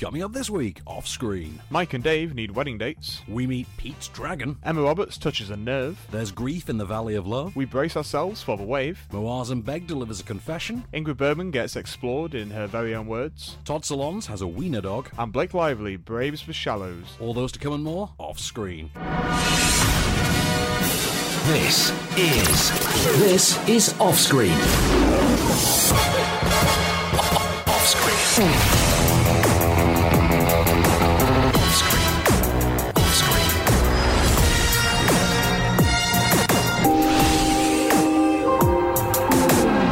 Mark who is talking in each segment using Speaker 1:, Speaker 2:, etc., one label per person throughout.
Speaker 1: Coming up this week, off screen,
Speaker 2: Mike and Dave need wedding dates.
Speaker 1: we meet Pete's dragon.
Speaker 2: Emma Roberts touches a nerve.
Speaker 1: There's grief in the Valley of Love.
Speaker 2: We brace ourselves for the wave.
Speaker 1: Moaz Beg delivers a confession.
Speaker 2: Ingrid Bergman gets explored in her very own words.
Speaker 1: Todd Salons has a wiener dog.
Speaker 2: And Blake Lively braves the shallows.
Speaker 1: All those to come and more off screen.
Speaker 3: This is this is off screen. Off screen. Off screen. Off screen.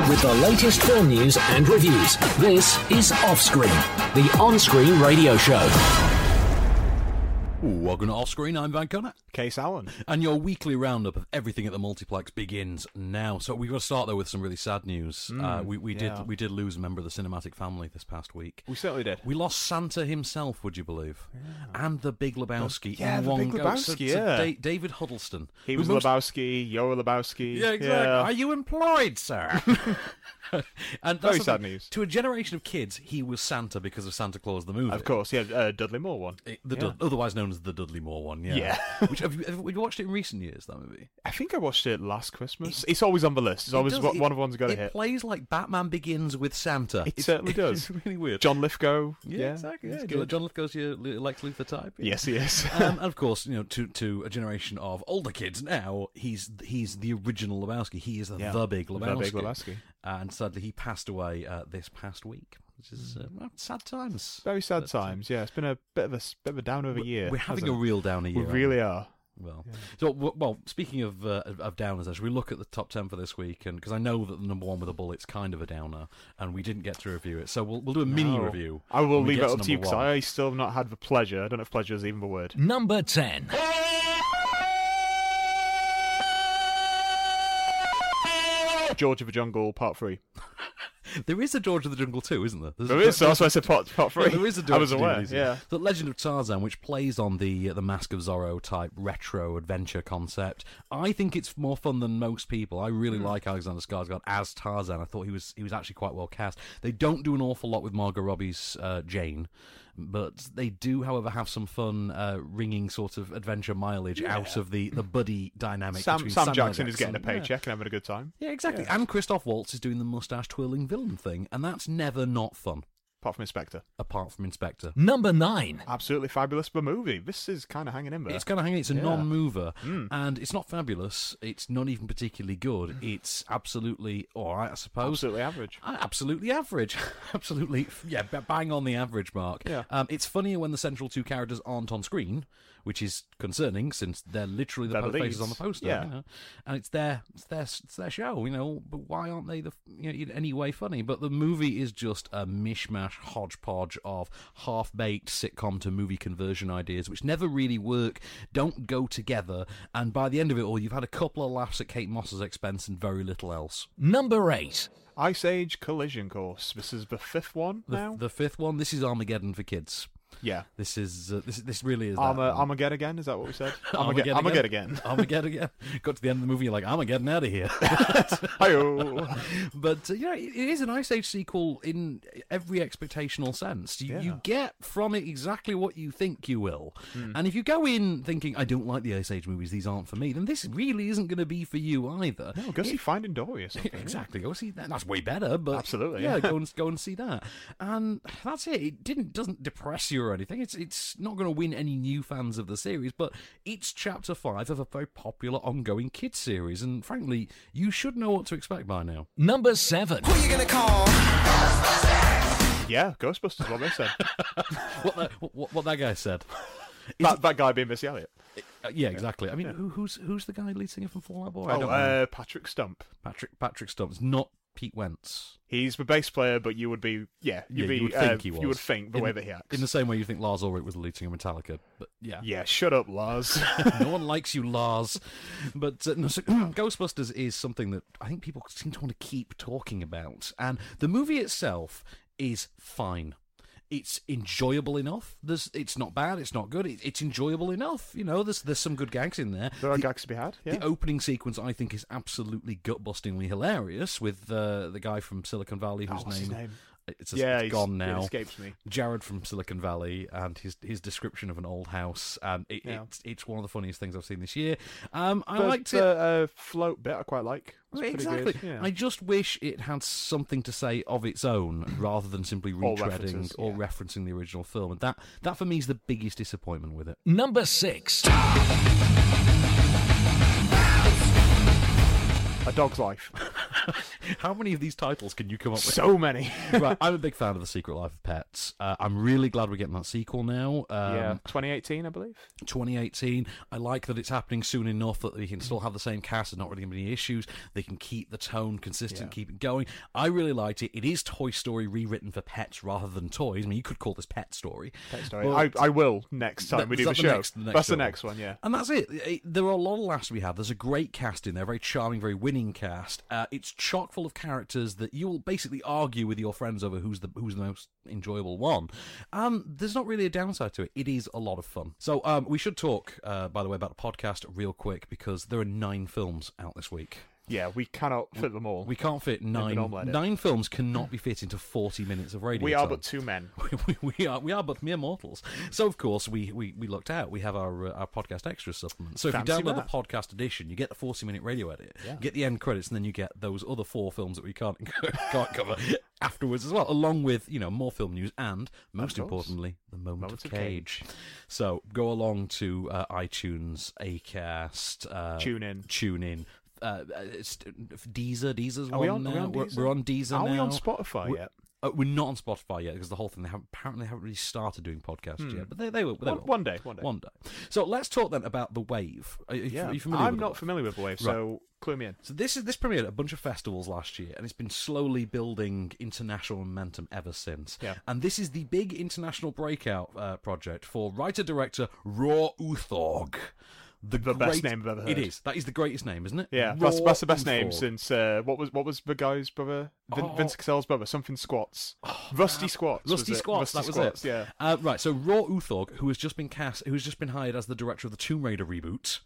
Speaker 3: With the latest film news and reviews, this is Off Screen, the on screen radio show.
Speaker 1: Welcome to Off Screen, I'm Van Conner.
Speaker 2: Case Allen.
Speaker 1: And your weekly roundup of everything at the multiplex begins now. So we've got to start though with some really sad news. uh, we we
Speaker 2: Mm, yeah.
Speaker 1: did we did lose a member of the cinematic family this past week.
Speaker 2: We certainly did.
Speaker 1: We lost Santa himself, would you believe? And the Big Lebowski.
Speaker 2: Yeah,
Speaker 1: in
Speaker 2: the
Speaker 1: one
Speaker 2: Big
Speaker 1: go. So-
Speaker 2: Lebowski,
Speaker 1: so
Speaker 2: yeah.
Speaker 1: Da- David Huddleston.
Speaker 2: He
Speaker 1: who
Speaker 2: was
Speaker 1: most-
Speaker 2: Lebowski, you're Lebowski.
Speaker 1: Yeah, exactly. Are you employed, sir? and that's
Speaker 2: Very
Speaker 1: the
Speaker 2: sad
Speaker 1: thing.
Speaker 2: news.
Speaker 1: To a generation of kids, he was Santa because of Santa Claus the movie.
Speaker 2: Of course, yeah, uh, Dudley Moore one.
Speaker 1: It- the Dud- otherwise known as the Dudley Moore one, yeah.
Speaker 2: Yeah.
Speaker 1: Which have you, have you watched it in recent years? That movie.
Speaker 2: I think I watched it last Christmas. it's always on the list. It's always
Speaker 1: does-
Speaker 2: one
Speaker 1: it-
Speaker 2: one of the ones got to
Speaker 1: It
Speaker 2: hit.
Speaker 1: plays like Batman Begins with Santa.
Speaker 2: It certainly does.
Speaker 1: It's really weird.
Speaker 2: John Lithgow.
Speaker 1: yeah, exactly.
Speaker 2: yeah,
Speaker 1: it's
Speaker 2: it
Speaker 1: good.
Speaker 2: did.
Speaker 1: John Lithgow's your Lex Luthor type. yeah.
Speaker 2: Yes, he is.
Speaker 1: um, and of course, you know, to to a generation of older kids now, he's he's the original Lebowski. He is
Speaker 2: Yeah.
Speaker 1: the big
Speaker 2: The
Speaker 1: Lebowski.
Speaker 2: Big Lebowski.
Speaker 1: And sadly, he passed away uh, this past week, which is
Speaker 2: Hmm.
Speaker 1: uh, well, sad times.
Speaker 2: Very sad
Speaker 1: But, uh,
Speaker 2: times. Yeah, it's been a bit of a s- bit of a down over year.
Speaker 1: We're having
Speaker 2: hasn't
Speaker 1: a
Speaker 2: it?
Speaker 1: real downer year.
Speaker 2: We
Speaker 1: aren't
Speaker 2: really are.
Speaker 1: Well, so w- well. Speaking of uh, of- of downers, as we look at the top ten for this week, and because I know that the number one with a bullet's kind of a downer, and we didn't get to review it, so we'll we'll do a mini
Speaker 2: No.
Speaker 1: review.
Speaker 2: Oh, I will
Speaker 1: when we
Speaker 2: leave it
Speaker 1: get
Speaker 2: up to you
Speaker 1: number
Speaker 2: because
Speaker 1: one.
Speaker 2: I still have not had the pleasure. I don't know if pleasure is even the word.
Speaker 3: Number 10.
Speaker 2: George of the Jungle Part Three.
Speaker 1: There is a George of the Jungle too, isn't there? There's
Speaker 2: There is. So that's why I said Part Part Three.
Speaker 1: Yeah, there is a George
Speaker 2: I was
Speaker 1: of
Speaker 2: aware.
Speaker 1: DVDs,
Speaker 2: Yeah.
Speaker 1: The Legend of Tarzan, which plays on the the Mask of Zorro type retro adventure concept, I think it's more fun than most people. I really
Speaker 2: Hmm.
Speaker 1: like Alexander Skarsgård as Tarzan. I thought he was he was actually quite well cast. They don't do an awful lot with Margot Robbie's uh, Jane, but they do, however, have some fun uh, wringing sort of adventure mileage out of the the buddy dynamic.
Speaker 2: Sam,
Speaker 1: between
Speaker 2: Sam
Speaker 1: Samuel
Speaker 2: Jackson is
Speaker 1: Jackson-
Speaker 2: getting a
Speaker 1: yeah.
Speaker 2: paycheck and having a good time.
Speaker 1: Yeah, exactly. And Christoph Waltz is doing the mustache twirling villain thing, and that's never not fun,
Speaker 2: Apart from Inspector,
Speaker 1: apart from Inspector.
Speaker 3: Number 9.
Speaker 2: absolutely fabulous but movie. This is kind of hanging in there.
Speaker 1: It's kind of hanging. It's a
Speaker 2: Yeah.
Speaker 1: non-mover, and it's not fabulous. It's not even particularly good. It's absolutely all right, I suppose.
Speaker 2: absolutely average.
Speaker 1: Uh, Absolutely average. absolutely, yeah, b- bang on the average mark.
Speaker 2: Yeah.
Speaker 1: Um, it's funnier when the central two characters aren't on screen, which is concerning since they're literally the
Speaker 2: They're the
Speaker 1: po- faces on the
Speaker 2: leads.
Speaker 1: poster.
Speaker 2: Yeah.
Speaker 1: you know. And it's their it's their it's their show, you know. But why aren't they the you know, in any way funny? But the movie is just a mishmash, hodgepodge of half baked sitcom to movie conversion ideas, which never really work, don't go together, and by the end of it all, you've had a couple of laughs at Kate Moss's expense and very little else.
Speaker 3: Number 8.
Speaker 2: Ice Age Collision Course. This is the fifth one
Speaker 1: The,
Speaker 2: now.
Speaker 1: the fifth one. This is Armageddon for kids.
Speaker 2: yeah.
Speaker 1: This is uh, this. This really is. that
Speaker 2: Arma,
Speaker 1: one.
Speaker 2: Armageddon again. Is that what we said? Armageddon. Armageddon again.
Speaker 1: Armageddon again. Got to the end of the movie, you're like, Armageddon out of here.
Speaker 2: Hi-yo.
Speaker 1: but uh, yeah, it it is an Ice Age sequel in every expectational sense. You, you
Speaker 2: Yeah. Hmm.
Speaker 1: get from it exactly what you think you will. And if you go in thinking, I don't like the Ice Age movies, these aren't for me, then this really isn't going to be for you either.
Speaker 2: Oh, go see Finding Dory or something.
Speaker 1: Exactly. Go see that. That's way better. But
Speaker 2: Absolutely,
Speaker 1: yeah.
Speaker 2: yeah.
Speaker 1: go and go and see that. And that's it. It didn't doesn't depress you or anything. It's it's not going to win any new fans of the series, but it's chapter five of a very popular ongoing kids series. And frankly, you should know what to expect by now.
Speaker 3: Number 7.
Speaker 2: Yeah, Ghostbusters. What they said.
Speaker 1: What that, what, what that guy said.
Speaker 2: that, that guy being Missy Elliott.
Speaker 1: Uh, yeah, exactly. I mean, who, who's who's the guy lead singer from Fallout Boy? I
Speaker 2: Oh,
Speaker 1: don't know.
Speaker 2: uh, Patrick Stump.
Speaker 1: Patrick Patrick Stubbs, not Pete Wentz.
Speaker 2: He's the bass player, but you would be yeah,
Speaker 1: Yeah,
Speaker 2: you'd be
Speaker 1: you would
Speaker 2: uh,
Speaker 1: think he was.
Speaker 2: You would think the
Speaker 1: In-
Speaker 2: way that he acts.
Speaker 1: In the same way you think Lars Ulrich was the lead singer of Metallica, but yeah.
Speaker 2: Yeah, shut up, Lars.
Speaker 1: no one likes you, Lars. But uh, no, so, Ghostbusters is something that I think people seem to want to keep talking about, and the movie itself is fine. It's enjoyable enough. There's, it's not bad. It's not good. It, it's enjoyable enough. You know, there's there's some good gags in there.
Speaker 2: there are
Speaker 1: The-
Speaker 2: gags to be had. Yeah.
Speaker 1: the opening sequence, I think, is absolutely gut-bustingly hilarious with uh, the guy from Silicon Valley whose
Speaker 2: Oh, what's
Speaker 1: name,
Speaker 2: his name?
Speaker 1: It's, just,
Speaker 2: yeah,
Speaker 1: it's
Speaker 2: he's-
Speaker 1: gone
Speaker 2: It
Speaker 1: now.
Speaker 2: escapes me.
Speaker 1: Jared from Silicon Valley and his his description of an old house. Um, it,
Speaker 2: Yeah.
Speaker 1: it's, it's one of the funniest things I've seen this year. Um, I
Speaker 2: But
Speaker 1: liked
Speaker 2: the
Speaker 1: it.
Speaker 2: uh, float bit I quite like. It's pretty
Speaker 1: Exactly.
Speaker 2: Good. Yeah.
Speaker 1: I just wish it had something to say of its own rather than simply
Speaker 2: Or
Speaker 1: retreading
Speaker 2: references,
Speaker 1: or,
Speaker 2: yeah.
Speaker 1: referencing the original film. And that, that for me is the biggest disappointment with it.
Speaker 3: Number six.
Speaker 2: A Dog's Life.
Speaker 1: How many of these titles can you come up with?
Speaker 2: so many.
Speaker 1: right, I'm a big fan of The Secret Life of Pets. Uh, I'm really glad we're getting that sequel now. Um,
Speaker 2: yeah, 2018, I believe.
Speaker 1: 2018. I like that it's happening soon enough that they can still have the same cast and not really have any issues. They can keep the tone consistent, keep it going. I really liked it. It is Toy Story rewritten for pets rather than toys. I mean, you could call this Pet Story.
Speaker 2: Pet Story. I, I will next
Speaker 1: Th-
Speaker 2: time we
Speaker 1: is
Speaker 2: do the
Speaker 1: that the
Speaker 2: show.
Speaker 1: next- the next
Speaker 2: That's the
Speaker 1: one?
Speaker 2: next one. Yeah.
Speaker 1: And that's it. It- There are a lot of laughs we have. There's a great cast in there, a very charming, very winning cast. Uh, it's chock full of characters that you will basically argue with your friends over who's the who's the most enjoyable one. Um, there's not really a downside to it. It is a lot of fun. So um, we should talk, uh, by the way, about the podcast real quick because there are nine films out this week.
Speaker 2: Yeah, we cannot fit them all.
Speaker 1: We can't fit nine.
Speaker 2: normal edit.
Speaker 1: Nine films cannot be fit into 40 minutes of radio.
Speaker 2: We are
Speaker 1: time.
Speaker 2: but two men.
Speaker 1: we, we, we are we are but mere mortals. So of course we we, we looked out. We have our uh, our podcast extra supplement. So if
Speaker 2: Fancy
Speaker 1: you download
Speaker 2: that.
Speaker 1: the podcast edition, you get the forty minute radio edit, you get the end credits, and then you get those other four films that we can't can't cover afterwards as well, along with you know more film news and most
Speaker 2: course.
Speaker 1: importantly the moment,
Speaker 2: Moment
Speaker 1: of
Speaker 2: of
Speaker 1: cage. So go along to uh, iTunes, Acast, uh,
Speaker 2: Tune in.
Speaker 1: tune in. Uh, uh, st- Deezer, Deezer's
Speaker 2: Are
Speaker 1: one
Speaker 2: we on-
Speaker 1: now.
Speaker 2: are we on
Speaker 1: We're-
Speaker 2: Deezer?
Speaker 1: We're on Deezer
Speaker 2: Are
Speaker 1: now.
Speaker 2: we on Spotify
Speaker 1: We're-
Speaker 2: yet?
Speaker 1: uh, we're not on Spotify yet because the whole thing they haven't, apparently they haven't really started doing podcasts yet, but they they will. They
Speaker 2: Hmm. One-
Speaker 1: will.
Speaker 2: one day, one day.
Speaker 1: One day. So let's talk then about the wave. Are, you-
Speaker 2: Yeah.
Speaker 1: are you familiar?
Speaker 2: I'm
Speaker 1: with The
Speaker 2: not
Speaker 1: Wave?
Speaker 2: familiar with the wave, so clue me in.
Speaker 1: So this is this premiered at a bunch of festivals last year, and it's been slowly building international momentum ever since.
Speaker 2: Yeah.
Speaker 1: And this is the big international breakout uh, project for writer director Raw Uthog.
Speaker 2: The best name I've ever heard.
Speaker 1: It is. That is the greatest name, isn't it?
Speaker 2: Yeah, that's,
Speaker 1: Raw
Speaker 2: that's the best name
Speaker 1: Uthog.
Speaker 2: since uh, what was what was the guy's brother? Vin,
Speaker 1: Oh.
Speaker 2: Vince Cassell's brother, something squats. Rusty squats. was
Speaker 1: Rusty
Speaker 2: it?
Speaker 1: Squats,
Speaker 2: Rusty
Speaker 1: that was
Speaker 2: squats.
Speaker 1: it.
Speaker 2: Yeah.
Speaker 1: Uh, right, so Raw Uthog, who has just been cast, who has just been hired as the director of the Tomb Raider reboot,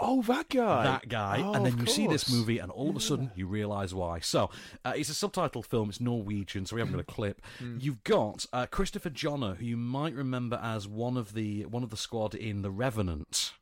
Speaker 2: Oh, that guy.
Speaker 1: that guy,
Speaker 2: Oh,
Speaker 1: and then
Speaker 2: of
Speaker 1: you see this
Speaker 2: course.
Speaker 1: movie, and all of a sudden you realise why. So uh, it's a subtitled film. It's Norwegian, so we haven't got a clip.
Speaker 2: Hmm.
Speaker 1: You've got uh, Christopher Joner, who you might remember as one of the one of the squad in The Revenant.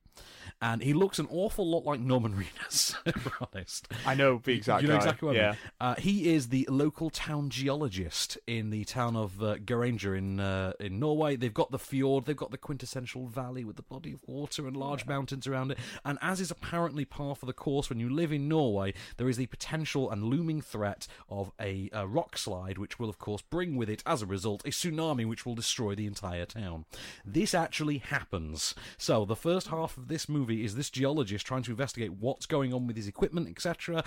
Speaker 1: And he looks an awful lot like Norman Reedus, if we're honest.
Speaker 2: I know the exact
Speaker 1: You know
Speaker 2: guy.
Speaker 1: exactly what I
Speaker 2: yeah.
Speaker 1: mean. Uh, he is the local town geologist in the town of uh, Geranger in uh, in Norway. They've got the fjord, they've got the quintessential valley with the body of water and large mountains around it. And as is apparently par for the course, when you live in Norway, there is the potential and looming threat of a, uh rock slide, which will of course bring with it, as a result, a tsunami which will destroy the entire town. This actually happens. So the first half of this movie is this geologist trying to investigate what's going on with his equipment, etc.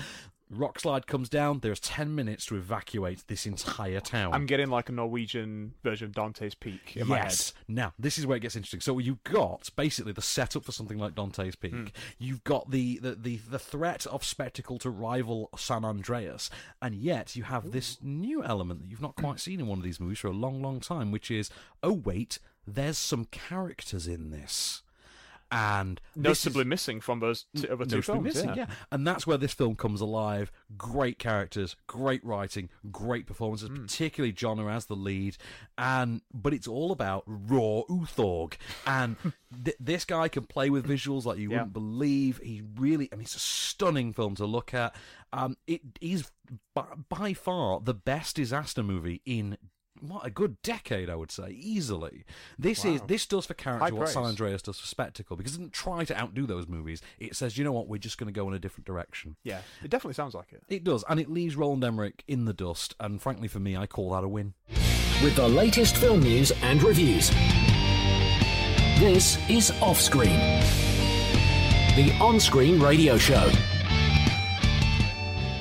Speaker 1: Rock slide comes down. There's 10 minutes to evacuate this entire town.
Speaker 2: I'm getting like a Norwegian version of Dante's Peak in my head.
Speaker 1: yes. Now, this is where it gets interesting. So you've got basically the setup for something like Dante's Peak.
Speaker 2: Hmm.
Speaker 1: You've got the, the, the, the threat of spectacle to rival San Andreas. And yet you have this new element that you've not quite seen in one of these movies for a long, long time, which is, oh, wait, there's some characters in this. And this is-
Speaker 2: Notably missing from those two, other two
Speaker 1: noticeably
Speaker 2: films.
Speaker 1: missing,
Speaker 2: yeah.
Speaker 1: yeah. And that's where this film comes alive. Great characters, great writing, great performances,
Speaker 2: Hmm.
Speaker 1: particularly Jonah as the lead. And but it's all about raw Uthorg, and th- this guy can play with visuals like you
Speaker 2: Yeah.
Speaker 1: wouldn't believe. He really, I mean, it's a stunning film to look at. Um, it is by, by far the best disaster movie in. What a good decade, I would say, easily. This is this does for character
Speaker 2: High
Speaker 1: what San
Speaker 2: praise.
Speaker 1: Andreas does for spectacle because it doesn't try to outdo those movies. It says, you know what, we're just going to go in a different direction.
Speaker 2: Yeah, it definitely sounds like it.
Speaker 1: It does, and it leaves Roland Emmerich in the dust. And frankly, for me, I call that a win.
Speaker 3: With the latest film news and reviews. This is Offscreen, the on screen radio show.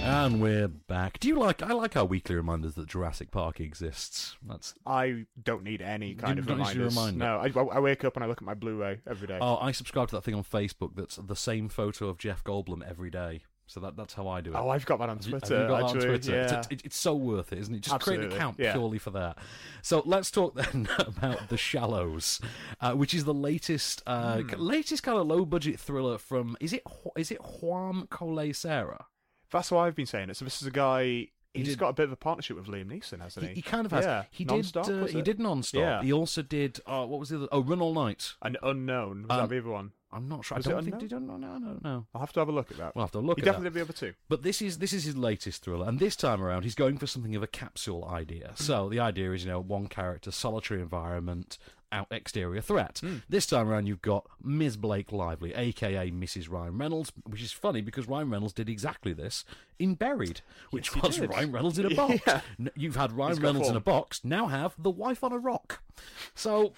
Speaker 1: And we're back. Do you like? I like our weekly reminders that Jurassic Park exists. That's.
Speaker 2: I don't need any kind
Speaker 1: You
Speaker 2: of
Speaker 1: don't need to
Speaker 2: reminders.
Speaker 1: remind
Speaker 2: no, I, I wake up and I look at my Blu-ray every day.
Speaker 1: Oh, I subscribe to that thing on Facebook. That's the same photo of Jeff Goldblum every day. So that, that's how I do it.
Speaker 2: oh, I've got that on
Speaker 1: Have you- have
Speaker 2: Twitter.
Speaker 1: you got that on
Speaker 2: actually,
Speaker 1: Twitter?
Speaker 2: Yeah.
Speaker 1: It's, it's so worth it, isn't it? Just create an
Speaker 2: Absolutely,
Speaker 1: account
Speaker 2: yeah.
Speaker 1: purely for that. So let's talk then about The Shallows, uh, which is the latest, uh,
Speaker 2: Hmm.
Speaker 1: latest kind of low budget thriller from is it Ju- is it Juan Coley Serra?
Speaker 2: That's what I've been saying. It. So this is a guy. he's
Speaker 1: did-
Speaker 2: got a bit of a partnership with Liam Neeson, hasn't
Speaker 1: He,
Speaker 2: he?
Speaker 1: he kind of has.
Speaker 2: Yeah,
Speaker 1: he
Speaker 2: Non-Stop,
Speaker 1: did. Uh,
Speaker 2: was
Speaker 1: he
Speaker 2: it?
Speaker 1: did non-stop.
Speaker 2: Yeah.
Speaker 1: He also did. Oh, what was the other? Oh, Run All Night.
Speaker 2: An unknown. Was
Speaker 1: Um,
Speaker 2: that the other one?
Speaker 1: I'm not sure.
Speaker 2: Was
Speaker 1: I
Speaker 2: it
Speaker 1: don't think
Speaker 2: Unknown?
Speaker 1: did. No, no, I don't know.
Speaker 2: I'll have to have a look at that.
Speaker 1: We'll have to look
Speaker 2: He
Speaker 1: at
Speaker 2: definitely
Speaker 1: that.
Speaker 2: did the other two.
Speaker 1: But this is this is his latest thriller, and this time around he's going for something of a capsule idea.
Speaker 2: Hmm.
Speaker 1: So the idea is, you know, one character, solitary environment, out exterior threat.
Speaker 2: Hmm.
Speaker 1: This time around you've got Ms. Blake Lively, aka Mrs. Ryan Reynolds, which is funny because Ryan Reynolds did exactly this in Buried, which
Speaker 2: Yes, he
Speaker 1: was
Speaker 2: did.
Speaker 1: Ryan Reynolds in a box.
Speaker 2: Yeah.
Speaker 1: N- You've had Ryan
Speaker 2: He's got
Speaker 1: Reynolds in a
Speaker 2: form.
Speaker 1: box, now have the wife on a rock. So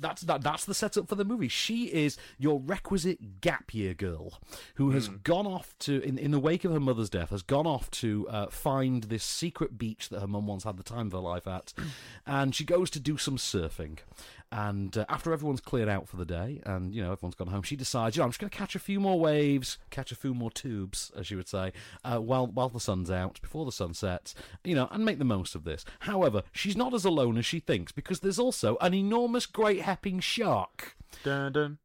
Speaker 1: that's that, that's the setup for the movie. She is your requisite gap year girl who has
Speaker 2: Hmm.
Speaker 1: gone off to in in the wake of her mother's death has gone off to uh, find this secret beach that her mum once had the time of her life at, and she goes to do some surfing. And uh, after everyone's cleared out for the day, and you know everyone's gone home, she decides, you know, I'm just going to catch a few more waves, catch a few more tubes, as she would say, uh, while while the sun's out, before the sun sets, you know, and make the most of this. However, she's not as alone as she thinks because there's also an enormous, great hepping shark.
Speaker 2: Dun, dun,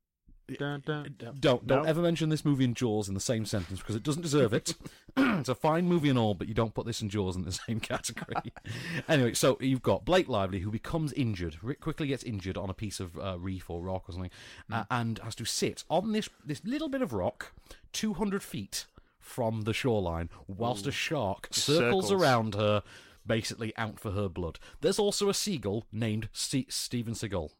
Speaker 2: dun, dun, dun.
Speaker 1: Don't don't
Speaker 2: No.
Speaker 1: ever mention this movie in Jaws in the same sentence because it doesn't deserve it. it's a fine movie and all, but you don't put this in Jaws in the same category. anyway, so you've got Blake Lively who becomes injured, ri- quickly gets injured on a piece of uh, reef or rock or something,
Speaker 2: Mm.
Speaker 1: uh, and has to sit on this this little bit of rock, two hundred feet from the shoreline, whilst a shark circles,
Speaker 2: circles.
Speaker 1: around her, basically out for her blood. There's also a seagull named Ste Steven Seagull.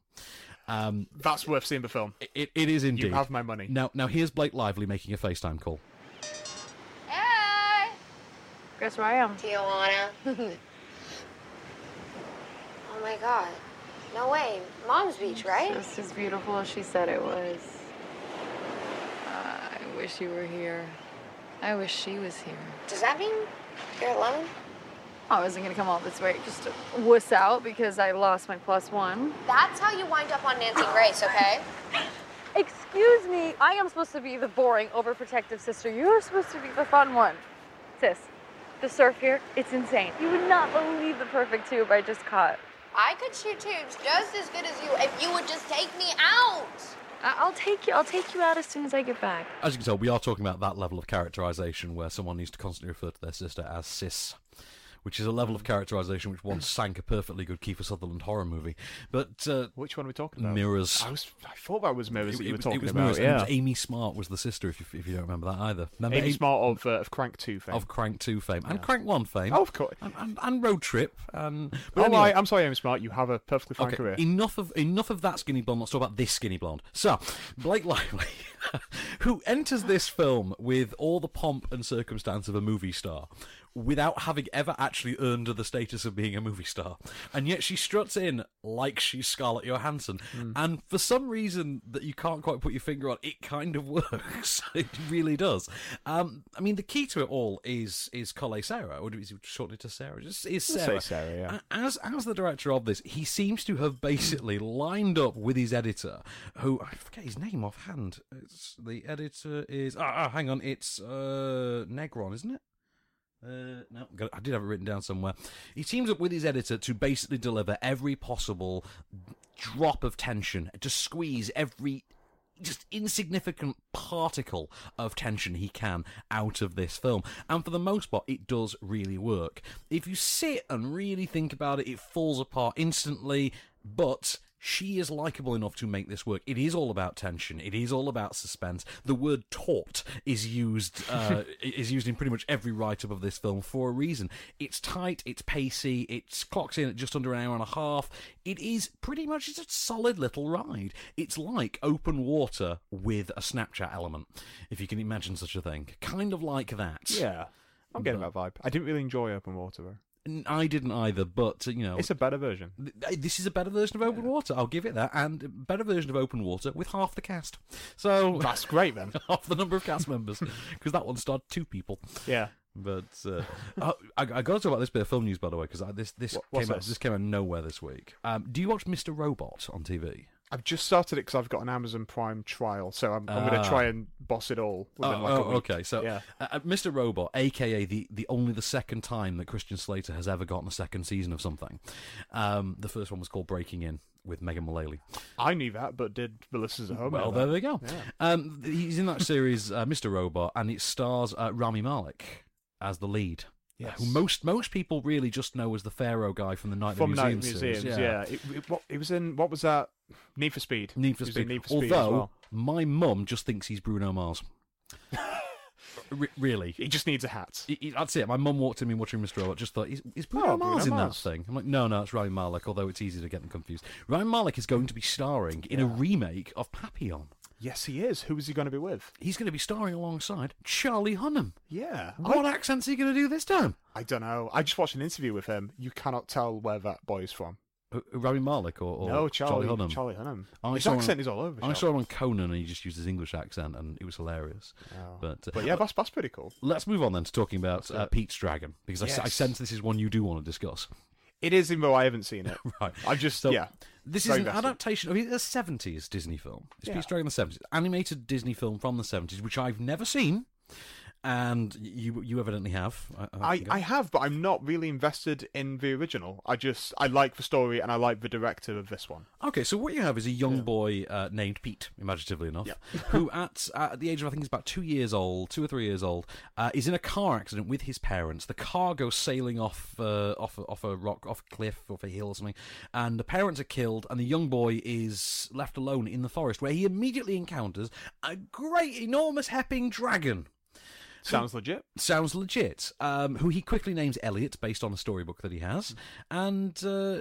Speaker 1: Um,
Speaker 2: That's worth seeing the film.
Speaker 1: it, it is indeed.
Speaker 2: You have my money.
Speaker 1: Now, now here's Blake Lively making a FaceTime call.
Speaker 4: Hey!
Speaker 5: Guess where I am?
Speaker 4: Tijuana. oh my god. No way. Mom's beach, right?
Speaker 5: Just as beautiful as she said it was. Ah, I wish you were here. I wish she was here. Oh,
Speaker 4: Does that mean you're a lemon?
Speaker 5: I wasn't gonna come all this way just to wuss out because I lost my plus one.
Speaker 4: That's how you wind up on Nancy Grace, okay?
Speaker 5: Excuse me, I am supposed to be the boring, overprotective sister. You're supposed to be the fun one. Sis, the surf here, it's insane. You would not believe the perfect tube I just caught.
Speaker 4: I could shoot tubes just as good as you if you would just take me out.
Speaker 5: I- I'll take you, I'll take you out as soon as I get back.
Speaker 1: As you can tell, we are talking about that level of characterization where someone needs to constantly refer to their sister as sis, which is a level of characterization which once sank a perfectly good Kiefer Sutherland horror movie. But uh,
Speaker 2: Which one are we talking about?
Speaker 1: Mirrors.
Speaker 2: I was. I thought that was mirrors that you were
Speaker 1: was-
Speaker 2: talking
Speaker 1: was
Speaker 2: about.
Speaker 1: Mirrors, and it
Speaker 2: yeah.
Speaker 1: was Amy Smart was the sister, if you, if you don't remember that either. Remember
Speaker 2: Amy
Speaker 1: Amy-
Speaker 2: Smart of uh, of Crank Two fame.
Speaker 1: of Crank 2 fame and Crank 1 fame.
Speaker 2: Oh, of course.
Speaker 1: And, and, and Road Trip. And, but
Speaker 2: Oh,
Speaker 1: anyway-
Speaker 2: right, I'm sorry, Amy Smart. You have a perfectly fine
Speaker 1: Okay,
Speaker 2: career.
Speaker 1: enough of enough of that skinny blonde. Let's talk about this skinny blonde. So, Blake Lively, who enters this film with all the pomp and circumstance of a movie star, without having ever actually earned the status of being a movie star, and yet she struts in like she's Scarlett Johansson, and for some reason that you can't quite put your finger on, it kind of works. it really does. Um, I mean, the key to it all is is Cole Sarah, or is it shortened to Sarah? Just is
Speaker 2: Let's
Speaker 1: Sarah.
Speaker 2: say Sarah, yeah.
Speaker 1: A- as as the director of this, he seems to have basically lined up with his editor, who I forget his name offhand. It's the editor is ah, ah hang on, it's uh, Negron, isn't it? Uh, no, got- I did have it written down somewhere. He teams up with his editor to basically deliver every possible drop of tension, to squeeze every just insignificant particle of tension he can out of this film. And for the most part, it does really work. If you sit and really think about it, it falls apart instantly, but. She is likable enough to make this work. It is all about tension. It is all about suspense. The word "taut" is used uh, is used in pretty much every write up of this film for a reason. It's tight. It's pacey. It's clocks in at just under an hour and a half. It is pretty much it's a solid little ride. It's like open water with a Snapchat element, if you can imagine such a thing. Kind of like that.
Speaker 2: Yeah. I'm getting that vibe. I didn't really enjoy Open Water though.
Speaker 1: N- I didn't either, but uh, you know,
Speaker 2: It's a better version.
Speaker 1: th- this is a better version of open water. I'll give it that, and a better version of open water with half the cast. So.
Speaker 2: That's great then.
Speaker 1: Half the number of cast members, because that one starred two people.
Speaker 2: Yeah.
Speaker 1: But uh, oh, I, I got to talk about this bit of film news, by the way, because this this
Speaker 2: What- what's
Speaker 1: came out
Speaker 2: this?
Speaker 1: this came out of nowhere this week. Um, do you watch Mr. Robot on TV?
Speaker 2: I've just started it because I've got an Amazon Prime trial, so I'm, I'm going
Speaker 1: Ah.
Speaker 2: to try and boss it all. Within
Speaker 1: Oh,
Speaker 2: like a
Speaker 1: oh,
Speaker 2: week.
Speaker 1: okay. So,
Speaker 2: yeah,
Speaker 1: uh, uh, Mr. Robot, aka the, the only the second time that Christian Slater has ever gotten a second season of something. Um, the first one was called Breaking In with Megan Mullally.
Speaker 2: I knew that, but did the listeners at home?
Speaker 1: Well,
Speaker 2: know
Speaker 1: there
Speaker 2: that?
Speaker 1: they go. Um, th- he's in that series, uh, Mr. Robot, and it stars uh, Rami Malek as the lead. Yeah,
Speaker 2: Yes.
Speaker 1: who most most people really just know as the Pharaoh guy from the Night
Speaker 2: From
Speaker 1: of the
Speaker 2: Night
Speaker 1: Museum
Speaker 2: Museums,
Speaker 1: series.
Speaker 2: yeah. It, it, what, it was in what was that? Need for Speed.
Speaker 1: Need for
Speaker 2: He was
Speaker 1: Speed.
Speaker 2: in Need for
Speaker 1: Although
Speaker 2: Speed as well.
Speaker 1: my mum just thinks he's Bruno Mars. R- really.
Speaker 2: he just needs a hat.
Speaker 1: He- he- That's it. My mum walked in me watching Mr. Robot. Just thought, is, is Bruno
Speaker 2: Oh, Bruno
Speaker 1: Mars in
Speaker 2: Mars.
Speaker 1: that thing? I'm like, no, no, it's Ryan Malik. Although it's easy to get them confused. Ryan Malik is going to be starring in a remake of Papillon.
Speaker 2: Yes, he is. Who is he going to be with?
Speaker 1: He's going to be starring alongside Charlie Hunnam.
Speaker 2: Yeah,
Speaker 1: What accent's he going to do this time?
Speaker 2: I don't know. I just watched an interview with him. You cannot tell where that boy's from.
Speaker 1: Uh, Rami Malik or, or
Speaker 2: no, Charlie,
Speaker 1: Charlie Hunnam?
Speaker 2: Charlie Hunnam.
Speaker 1: I
Speaker 2: His
Speaker 1: saw
Speaker 2: accent
Speaker 1: him-
Speaker 2: is all over. the
Speaker 1: I
Speaker 2: shop.
Speaker 1: saw him on Conan and he just used his English accent and it was hilarious.
Speaker 2: Oh.
Speaker 1: But, uh,
Speaker 2: But yeah, that's, that's pretty cool.
Speaker 1: let's move on then to talking about uh, Pete's Dragon because I s I I,
Speaker 2: Yes.
Speaker 1: sense this is one you do want to discuss.
Speaker 2: It is, even though I haven't seen it.
Speaker 1: Right.
Speaker 2: I've just
Speaker 1: So,
Speaker 2: yeah.
Speaker 1: This is
Speaker 2: Very
Speaker 1: an
Speaker 2: vested.
Speaker 1: adaptation of a 70s Disney film. It's
Speaker 2: Yeah.
Speaker 1: Pete's Dragon the 70s. Animated Disney film from the 70s, which I've never seen. And you you evidently have.
Speaker 2: I,
Speaker 1: think
Speaker 2: I have, but I'm not really invested in the original. I just I like the story and I like the director of this one.
Speaker 1: Okay, so what you have is a young boy uh, named Pete, imaginatively enough, who at, at the age of I think he's about two years old, two or three years old, uh, is in a car accident with his parents. The car goes sailing off uh, off a- off a rock, off a cliff, off a hill or something, and the parents are killed, and the young boy is left alone in the forest, where he immediately encounters a great, enormous, hepping dragon
Speaker 2: Sounds legit.
Speaker 1: sounds legit. Um, who he quickly names Elliot based on a storybook that he has, and uh,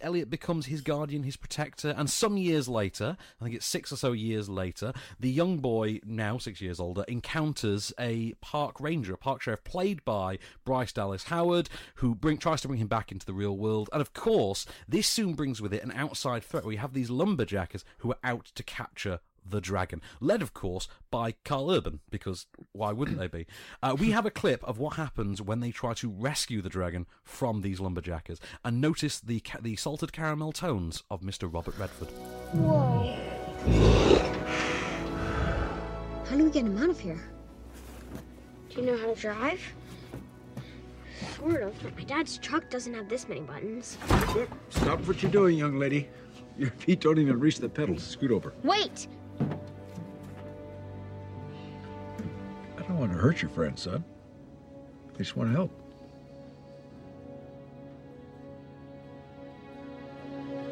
Speaker 1: Elliot becomes his guardian, his protector. And some years later, I think it's six or so years later, the young boy, now six years older, encounters a park ranger, a park sheriff played by Bryce Dallas Howard, who bring, tries to bring him back into the real world. And of course, this soon brings with it an outside threat. We have these lumberjackers who are out to capture the Dragon, led, of course, by Carl Urban, because why wouldn't they be? Uh, we have a clip of what happens when they try to rescue the Dragon from these lumberjackers, and notice the ca- the salted caramel tones of Mr. Robert Redford.
Speaker 6: How do we get him out of here?
Speaker 7: Do you know how to drive?
Speaker 6: Sort of, but my dad's truck doesn't have this many buttons.
Speaker 8: Stop what you're doing, young lady. Your feet don't even reach the pedals. Scoot over.
Speaker 6: Wait!
Speaker 8: I don't want to hurt your friend, son. I just want to help.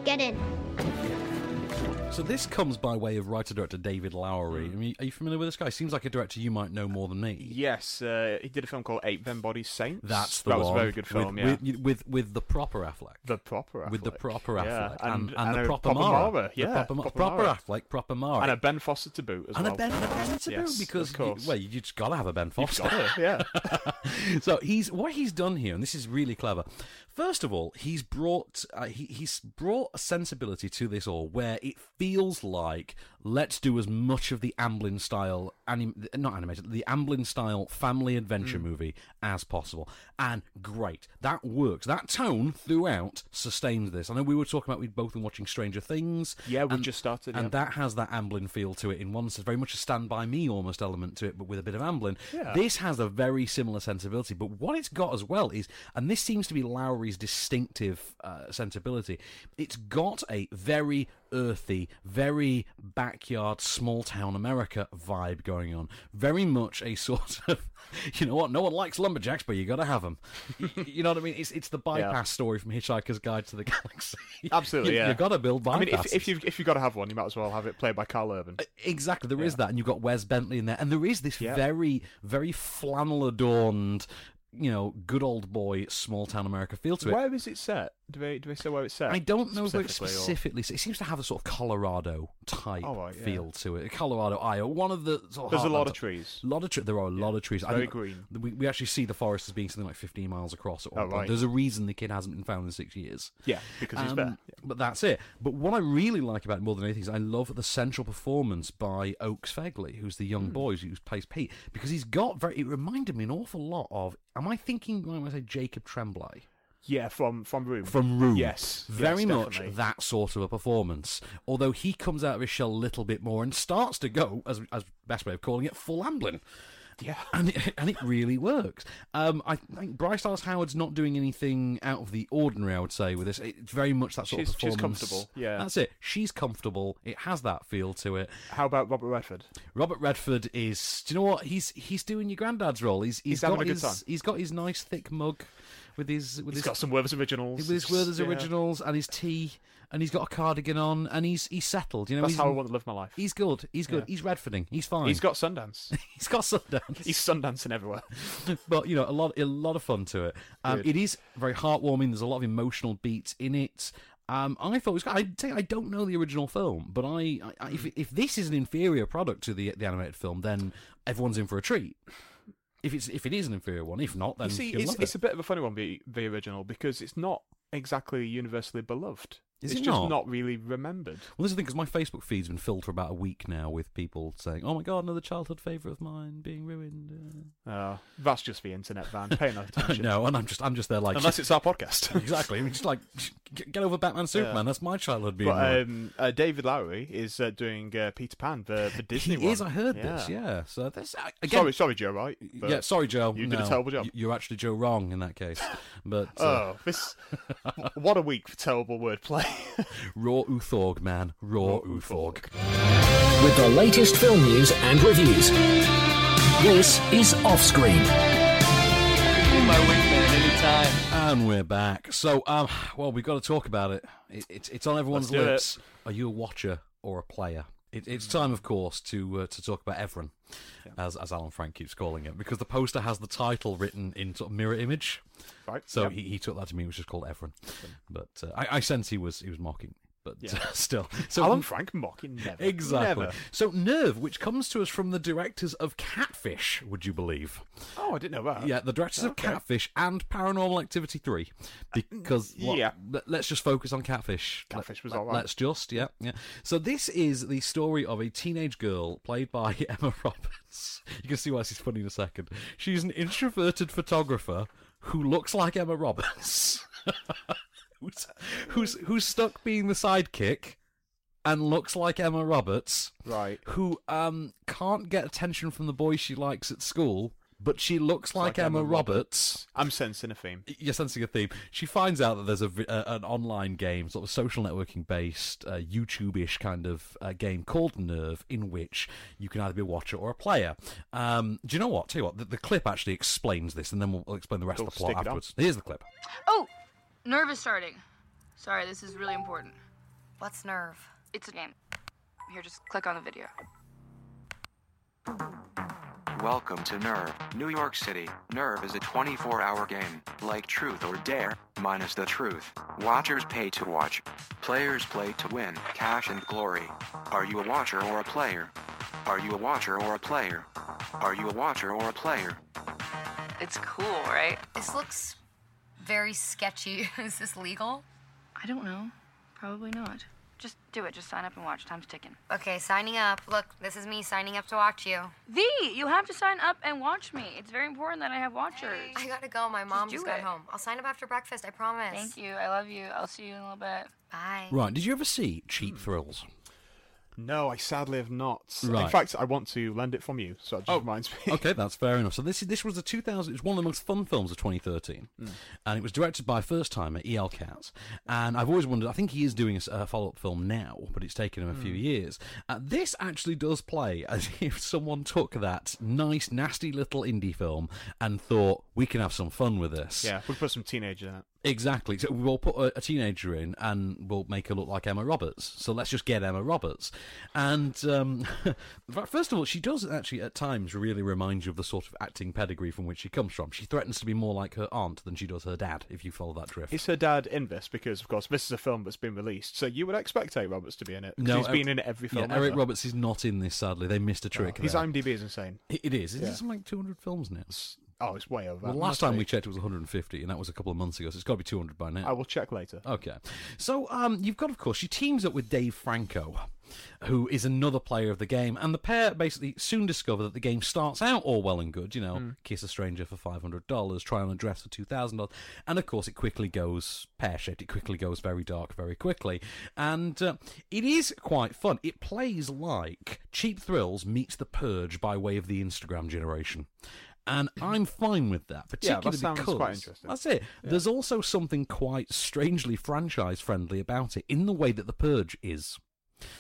Speaker 6: Get in.
Speaker 1: So this comes by way of writer director David Lowery.
Speaker 2: Hmm.
Speaker 1: I mean, are you familiar with this guy? Seems like a director you might know more than me.
Speaker 2: Yes, uh, he did a film called Ape Them Body Saints.
Speaker 1: That's the
Speaker 2: that
Speaker 1: one.
Speaker 2: was a very good
Speaker 1: with-
Speaker 2: film. yeah,
Speaker 1: with, with with the proper Affleck.
Speaker 2: the proper Affleck.
Speaker 1: with the proper
Speaker 2: yeah.
Speaker 1: Affleck and, and,
Speaker 2: a
Speaker 1: the proper,
Speaker 2: proper
Speaker 1: Mara.
Speaker 2: Mara,
Speaker 1: The
Speaker 2: Yeah,
Speaker 1: proper, Ma- proper Affleck, proper Mara.
Speaker 2: and a Ben Foster to boot as
Speaker 1: and
Speaker 2: well.
Speaker 1: a Ben, and a Ben to boot,
Speaker 2: Yes, of
Speaker 1: because you-
Speaker 2: course.
Speaker 1: well, you just gotta have a Ben
Speaker 2: You've
Speaker 1: Foster.
Speaker 2: got it, yeah.
Speaker 1: so he's what he's done here, and this is really clever. First of all, he's brought uh, he, he's brought a sensibility to this all where it feels like let's do as much of the Amblin style anim- not animated the Amblin style family adventure movie as possible, and great that works. That tone throughout sustains this. I know we were talking about we'd both been watching Stranger Things.
Speaker 2: Yeah, we
Speaker 1: and-
Speaker 2: just started,
Speaker 1: and
Speaker 2: yeah.
Speaker 1: that has that Amblin feel to it in one sense, very much a Stand By Me almost element to it, but with a bit of Amblin. This has a very similar sensibility, but what it's got as well is, and this seems to be Lowry's distinctive uh, sensibility, it's got a very earthy, very backyard, small town America vibe going on. Very much a sort of, you know what, no one likes lumberjacks, but you got to have them. you know what I mean? It's it's the bypass story from Hitchhiker's Guide to the Galaxy.
Speaker 2: Absolutely,
Speaker 1: you,
Speaker 2: yeah.
Speaker 1: you got to build bypasses.
Speaker 2: I mean, if, if you've if you've got to have one, you might as well have it played by Carl Urban.
Speaker 1: E, Exactly, there is that, and you've got Wes Bentley in there, and there is this very, very flannel adorned, you know, good old boy small town America feel to it.
Speaker 2: Where is it set? Do they do they say where it's set?
Speaker 1: I don't know where it's
Speaker 2: specifically, or-
Speaker 1: specifically. It seems to have a sort of Colorado type
Speaker 2: Oh, right, yeah.
Speaker 1: feel to it. Colorado, Iowa, one of the. Sort of
Speaker 2: There's a lot
Speaker 1: heartlands.
Speaker 2: of trees.
Speaker 1: A lot of tre- there are a lot of trees. I
Speaker 2: very
Speaker 1: think
Speaker 2: green.
Speaker 1: We, we actually see the forest as being something like 15 miles across. At one
Speaker 2: Oh,
Speaker 1: point.
Speaker 2: right.
Speaker 1: There's a reason the kid hasn't been found in six years. Um,
Speaker 2: Yeah, because he's there. Yeah.
Speaker 1: But that's it. But what I really like about it more than anything is I love the central performance by Oakes Fegley, who's the
Speaker 2: Hmm.
Speaker 1: young boy who plays Pete, because he's got very. It reminded me an awful lot of. Am I thinking when I say Jacob Tremblay?
Speaker 2: Yeah, from from Room.
Speaker 1: from Room.
Speaker 2: Yes, yes,
Speaker 1: very much
Speaker 2: definitely.
Speaker 1: that sort of a performance. Although he comes out of his shell a little bit more and starts to go, as as best way of calling it, full Amblin.
Speaker 2: Yeah.
Speaker 1: and it, and it really works. Um, I think Bryce Dallas Howard's not doing anything out of the ordinary. I would say with this, it's very much that sort
Speaker 2: She's-
Speaker 1: of
Speaker 2: she's
Speaker 1: performance.
Speaker 2: comfortable, yeah.
Speaker 1: that's it. She's comfortable. It has that feel to it.
Speaker 2: How about Robert Redford?
Speaker 1: Robert Redford is. Do you know what he's? He's doing your granddad's role. He's
Speaker 2: He's
Speaker 1: got
Speaker 2: having a good
Speaker 1: his.
Speaker 2: time.
Speaker 1: He's got his nice thick mug, with his with
Speaker 2: He's
Speaker 1: his
Speaker 2: got some Werther's originals.
Speaker 1: with his Werther's
Speaker 2: Yeah.
Speaker 1: originals and his tea, and he's got a cardigan on, and he's he's settled. You know,
Speaker 2: That's
Speaker 1: he's,
Speaker 2: how I want to live my life.
Speaker 1: he's good. He's good.
Speaker 2: Yeah.
Speaker 1: He's Redfording. He's fine.
Speaker 2: He's got Sundance.
Speaker 1: he's got Sundance.
Speaker 2: He's Sundancing everywhere.
Speaker 1: but you know a lot a lot of fun to it. Um,
Speaker 2: Good.
Speaker 1: it is very heartwarming. There's a lot of emotional beats in it. Um, I thought it was. I I don't know the original film, but I, I, I
Speaker 2: Mm.
Speaker 1: if if this is an inferior product to the the animated film, then everyone's in for a treat. If it's if it is an inferior one, if not, then
Speaker 2: You see,
Speaker 1: you'll
Speaker 2: it's,
Speaker 1: love
Speaker 2: it's
Speaker 1: it.
Speaker 2: a bit of a funny one, the, the original, because it's not exactly universally beloved.
Speaker 1: Is
Speaker 2: it's
Speaker 1: it
Speaker 2: just
Speaker 1: not?
Speaker 2: really remembered.
Speaker 1: Well, this is the thing because my Facebook feed's been filled for about a week now with people saying, "Oh my god, another childhood favorite of mine being ruined."
Speaker 2: Uh, that's just the internet, Van. Pay no
Speaker 1: Uh,
Speaker 2: attention.
Speaker 1: no, and I'm just I'm just there like
Speaker 2: Unless it's our podcast.
Speaker 1: exactly. I'm just like "Get- get over Batman Superman. That's my childhood being ruined.
Speaker 2: But um, uh, David Lowery is uh, doing uh, Peter Pan, the, the Disney
Speaker 1: he
Speaker 2: one.
Speaker 1: is. I heard this. Yeah. So that's I- again.
Speaker 2: Sorry, sorry, Joe. Right? But-
Speaker 1: yeah. Sorry, Joe.
Speaker 2: You did a
Speaker 1: no,
Speaker 2: terrible job.
Speaker 1: y- You're actually Joe wrong in that case. But uh,
Speaker 2: Oh, this! what a week for terrible wordplay.
Speaker 1: raw Uthorg, man. Raw Uthorg.
Speaker 3: with the latest film news and reviews. This is Offscreen.
Speaker 9: my wingman anytime.
Speaker 1: And we're back. So, um, well, we've got to talk about it. it, it's it's on everyone's
Speaker 2: Let's do Hmm.
Speaker 1: lips. Are you a watcher or a player? It, it's time, of course, to uh, to talk about Evren, as as Alan Frank keeps calling it, because the poster has the title written in sort of mirror image.
Speaker 2: right.
Speaker 1: So
Speaker 2: yeah.
Speaker 1: he, he took that to me, which is called Evren. But uh, I, I sense he was he was mocking. But uh,
Speaker 2: Yeah.
Speaker 1: still, so
Speaker 2: Alan Frank mocking never.
Speaker 1: Exactly.
Speaker 2: Never.
Speaker 1: So Nerve, which comes to us from the directors of Catfish, would you believe?
Speaker 2: Oh, I didn't know that.
Speaker 1: yeah, the directors of Catfish and Paranormal Activity three, because what-
Speaker 2: Mm, yeah.
Speaker 1: let- Let's just focus on Catfish.
Speaker 2: Catfish was
Speaker 1: let,
Speaker 2: all right.
Speaker 1: Let's just yeah yeah. So this is the story of a teenage girl played by Emma Roberts. You can see why she's funny in a second. She's an introverted photographer who looks like Emma Roberts. Who's, who's who's stuck being the sidekick and looks like Emma Roberts
Speaker 2: Right.
Speaker 1: who um can't get attention from the boys she likes at school, but she looks like,
Speaker 2: like
Speaker 1: Emma,
Speaker 2: Emma
Speaker 1: Roberts.
Speaker 2: I'm sensing a theme.
Speaker 1: You're sensing a theme. She finds out that there's a, vi- uh, an online game, sort of social networking based, uh, YouTube ish kind of uh, game called Nerve, in which you can either be a watcher or a player. Um, do you know what? Tell you what, the, the clip actually explains this, and then we'll, we'll explain the rest
Speaker 2: Cool,
Speaker 1: of the plot
Speaker 2: stick it on.
Speaker 1: afterwards. Here's the clip.
Speaker 5: Oh, nerve is starting. Sorry, this is really important.
Speaker 10: What's nerve?
Speaker 5: It's a game. Here, just click on the video.
Speaker 9: Welcome to Nerve, New York City. Nerve is a 24 hour game, like Truth or Dare, minus the truth. Watchers pay to watch. Players play to win, cash and glory. Are you a watcher or a player? Are you a watcher or a player? Are you a watcher or a player?
Speaker 10: It's cool, right?
Speaker 7: This looks very sketchy. Is this legal?
Speaker 5: I don't know. Probably not. Just do it. Just sign up and watch. Time's ticking.
Speaker 7: Okay, signing up. Look, this is me signing up to watch you.
Speaker 5: V, you have to sign up and watch me. It's very important that I have watchers.
Speaker 7: I gotta go. My mom
Speaker 5: do
Speaker 7: just got
Speaker 5: it.
Speaker 7: home. I'll sign up after breakfast. I promise.
Speaker 5: Thank you. I love you. I'll see you in a little bit.
Speaker 7: Bye.
Speaker 1: Right, did you ever see Cheap Thrills?
Speaker 2: No, I sadly have not. In
Speaker 1: Right. Oh,
Speaker 2: fact, I want to lend it from you, so it just reminds me.
Speaker 1: okay, that's fair enough. So this is this was the 2000. It's one of the most fun films of 2013, and it was directed by first timer El Katz. And I've always wondered. I think he is doing a s- a follow up film now, but it's taken him a few years. Uh, this actually does play as if someone took that nice, nasty little indie film and thought we can have some fun with this.
Speaker 2: Yeah, we put some teenager in it.
Speaker 1: Exactly. So we'll put a, a teenager in and we'll make her look like Emma Roberts. So let's just get Emma Roberts. And um, first of all, she does actually at times really remind you of the sort of acting pedigree from which she comes from. She threatens to be more like her aunt than she does her dad, if you follow that drift.
Speaker 2: Is her dad in this? Because of course, this is a film that's been released, so you would expect A. Roberts to be in it. 'cause he's
Speaker 1: Eric-
Speaker 2: been in every film.
Speaker 1: Yeah, Eric
Speaker 2: ever.
Speaker 1: Roberts is not in this, sadly. They missed a trick.
Speaker 2: His
Speaker 1: there.
Speaker 2: IMDb is insane.
Speaker 1: It- it is. It's
Speaker 2: Yeah.
Speaker 1: something like 200 films now.
Speaker 2: Oh, it's way over.
Speaker 1: Well,
Speaker 2: It
Speaker 1: last
Speaker 2: must
Speaker 1: time
Speaker 2: be.
Speaker 1: we checked, it was 150, and that was a couple of months ago, so it's got to be 200 by now. Oh,
Speaker 2: I will check later.
Speaker 1: Okay. So um, you've got, of course, she teams up with Dave Franco. who is another player of the game. And the pair basically soon discover that the game starts out all well and good. You know, kiss a stranger for $500, try on a dress for $2,000. And of course, it quickly goes pear shaped. It quickly goes very dark very quickly. And uh, it is quite fun. It plays like Cheap Thrills meets The Purge by way of the Instagram generation. And I'm fine with that,
Speaker 2: Yeah,
Speaker 1: particularly
Speaker 2: that sounds
Speaker 1: because
Speaker 2: quite interesting.
Speaker 1: that's it. There's also something quite strangely franchise friendly about it in the way that The Purge is.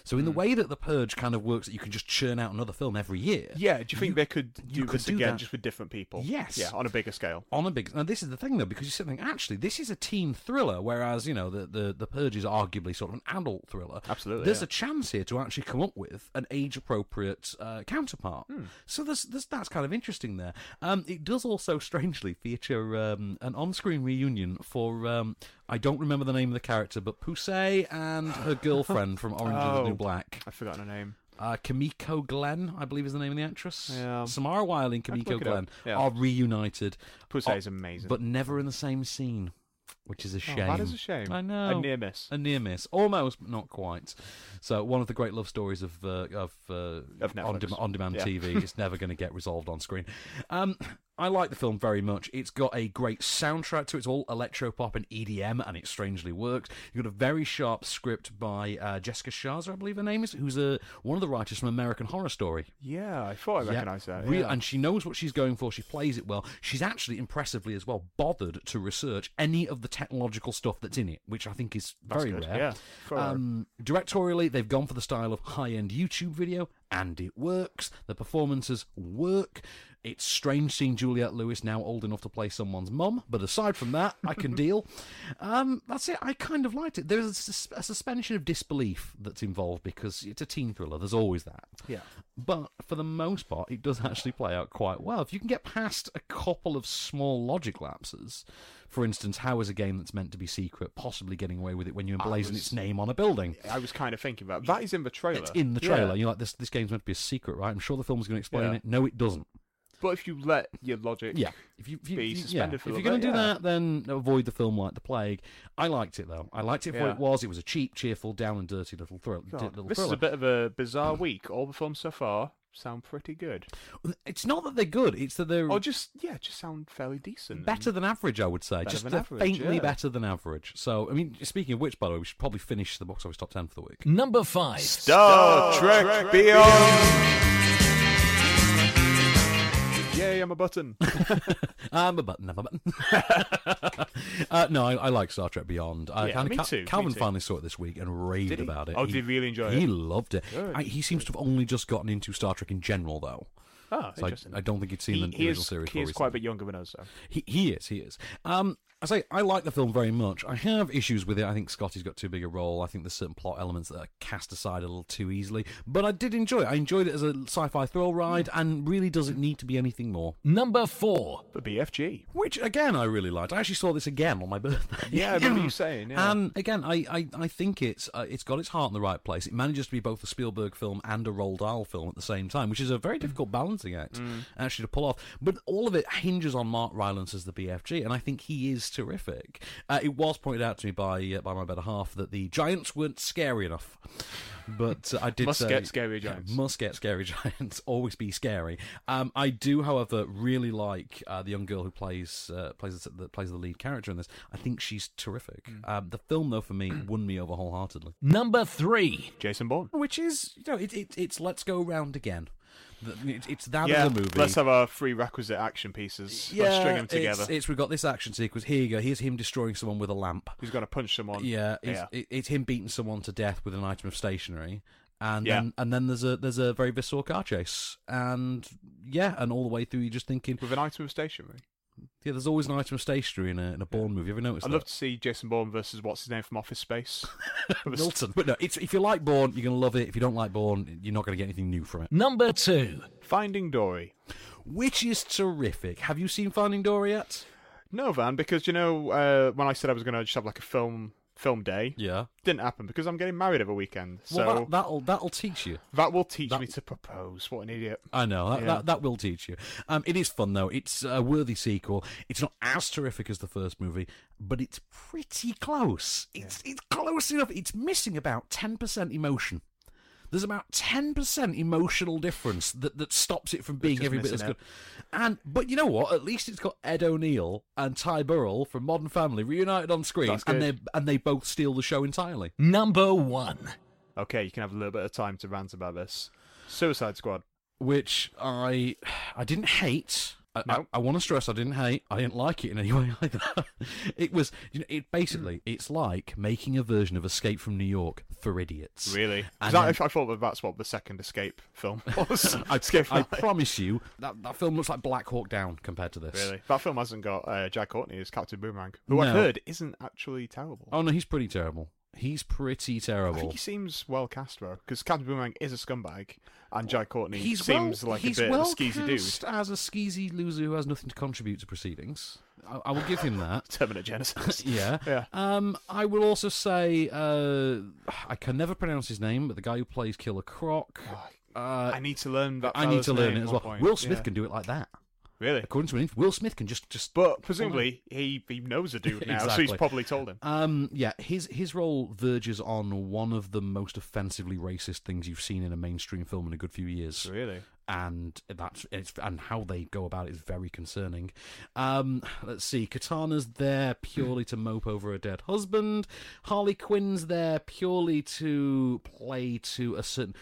Speaker 1: So
Speaker 2: Hmm.
Speaker 1: in the way that The Purge kind of works, that you can just churn out another film every year.
Speaker 2: Yeah, do you think they could do
Speaker 1: you could
Speaker 2: this
Speaker 1: do
Speaker 2: again
Speaker 1: that.
Speaker 2: just with different people?
Speaker 1: Yes.
Speaker 2: Yeah, on a bigger scale.
Speaker 1: On a big now, this is the thing though, because you sit and think actually this is a teen thriller, whereas you know the the, the Purge is arguably sort of an adult thriller.
Speaker 2: Absolutely,
Speaker 1: there's
Speaker 2: yeah.
Speaker 1: a chance here to actually come up with an age appropriate uh, counterpart.
Speaker 2: Hmm.
Speaker 1: So there's, there's that's kind of interesting there. Um, it does also strangely feature um, an on screen reunion for um, I don't remember the name of the character, but Pusey and her girlfriend from Orange is the
Speaker 2: Oh.
Speaker 1: New Black.
Speaker 2: I've forgotten her name.
Speaker 1: Uh, Kamiko Glenn, I believe, is the name of the actress.
Speaker 2: Yeah.
Speaker 1: Samara Wiley and
Speaker 2: I'd look
Speaker 1: Kamiko
Speaker 2: it up.
Speaker 1: Glenn
Speaker 2: Yeah.
Speaker 1: are reunited.
Speaker 2: Pussy
Speaker 1: Oh,
Speaker 2: is amazing.
Speaker 1: But never in the same scene, which is a
Speaker 2: Oh,
Speaker 1: shame.
Speaker 2: that is a shame.
Speaker 1: I know.
Speaker 2: A near miss.
Speaker 1: A near miss. Almost, but not quite. So, one of the great love stories of uh, of, uh,
Speaker 2: Of
Speaker 1: on,
Speaker 2: Netflix.
Speaker 1: dem- on demand
Speaker 2: Yeah.
Speaker 1: TV. it's never going to get resolved on screen. Um, I like the film very much. It's got a great soundtrack to it. It's all electro pop and EDM, and it strangely works. You've got a very sharp script by uh, Jessica Shazer, I believe her name is, who's a, one of the writers from American Horror Story.
Speaker 2: Yeah, I thought I
Speaker 1: Yeah.
Speaker 2: recognised that.
Speaker 1: Real-
Speaker 2: yeah.
Speaker 1: And she knows what she's going for. She plays it well. She's actually impressively as well bothered to research any of the technological stuff that's in it, which I think is
Speaker 2: That's
Speaker 1: very
Speaker 2: good,
Speaker 1: rare.
Speaker 2: yeah. For-
Speaker 1: Um, directorially, they've gone for the style of high-end YouTube video, and it works. The performances work. It's strange seeing Juliette Lewis now old enough to play someone's mum, but aside from that, I can deal. Um, that's it. I kind of liked it. There's a, sus- a suspension of disbelief that's involved because it's a teen thriller. There's always that.
Speaker 2: Yeah.
Speaker 1: But for the most part, it does actually play out quite well. If you can get past a couple of small logic lapses, for instance, how is a game that's meant to be secret possibly getting away with it when you emblazon
Speaker 2: was-
Speaker 1: its name on a building?
Speaker 2: I was kind of thinking about that. Is in the trailer.
Speaker 1: It's in the trailer.
Speaker 2: Yeah.
Speaker 1: You're like, this this game's meant to be a secret, right? I'm sure the film's going to explain
Speaker 2: Yeah.
Speaker 1: it. No, it doesn't.
Speaker 2: But if you let your logic,
Speaker 1: Yeah. If you, if you,
Speaker 2: be
Speaker 1: if you- yeah.
Speaker 2: suspended
Speaker 1: if
Speaker 2: for a
Speaker 1: you're
Speaker 2: little
Speaker 1: going to do
Speaker 2: bit, yeah.
Speaker 1: that, then avoid the film like the plague. I liked it though. I liked it for what
Speaker 2: Yeah.
Speaker 1: it was. It was a cheap, cheerful, down and dirty little thrill.
Speaker 2: God,
Speaker 1: di- little
Speaker 2: this
Speaker 1: thriller.
Speaker 2: is a bit of a bizarre week. All the films so far sound pretty good,
Speaker 1: It's not that they're good. It's that they're
Speaker 2: or just yeah, just sound fairly decent.
Speaker 1: better
Speaker 2: and-
Speaker 1: than average, I would say.
Speaker 2: Better
Speaker 1: Just
Speaker 2: than
Speaker 1: they're
Speaker 2: average,
Speaker 1: faintly
Speaker 2: yeah.
Speaker 1: better than average. So, I mean, speaking of which, by the way, we should probably finish the box office top ten for the week.
Speaker 3: Number 5.
Speaker 2: Star, Trek, Beyond. Yay! I'm a button.
Speaker 1: I'm a button, I'm a button. uh, no, I, I like Star Trek Beyond. I,
Speaker 2: Yeah,
Speaker 1: kinda
Speaker 2: me
Speaker 1: Cal-
Speaker 2: too, me
Speaker 1: Calvin
Speaker 2: too.
Speaker 1: finally saw it this week and raved
Speaker 2: Did he?
Speaker 1: about it.
Speaker 2: Oh, did he really enjoy
Speaker 1: He
Speaker 2: it?
Speaker 1: loved it.
Speaker 2: Good,
Speaker 1: I, he seems to have only just gotten into Star Trek in general, though.
Speaker 2: Ah,
Speaker 1: So I,
Speaker 2: interesting.
Speaker 1: I don't think he'd seen
Speaker 2: he,
Speaker 1: the
Speaker 2: he
Speaker 1: original
Speaker 2: is,
Speaker 1: series.
Speaker 2: he
Speaker 1: more
Speaker 2: is quite a
Speaker 1: recently.
Speaker 2: bit younger than us, though.
Speaker 1: He, he is. He is. Um, I say I like the film very much. I have issues with it. I think Scotty's got too big a role. I think there's certain plot elements that are cast aside a little too easily. But I did enjoy it. I enjoyed it as a sci-fi thrill ride,
Speaker 2: Hmm.
Speaker 1: and really doesn't need to be anything more.
Speaker 3: Number 4.
Speaker 2: But BFG.
Speaker 1: Which again, I really liked. I actually saw this again on my birthday.
Speaker 2: Yeah, I remember you saying. Yeah.
Speaker 1: And Um, again, I, I, I think it's uh, it's got its heart in the right place. It manages to be both a Spielberg film and a Roald Dahl film at the same time, which is a very difficult balancing act actually to pull off. But all of it hinges on Mark Rylance as the BFG, and I think he is terrific. Uh, it was pointed out to me by uh, by my better half that the giants weren't scary enough, but uh, I did
Speaker 2: Must
Speaker 1: say,
Speaker 2: get scary giants.
Speaker 1: Must get scary giants. Always be scary. Um, I do, however, really like uh, the young girl who plays uh, plays the, that plays the lead character in this. I think she's terrific.
Speaker 2: Hmm.
Speaker 1: Um, the film, though, for me, won me over wholeheartedly.
Speaker 3: Number 3.
Speaker 2: Jason Bourne.
Speaker 1: Which is, you know, it, it, it's let's go round again. The- it- It's that
Speaker 2: yeah,
Speaker 1: as a movie.
Speaker 2: let's have our three requisite action pieces. let's string them together.
Speaker 1: It's, it's we've got this action sequence. Here you go. Here's him destroying someone with a lamp.
Speaker 2: He's going to punch someone.
Speaker 1: Yeah, it's,
Speaker 2: yeah.
Speaker 1: It, it's him beating someone to death with an item of stationery, and
Speaker 2: Yeah.
Speaker 1: then and then there's a there's a very visceral car chase, and yeah, and all the way through you're just thinking,
Speaker 2: With an item of stationery.
Speaker 1: yeah, there's always an item of stationery in a in a Bourne movie. Have you noticed?
Speaker 2: I'd
Speaker 1: that?
Speaker 2: love to see Jason Bourne versus what's his name from Office Space. With a s-
Speaker 1: Milton, but no, it's if you like Bourne, you're gonna love it. If you don't like Bourne, you're not gonna get anything new from it,
Speaker 3: Number 2.
Speaker 2: Finding Dory.
Speaker 1: which is terrific. Have you seen Finding Dory yet?
Speaker 2: No, Van, because you know uh, when I said I was going to just have like a film film day,
Speaker 1: Yeah.
Speaker 2: didn't happen because I'm getting married over weekend. So
Speaker 1: well, that,
Speaker 2: that,
Speaker 1: that'll that'll teach you.
Speaker 2: will teach
Speaker 1: that-
Speaker 2: me to propose. What an idiot!
Speaker 1: I know that,
Speaker 2: Yeah.
Speaker 1: that that will teach you. Um, it is fun though. It's a worthy sequel. It's not as terrific as the first movie, but it's pretty close. It's it's close enough. It's missing about ten percent emotion. there's about 10% emotional difference that, that stops it from being
Speaker 2: just
Speaker 1: every bit as
Speaker 2: missing
Speaker 1: good.
Speaker 2: it.
Speaker 1: And But you know what? At least it's got Ed O'Neill and Ty Burrell from Modern Family reunited on screen,
Speaker 2: That's
Speaker 1: and they,
Speaker 2: good.
Speaker 1: and they both steal the show entirely.
Speaker 11: Number one.
Speaker 2: Okay, you can have a little bit of time to rant about this. Suicide Squad.
Speaker 1: which I I didn't hate. I,
Speaker 2: No.
Speaker 1: I, want to stress I didn't hate. I didn't like it in any way either. it was you know, it basically
Speaker 2: Hmm.
Speaker 1: it's like making a version of Escape from New York for idiots.
Speaker 2: Really? 'Cause
Speaker 1: And
Speaker 2: I,
Speaker 1: then-
Speaker 2: I thought that that's what the second Escape film was. Escape
Speaker 1: I
Speaker 2: from LA.
Speaker 1: promise you that that film looks like Black Hawk Down compared to this.
Speaker 2: Really? That film hasn't got uh, Jack Courtney as Captain Boomerang, who I've
Speaker 1: No.
Speaker 2: heard isn't actually terrible.
Speaker 1: Oh no, he's pretty terrible. He's pretty
Speaker 2: I think
Speaker 1: terrible.
Speaker 2: he seems well cast though, because Captain Boomerang is a scumbag, and Jack Courtney
Speaker 1: He's
Speaker 2: seems
Speaker 1: well,
Speaker 2: like
Speaker 1: he's
Speaker 2: a bit
Speaker 1: well
Speaker 2: of a skeezy
Speaker 1: cast
Speaker 2: dude.
Speaker 1: as a skeezy loser who has nothing to contribute to proceedings. I, I will give him that.
Speaker 2: Terminator Genesis.
Speaker 1: Yeah.
Speaker 2: Yeah.
Speaker 1: Um, I will also say uh, I can never pronounce his name, but the guy who plays Killer Croc. Uh,
Speaker 2: Oh, I need to learn that.
Speaker 1: I need
Speaker 2: fella's
Speaker 1: to learn
Speaker 2: name
Speaker 1: it as
Speaker 2: at
Speaker 1: well.
Speaker 2: one point.
Speaker 1: Will Smith
Speaker 2: Yeah.
Speaker 1: can do it like that.
Speaker 2: really,
Speaker 1: According to an interview, Will Smith can just just.
Speaker 2: but presumably he, he knows the dude now, so
Speaker 1: Exactly.
Speaker 2: he's probably told him.
Speaker 1: Um, yeah, his his role verges on one of the most offensively racist things you've seen in a mainstream film in a good few years.
Speaker 2: Really?
Speaker 1: and that's it's and how they go about it is very concerning. Um, let's see, Katana's there purely to mope over a dead husband. Harley Quinn's there purely to play to a certain.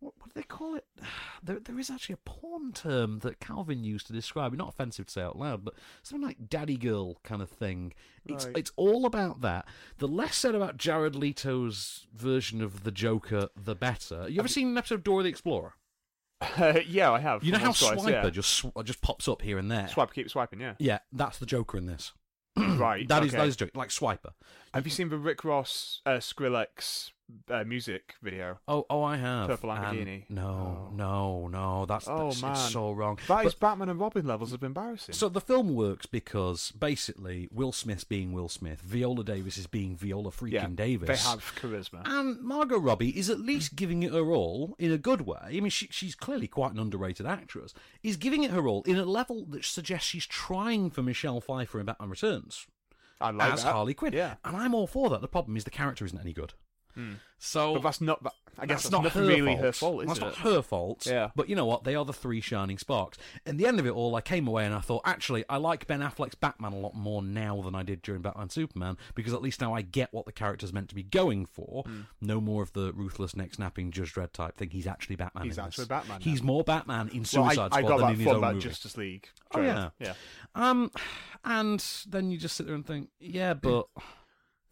Speaker 1: What, what do they call it? There, there is actually a porn term that Calvin used to describe it. Not offensive to say out loud, but something like "daddy girl" kind of thing. It's
Speaker 2: Right.
Speaker 1: it's all about that. The less said about Jared Leto's version of the Joker, the better. You ever seen an episode of Dora the Explorer?
Speaker 2: yeah, I have.
Speaker 1: You know how
Speaker 2: once, twice,
Speaker 1: Swiper
Speaker 2: yeah.
Speaker 1: just sw- just pops up here and there.
Speaker 2: swipe, keep swiping. Yeah,
Speaker 1: Yeah, that's the Joker in this.
Speaker 2: right.
Speaker 1: That
Speaker 2: okay.
Speaker 1: is that is Joker, like Swiper.
Speaker 2: Have you seen the Rick Ross uh, Skrillex uh, music video?
Speaker 1: Oh, oh, I have
Speaker 2: Purple
Speaker 1: And-
Speaker 2: Lamborghini.
Speaker 1: no,
Speaker 2: Oh.
Speaker 1: no, no. That's
Speaker 2: Oh
Speaker 1: that's
Speaker 2: man,
Speaker 1: it's so wrong.
Speaker 2: That is
Speaker 1: But-
Speaker 2: Batman and Robin levels of embarrassing.
Speaker 1: So the film works because basically Will Smith's being Will Smith, Viola Davis is being Viola freaking
Speaker 2: yeah,
Speaker 1: Davis.
Speaker 2: they have charisma.
Speaker 1: And Margot Robbie is at least giving it her all in a good way. I mean, she, she's clearly quite an underrated actress. Is giving it her all in a level that suggests she's trying for Michelle Pfeiffer in Batman Returns.
Speaker 2: I like
Speaker 1: as
Speaker 2: that.
Speaker 1: Harley Quinn.
Speaker 2: Yeah, Hmm.
Speaker 1: And I'm all for that. The problem is the character isn't any good. So
Speaker 2: but that's not. That,
Speaker 1: Oh,
Speaker 2: I guess
Speaker 1: that's
Speaker 2: that's
Speaker 1: not
Speaker 2: nothing
Speaker 1: her
Speaker 2: really
Speaker 1: fault.
Speaker 2: her fault, is
Speaker 1: that's
Speaker 2: it?
Speaker 1: not her fault.
Speaker 2: Yeah.
Speaker 1: But you know what? They are the three shining sparks. In the end of it all, I came away and I thought, actually, I like Ben Affleck's Batman a lot more now than I did during Batman Superman because at least now I get what the character's meant to be going for.
Speaker 2: Hmm.
Speaker 1: No more of the ruthless, neck snapping Judge Dredd type thing. He's actually Batman.
Speaker 2: He's
Speaker 1: in
Speaker 2: actually
Speaker 1: this.
Speaker 2: Batman
Speaker 1: He's
Speaker 2: now.
Speaker 1: more Batman in
Speaker 2: Well,
Speaker 1: Suicide
Speaker 2: I, I
Speaker 1: Squad
Speaker 2: got
Speaker 1: than
Speaker 2: that
Speaker 1: in his
Speaker 2: from
Speaker 1: own
Speaker 2: that
Speaker 1: movie.
Speaker 2: Justice League.
Speaker 1: Oh,
Speaker 2: trailer.
Speaker 1: yeah.
Speaker 2: yeah.
Speaker 1: Um, and then you just sit there and think, yeah,
Speaker 2: Hmm.
Speaker 1: but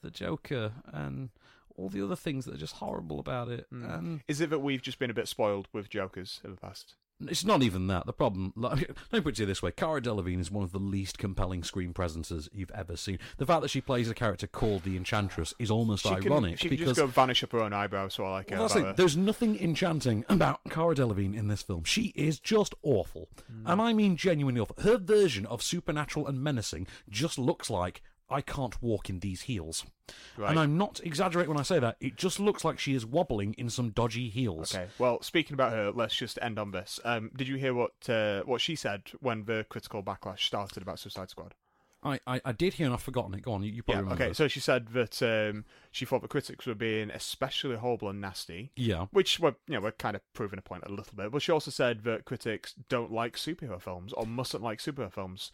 Speaker 1: the Joker and all the other things that are just horrible about it,
Speaker 2: Hmm.
Speaker 1: and
Speaker 2: Is it that we've just been a bit spoiled with Jokers in the past?
Speaker 1: it's not even that. The problem, like, let me put it to you this way: Cara Delevingne is one of the least compelling screen presences you've ever seen. The fact that she plays a character called the Enchantress is almost
Speaker 2: she can,
Speaker 1: ironic
Speaker 2: she can
Speaker 1: because
Speaker 2: just go vanish up her own eyebrow, so all I care
Speaker 1: Well, that's
Speaker 2: about
Speaker 1: it.
Speaker 2: her.
Speaker 1: There's nothing enchanting about Cara Delevingne in this film. She is just awful, and I mean genuinely awful. Her version of supernatural and menacing just looks like I can't walk in these heels,
Speaker 2: Right.
Speaker 1: and I'm not exaggerating when I say that. It just looks like she is wobbling in some dodgy heels.
Speaker 2: Okay. Well, speaking about her, let's just end on this. Um, did you hear what uh, what she said when the critical backlash started about Suicide Squad?
Speaker 1: I, I, I did hear and I've forgotten it. Go on, you, you probably
Speaker 2: Yeah.
Speaker 1: remember.
Speaker 2: Okay.
Speaker 1: it.
Speaker 2: So she said that um, she thought the critics were being especially horrible and nasty.
Speaker 1: yeah,
Speaker 2: Which we're you know we're kind of proving a point a little bit, but she also said that critics don't like superhero films or mustn't like superhero films.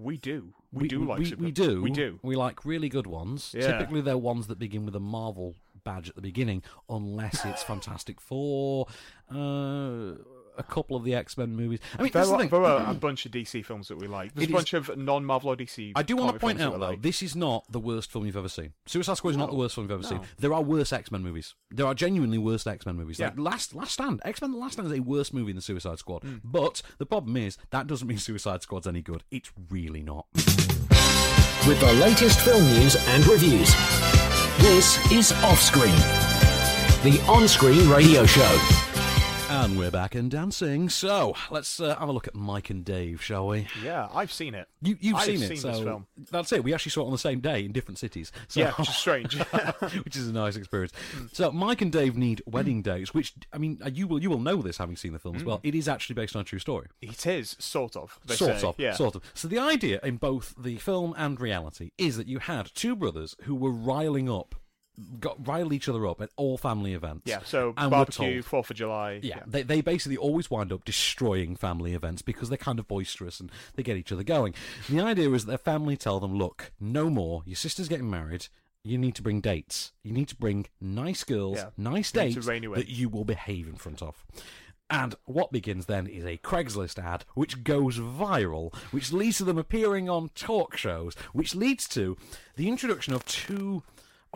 Speaker 2: We do, we, do like
Speaker 1: we,
Speaker 2: superhero.
Speaker 1: we do
Speaker 2: we do.
Speaker 1: we like really good ones.
Speaker 2: Yeah.
Speaker 1: Typically, they're ones that begin with a Marvel badge at the beginning, unless it's Fantastic Four, uh, a couple of the X Men movies. I mean,
Speaker 2: There
Speaker 1: that's the
Speaker 2: are,
Speaker 1: thing.
Speaker 2: there are a bunch of DC films that we like. There's
Speaker 1: It is-
Speaker 2: a bunch of non-Marvel or DC.
Speaker 1: I do want to
Speaker 2: comic
Speaker 1: point
Speaker 2: films that
Speaker 1: out
Speaker 2: we
Speaker 1: though,
Speaker 2: like.
Speaker 1: this is not the worst film you've ever seen. Suicide Squad is not the worst film you've ever
Speaker 2: No.
Speaker 1: seen. There are worse X Men movies. There are genuinely worse X Men movies. Like
Speaker 2: Yeah. Hmm.
Speaker 1: Last Last Stand, X Men: The Last Stand is a worse movie than Suicide Squad. But the problem is that doesn't mean Suicide Squad's any good. It's really not.
Speaker 3: with the latest film news and reviews. This is Offscreen, the on screen radio show.
Speaker 1: And we're back and dancing. So let's uh, have a look at Mike and Dave, shall we?
Speaker 2: Yeah, I've seen it.
Speaker 1: You, you've
Speaker 2: I've
Speaker 1: seen it,
Speaker 2: seen
Speaker 1: so
Speaker 2: this film.
Speaker 1: that's it. We actually saw it on the same day in different cities. So,
Speaker 2: Yeah, which is strange. Mm.
Speaker 1: which is a nice experience. So Mike and Dave need wedding dates, which I mean, uh, you will you will know this having seen the film as well. It is actually based on a true story.
Speaker 2: It is sort of. Mm. They
Speaker 1: Sort
Speaker 2: say.
Speaker 1: of,
Speaker 2: Yeah.
Speaker 1: sort of. So the idea in both the film and reality is that you had two brothers who were riling up got riled each other up at all family events.
Speaker 2: Yeah, so
Speaker 1: And we're
Speaker 2: barbecue,
Speaker 1: told-
Speaker 2: Fourth of July.
Speaker 1: yeah, They, they basically always wind up destroying family events because they're kind of boisterous and they get each other going. The idea is that their family tell them, look, no more. Your sister's getting married. You need to bring dates. You need to bring nice girls,
Speaker 2: Yeah.
Speaker 1: nice
Speaker 2: You need to
Speaker 1: dates
Speaker 2: rein you in.
Speaker 1: that you will behave in front of. And what begins then is a Craigslist ad which goes viral, which leads to them appearing on talk shows, which leads to the introduction of two.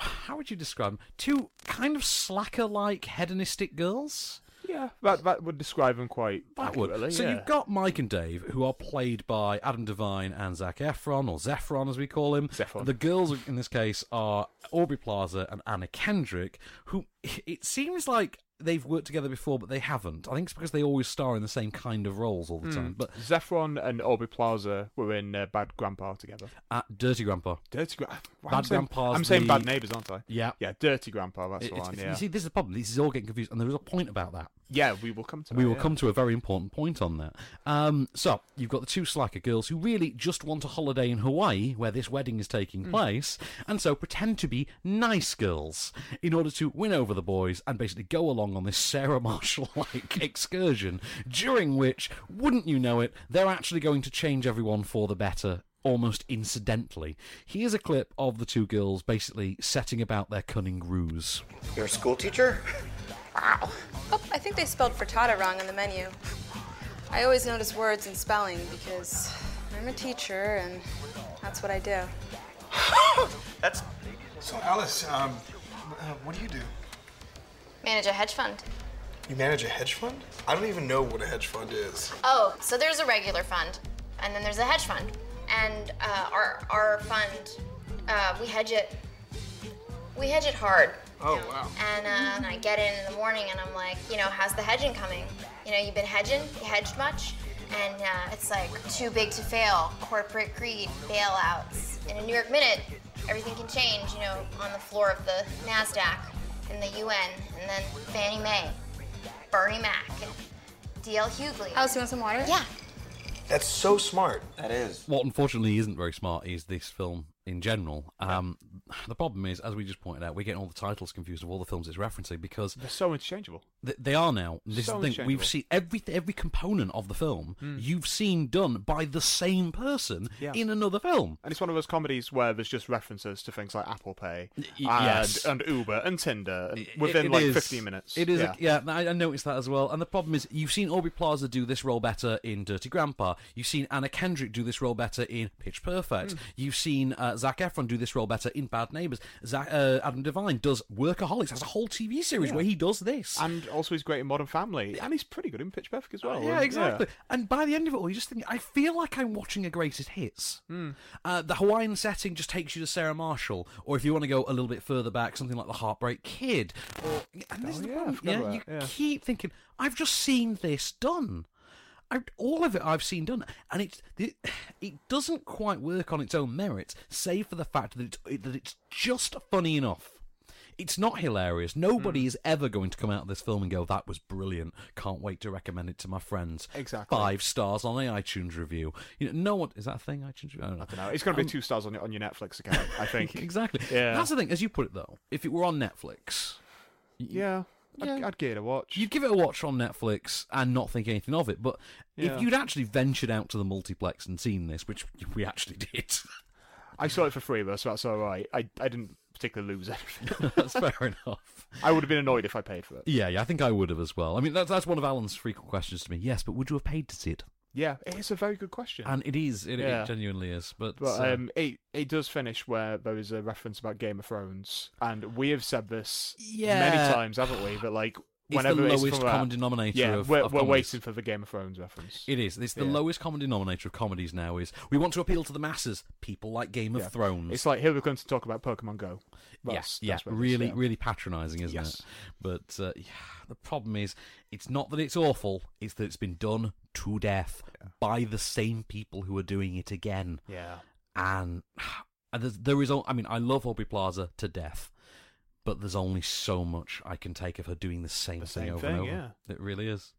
Speaker 1: How would you describe them? Two kind of slacker like hedonistic girls?
Speaker 2: yeah. That that would describe them quite
Speaker 1: That would.
Speaker 2: accurately,
Speaker 1: So
Speaker 2: yeah.
Speaker 1: you've got Mike and Dave, who are played by Adam Devine and Zach Efron, or Zephron as we call him.
Speaker 2: Zephron.
Speaker 1: The girls in this case are Aubrey Plaza and Anna Kendrick, who it seems like they've worked together before, but they haven't. I think it's because they always star in the same kind of roles all the
Speaker 2: Hmm.
Speaker 1: time. But
Speaker 2: Zephron and Aubrey Plaza were in uh, Bad Grandpa together.
Speaker 1: at Dirty Grandpa.
Speaker 2: Dirty Grandpa.
Speaker 1: Bad Grandpa's
Speaker 2: I'm saying Bad
Speaker 1: the-
Speaker 2: Neighbours, aren't I?
Speaker 1: Yeah.
Speaker 2: Yeah, Dirty Grandpa. That's
Speaker 1: It-
Speaker 2: the
Speaker 1: it's-
Speaker 2: one.
Speaker 1: it's-
Speaker 2: Yeah.
Speaker 1: You see, this is the problem. This is all getting confused, and there is a point about that.
Speaker 2: yeah, we will come to.
Speaker 1: we
Speaker 2: that,
Speaker 1: will
Speaker 2: yeah.
Speaker 1: come to a very important point on that. Um, so you've got the two slacker girls who really just want a holiday in Hawaii, where this wedding is taking place, and so pretend to be nice girls in order to win over the boys and basically go along on this Sarah Marshall-like excursion. During which, wouldn't you know it, they're actually going to change everyone for the better. Almost incidentally, here's a clip of the two girls basically setting about their cunning ruse.
Speaker 11: You're a school teacher? Wow.
Speaker 12: Oh, I think they spelled frittata wrong on the menu. I always notice words and spelling because I'm a teacher and that's what I do.
Speaker 11: That's. So, Alice, um, uh, what do you do?
Speaker 4: Manage a hedge fund.
Speaker 11: You manage a hedge fund? I don't even know what a hedge fund is.
Speaker 4: Oh, so there's a regular fund, and then there's a hedge fund, and uh, our our fund, uh, we hedge it. We hedge it hard,
Speaker 11: Oh, wow.
Speaker 4: and, uh, and I get in in the morning, and I'm like, you know, how's the hedging coming? You know, you've been hedging, you hedged much, and uh, it's like too big to fail, corporate greed, bailouts. In a New York minute, everything can change. You know, on the floor of the Nasdaq, in the UN, and then Fannie Mae, Bernie Mac, and D.L. Hughley.
Speaker 12: Alice, you want some water?
Speaker 4: Yeah.
Speaker 11: That's so smart. That is.
Speaker 1: What unfortunately isn't very smart is this film in general. Um, the problem is, as we just pointed out, we're getting all the titles confused of all the films it's referencing because
Speaker 2: They're so interchangeable.
Speaker 1: th- they are now. This
Speaker 2: So
Speaker 1: is the thing we've
Speaker 2: interchangeable.
Speaker 1: seen every every component of the film you've seen done by the same person
Speaker 2: Yeah.
Speaker 1: in another film.
Speaker 2: And it's one of those comedies where there's just references to things like Apple Pay and,
Speaker 1: yes.
Speaker 2: and Uber and Tinder and
Speaker 1: It-
Speaker 2: within
Speaker 1: it
Speaker 2: like
Speaker 1: is-
Speaker 2: 15 minutes.
Speaker 1: It is,
Speaker 2: Yeah.
Speaker 1: a- yeah. I, I noticed that as well. And the problem is, you've seen Aubrey Plaza do this role better in Dirty Grandpa. You've seen Anna Kendrick do this role better in Pitch
Speaker 2: Hmm.
Speaker 1: Perfect. You've seen uh, Zach Efron do this role better in Bad Neighbors. Zach, uh, Adam Devine does Workaholics. Has a whole TV series
Speaker 2: Yeah.
Speaker 1: where he does this.
Speaker 2: And also, he's great in Modern Family, and he's pretty good in Pitch Perfect as well.
Speaker 1: yeah,
Speaker 2: and-
Speaker 1: exactly. And by the end of it all, you just think, I feel like I'm watching a greatest hits.
Speaker 2: Hmm.
Speaker 1: Uh, the Hawaiian setting just takes you to Sarah Marshall, or if you want to go a little bit further back, something like The Heartbreak Kid. Or, and this
Speaker 2: Oh,
Speaker 1: is the
Speaker 2: yeah, I
Speaker 1: problem.
Speaker 2: forgot about
Speaker 1: you
Speaker 2: that, yeah.
Speaker 1: keep thinking, I've just seen this done. I, all of it I've seen done, and it, it it doesn't quite work on its own merits, save for the fact that it's, that it's just funny enough. It's not hilarious. Nobody is ever going to come out of this film and go, "That was brilliant. Can't wait to recommend it to my friends."
Speaker 2: Exactly.
Speaker 1: Five stars on the iTunes review. You know, no one is that a thing iTunes. review? I don't know.
Speaker 2: I dunno, It's going to be
Speaker 1: Um,
Speaker 2: two stars on your, on your Netflix account, I think.
Speaker 1: exactly.
Speaker 2: Yeah.
Speaker 1: That's the thing. As you put it though, if it were on Netflix,
Speaker 2: yeah. I'd,
Speaker 1: Yeah.
Speaker 2: I'd give it a watch.
Speaker 1: You'd give it a watch on Netflix and not think anything of it, but
Speaker 2: Yeah.
Speaker 1: if you'd actually ventured out to the multiplex and seen this, which we actually did,
Speaker 2: I saw it for free, though, so that's all right. I, I didn't particularly lose anything.
Speaker 1: that's fair enough.
Speaker 2: I would have been annoyed if I paid for it.
Speaker 1: Yeah, yeah, I think I would have as well. I mean, that's that's one of Alan's frequent questions to me. Yes, but would you have paid to see it?
Speaker 2: Yeah, it's a very good question.
Speaker 1: And it is, it,
Speaker 2: Yeah.
Speaker 1: it genuinely is. But,
Speaker 2: But
Speaker 1: uh,
Speaker 2: um, it it does finish where there is a reference about Game of Thrones, and we have said this many
Speaker 1: Yeah.
Speaker 2: times, haven't we? But like
Speaker 1: the
Speaker 2: whenever
Speaker 1: lowest
Speaker 2: from a-
Speaker 1: common denominator
Speaker 2: yeah,
Speaker 1: of-
Speaker 2: we're,
Speaker 1: of
Speaker 2: we're
Speaker 1: comedies.
Speaker 2: waiting for the Game of Thrones reference.
Speaker 1: it is. It's the
Speaker 2: yeah.
Speaker 1: lowest common denominator of comedies now. Is we want to appeal to the masses, people like Game of
Speaker 2: Yeah.
Speaker 1: Thrones.
Speaker 2: It's like Hillary Clinton talk about Pokemon Go. That's,
Speaker 1: Yes, yeah,
Speaker 2: that's what it is,
Speaker 1: really,
Speaker 2: yeah.
Speaker 1: really patronising, isn't
Speaker 2: Yes.
Speaker 1: it? But uh, yeah, the problem is, it's not that it's awful; it's that it's been done to death by the same people who are doing it again.
Speaker 2: Yeah.
Speaker 1: And, and there's, there is, o- I mean, I love Aubrey Plaza to death, but there's only so much I can take of her doing the same
Speaker 2: The
Speaker 1: thing
Speaker 2: same
Speaker 1: over
Speaker 2: thing,
Speaker 1: and over. It really is.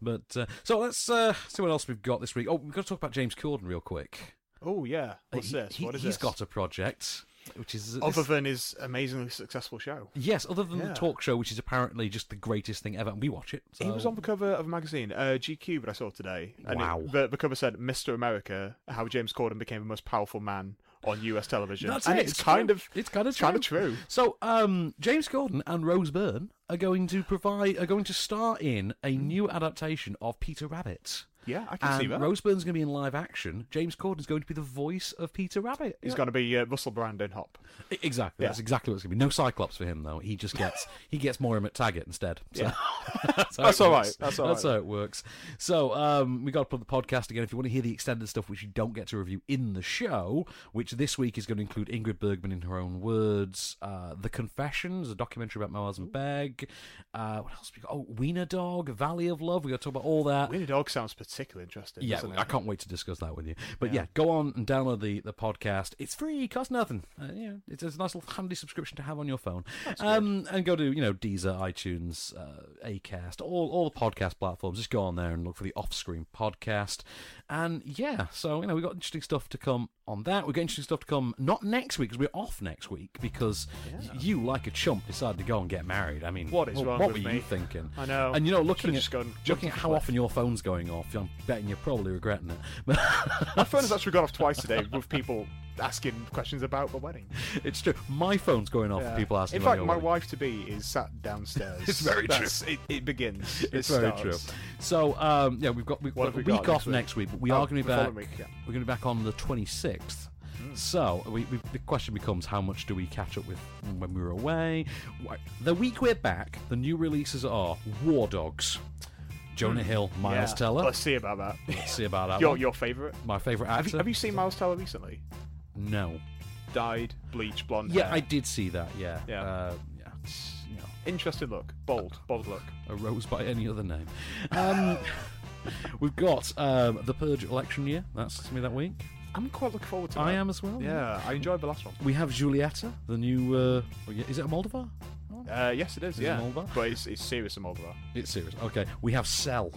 Speaker 1: But uh, so let's uh, see what else we've got this week. Oh, we've got to talk about James Corden real quick.
Speaker 2: Oh yeah. What's
Speaker 1: he,
Speaker 2: this?
Speaker 1: He,
Speaker 2: what is
Speaker 1: he's
Speaker 2: this?
Speaker 1: got a project. which is
Speaker 2: Other than his amazingly successful show.
Speaker 1: Yes, other than
Speaker 2: Yeah.
Speaker 1: the talk show, which is apparently just the greatest thing ever, and we watch it. So.
Speaker 2: He was on the cover of a magazine, uh, GQ, that I saw today. it-
Speaker 1: Wow.
Speaker 2: the, the cover said, Mr. America, how James Corden became the most powerful man on US television. and it's, kind of
Speaker 1: it's kind of
Speaker 2: it's kind of true.
Speaker 1: So, um, James Gordon and Rose Byrne are going to provide are going to star in a new adaptation of Peter Rabbit.
Speaker 2: Hmm. Yeah, I can see
Speaker 1: And
Speaker 2: that.
Speaker 1: Rose Byrne's going to be in live action. James Corden's going to be the voice of Peter Rabbit.
Speaker 2: He's going to be uh, Russell Brand in Hop.
Speaker 1: to E-, exactly. That's
Speaker 2: Yeah.
Speaker 1: exactly what it's going to be. No Cyclops for him though. He just gets he gets more at Taggart instead. So-
Speaker 2: Yeah.
Speaker 1: how
Speaker 2: That's
Speaker 1: it
Speaker 2: all
Speaker 1: works.
Speaker 2: right, that's all
Speaker 1: That's
Speaker 2: right.
Speaker 1: how it works. So um, we got to plug the podcast again. If you want to hear the extended stuff, which you don't get to review in the show, which this week is going to include Ingrid Bergman in her own words, uh, The Confessions, a documentary about Moaz and Beg. Uh, what else? We got? Oh, Wiener Dog, Valley of Love. We got to talk about all that.
Speaker 2: Winnie Dog sounds particularly interesting.
Speaker 1: Uh, Yeah,
Speaker 2: doesn't
Speaker 1: I
Speaker 2: it?
Speaker 1: can't wait to discuss that with you. But yeah,
Speaker 2: Yeah.
Speaker 1: go on and download the, the podcast. It's free, costs nothing. Uh, yeah, it's a nice little handy subscription to have on your phone. Um, and go to you know Deezer, iTunes, uh, Acast, all all the podcast platforms. Just go on there and look for the Off Screen Podcast. And yeah, so you know we've got interesting stuff to come on that. We've got interesting stuff to come not next week because we're off next week because you, like a chump, decided to go and get married. I mean,
Speaker 2: What is
Speaker 1: well,
Speaker 2: wrong
Speaker 1: what
Speaker 2: with
Speaker 1: were
Speaker 2: me?
Speaker 1: you thinking?
Speaker 2: I know.
Speaker 1: And you know, looking
Speaker 2: Should've
Speaker 1: at
Speaker 2: just gone-
Speaker 1: looking
Speaker 2: jumped
Speaker 1: at
Speaker 2: off a
Speaker 1: how
Speaker 2: cliff.
Speaker 1: often your phone's going off, I'm betting you're probably regretting it.
Speaker 2: My phone has actually gone off twice today with people asking questions about the wedding.
Speaker 1: it's true. My phone's going off.
Speaker 2: Yeah.
Speaker 1: for People asking.
Speaker 2: In
Speaker 1: about
Speaker 2: fact,
Speaker 1: your
Speaker 2: my
Speaker 1: wedding.
Speaker 2: wife to be is sat downstairs.
Speaker 1: It's very true.
Speaker 2: That's- It, it begins. It
Speaker 1: It's very
Speaker 2: starts.
Speaker 1: true. So um, yeah, we've got we've
Speaker 2: What
Speaker 1: got a
Speaker 2: have we
Speaker 1: week
Speaker 2: got next
Speaker 1: off
Speaker 2: week?
Speaker 1: next week, but we
Speaker 2: Oh,
Speaker 1: are going to be
Speaker 2: the
Speaker 1: back.
Speaker 2: following week, yeah. Hmm.
Speaker 1: We're going to be back on the 26th. So we, we, the question becomes: How much do we catch up with when we were away? Why- The week we're back, the new releases are War Dogs, Jonah Hill, Miles
Speaker 2: Hmm. Yeah.
Speaker 1: Teller.
Speaker 2: Let's see about that.
Speaker 1: Let's see about that.
Speaker 2: Your
Speaker 1: one.
Speaker 2: your favourite?
Speaker 1: My favourite
Speaker 2: Have
Speaker 1: actor.
Speaker 2: you, have you seen Miles Teller recently?
Speaker 1: No.
Speaker 2: Dyed, bleach, blonde.
Speaker 1: Yeah,
Speaker 2: hair.
Speaker 1: I did see that. Yeah.
Speaker 2: Yeah.
Speaker 1: Uh, yeah. it's, you know,
Speaker 2: Interesting look. Bold, bold look.
Speaker 1: a rose by any other name. Um, we've got um, the Purge election year. That's gonna be that week.
Speaker 2: I'm quite looking forward to
Speaker 1: I
Speaker 2: that.
Speaker 1: am as well.
Speaker 2: Yeah, I enjoyed the last one.
Speaker 1: We have Julieta, the new. Uh, oh, yeah, is it a Moldovar?
Speaker 2: Uh, yes, it is.
Speaker 1: Is it
Speaker 2: yeah,
Speaker 1: Moldova?
Speaker 2: but it's, it's serious in Moldova.
Speaker 1: It's serious. Okay, we have Cell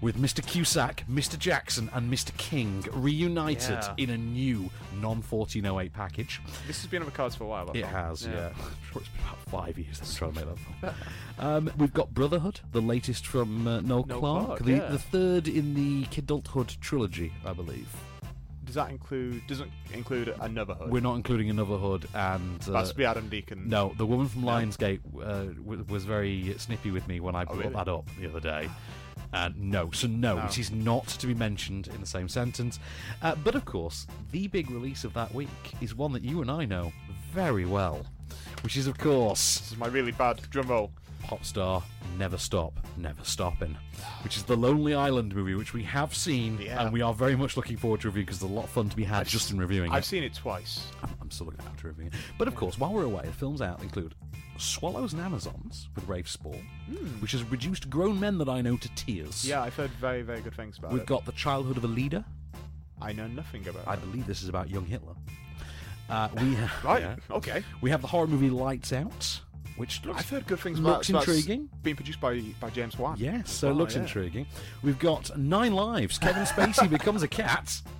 Speaker 1: with Mr. Cusack, Mr. Jackson, and Mr. King reunited
Speaker 2: Yeah.
Speaker 1: in a new non 1408 package.
Speaker 2: This has been on the cards for a while. that
Speaker 1: It
Speaker 2: film.
Speaker 1: has, yeah. I'm sure it's been about five years that we're trying to make that film. Um, we've got Brotherhood, the latest from uh, Noel,
Speaker 2: Noel
Speaker 1: Clark,
Speaker 2: Clarke,
Speaker 1: the,
Speaker 2: yeah.
Speaker 1: the third in the Kidulthood trilogy, I believe.
Speaker 2: Does that include? Doesn't include another hood.
Speaker 1: We're not including another hood, and uh,
Speaker 2: That's the Adam Deacon.
Speaker 1: No, the woman from Lionsgate uh, w- was very snippy with me when I brought
Speaker 2: really?
Speaker 1: that up the other day. Uh, no, so no,
Speaker 2: No.
Speaker 1: which is not to be mentioned in the same sentence. Uh, but of course, the big release of that week is one that you and I know very well, which is of course
Speaker 2: This is my really bad drum roll.
Speaker 1: pop star Never Stop, Never Stoppin', which is the Lonely Island movie, which we have seen
Speaker 2: Yeah.
Speaker 1: and we are very much looking forward to reviewing because there's a lot of fun to be had just in reviewing
Speaker 2: I've
Speaker 1: it.
Speaker 2: seen it twice.
Speaker 1: I'm- I'm still looking forward to reviewing it. But of course, while we're away, the films out include Swallows and Amazons with Rafe Spall, which has reduced grown men that I know to tears.
Speaker 2: Hmm. Yeah, I've heard very, very good things about
Speaker 1: We've
Speaker 2: it.
Speaker 1: got The Childhood of a Leader.
Speaker 2: I know nothing about
Speaker 1: I
Speaker 2: it.
Speaker 1: believe this is about young Hitler. Uh, we have,
Speaker 2: Right.
Speaker 1: yeah.
Speaker 2: Okay.
Speaker 1: We have the horror movie Lights Out, which looks,
Speaker 2: I've heard good things about
Speaker 1: looks
Speaker 2: it. That's
Speaker 1: intriguing.
Speaker 2: Being produced by by James Wan.
Speaker 1: Yes,
Speaker 2: as
Speaker 1: so it
Speaker 2: well,
Speaker 1: looks
Speaker 2: Oh, yeah.
Speaker 1: intriguing. We've got Nine Lives. Kevin Spacey becomes a cat.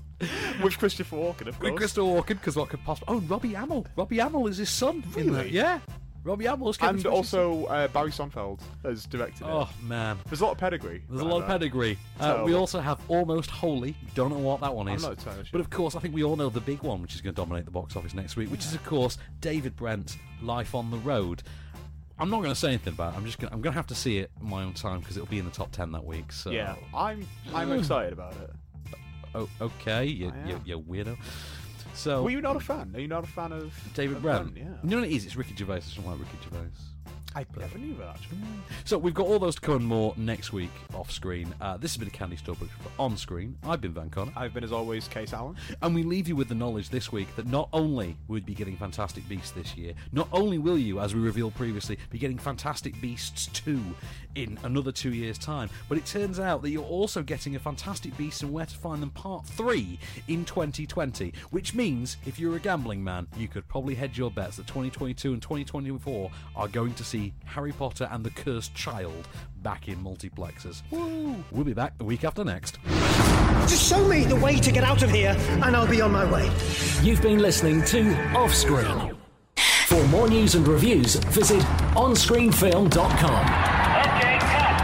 Speaker 2: With Christopher Walken, of course.
Speaker 1: With Crystal Walken, because what could possibly? Oh, Robbie Hamill. Robbie Hamill is his son. in that.
Speaker 2: Really?
Speaker 1: Yeah. Robbie Hamill is Kevin
Speaker 2: and
Speaker 1: Spacey's son.
Speaker 2: also uh, Barry Sonfeld has directed
Speaker 1: Oh
Speaker 2: it.
Speaker 1: man,
Speaker 2: There's a lot of pedigree.
Speaker 1: there's a
Speaker 2: behind
Speaker 1: lot of
Speaker 2: that.
Speaker 1: pedigree. Uh, we
Speaker 2: Terrible.
Speaker 1: also have Almost Holy. Don't know what that one
Speaker 2: I'm
Speaker 1: is.
Speaker 2: not entirely sure.
Speaker 1: But of course, I think we all know the big one, which is going to dominate the box office next week, which is of course David Brent, Life on the Road. I'm not going to say anything about it. I'm just going. I'm going to have to see it in my own time because it'll be in the top ten that week. So
Speaker 2: Yeah, I'm I'm
Speaker 1: Mm.
Speaker 2: excited about it.
Speaker 1: O- Oh, okay, you,
Speaker 2: I
Speaker 1: you,
Speaker 2: am.
Speaker 1: you weirdo. So,
Speaker 2: Were Oh, you not a fan? Are you not a fan of
Speaker 1: Oh. David
Speaker 2: of
Speaker 1: Brent.
Speaker 2: Yeah.
Speaker 1: You know what it is? It's Ricky Gervais. It's not like Ricky Gervais.
Speaker 2: I never knew that. Actually.
Speaker 1: So we've got all those to come and more next week off screen. Uh, this has been a Candy Store Book for On Screen. I've been Van Connor.
Speaker 2: I've been, as always, Case Allen.
Speaker 1: And we leave you with the knowledge this week that not only will you be getting Fantastic Beasts this year, not only will you, as we revealed previously, be getting Fantastic Beasts 2 in another two years' time, but it turns out that you're also getting a Fantastic Beasts and Where to Find Them Part 3 in 2020, which means if you're a gambling man, you could probably hedge your bets that 2022 and 2024 are going to see Harry Potter and the Cursed Child back in multiplexes. We'll be back the week after next.
Speaker 13: Just show me the way to get out of here, and I'll be on my way.
Speaker 3: You've been listening to Offscreen. For more news and reviews, visit onscreenfilm.com.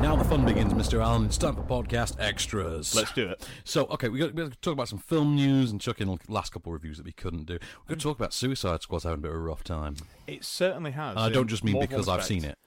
Speaker 1: Now the fun begins, Mr. Allen. It's time for podcast extras.
Speaker 2: Let's do it.
Speaker 1: So, okay, we're going to talk about some film news and chuck in the last couple of reviews that we couldn't do. We're going to talk about Suicide Squad's having a bit of a rough time.
Speaker 2: It certainly has.
Speaker 1: I
Speaker 2: in
Speaker 1: don't just mean
Speaker 2: more
Speaker 1: because
Speaker 2: than
Speaker 1: I've seen
Speaker 2: respect.
Speaker 1: it.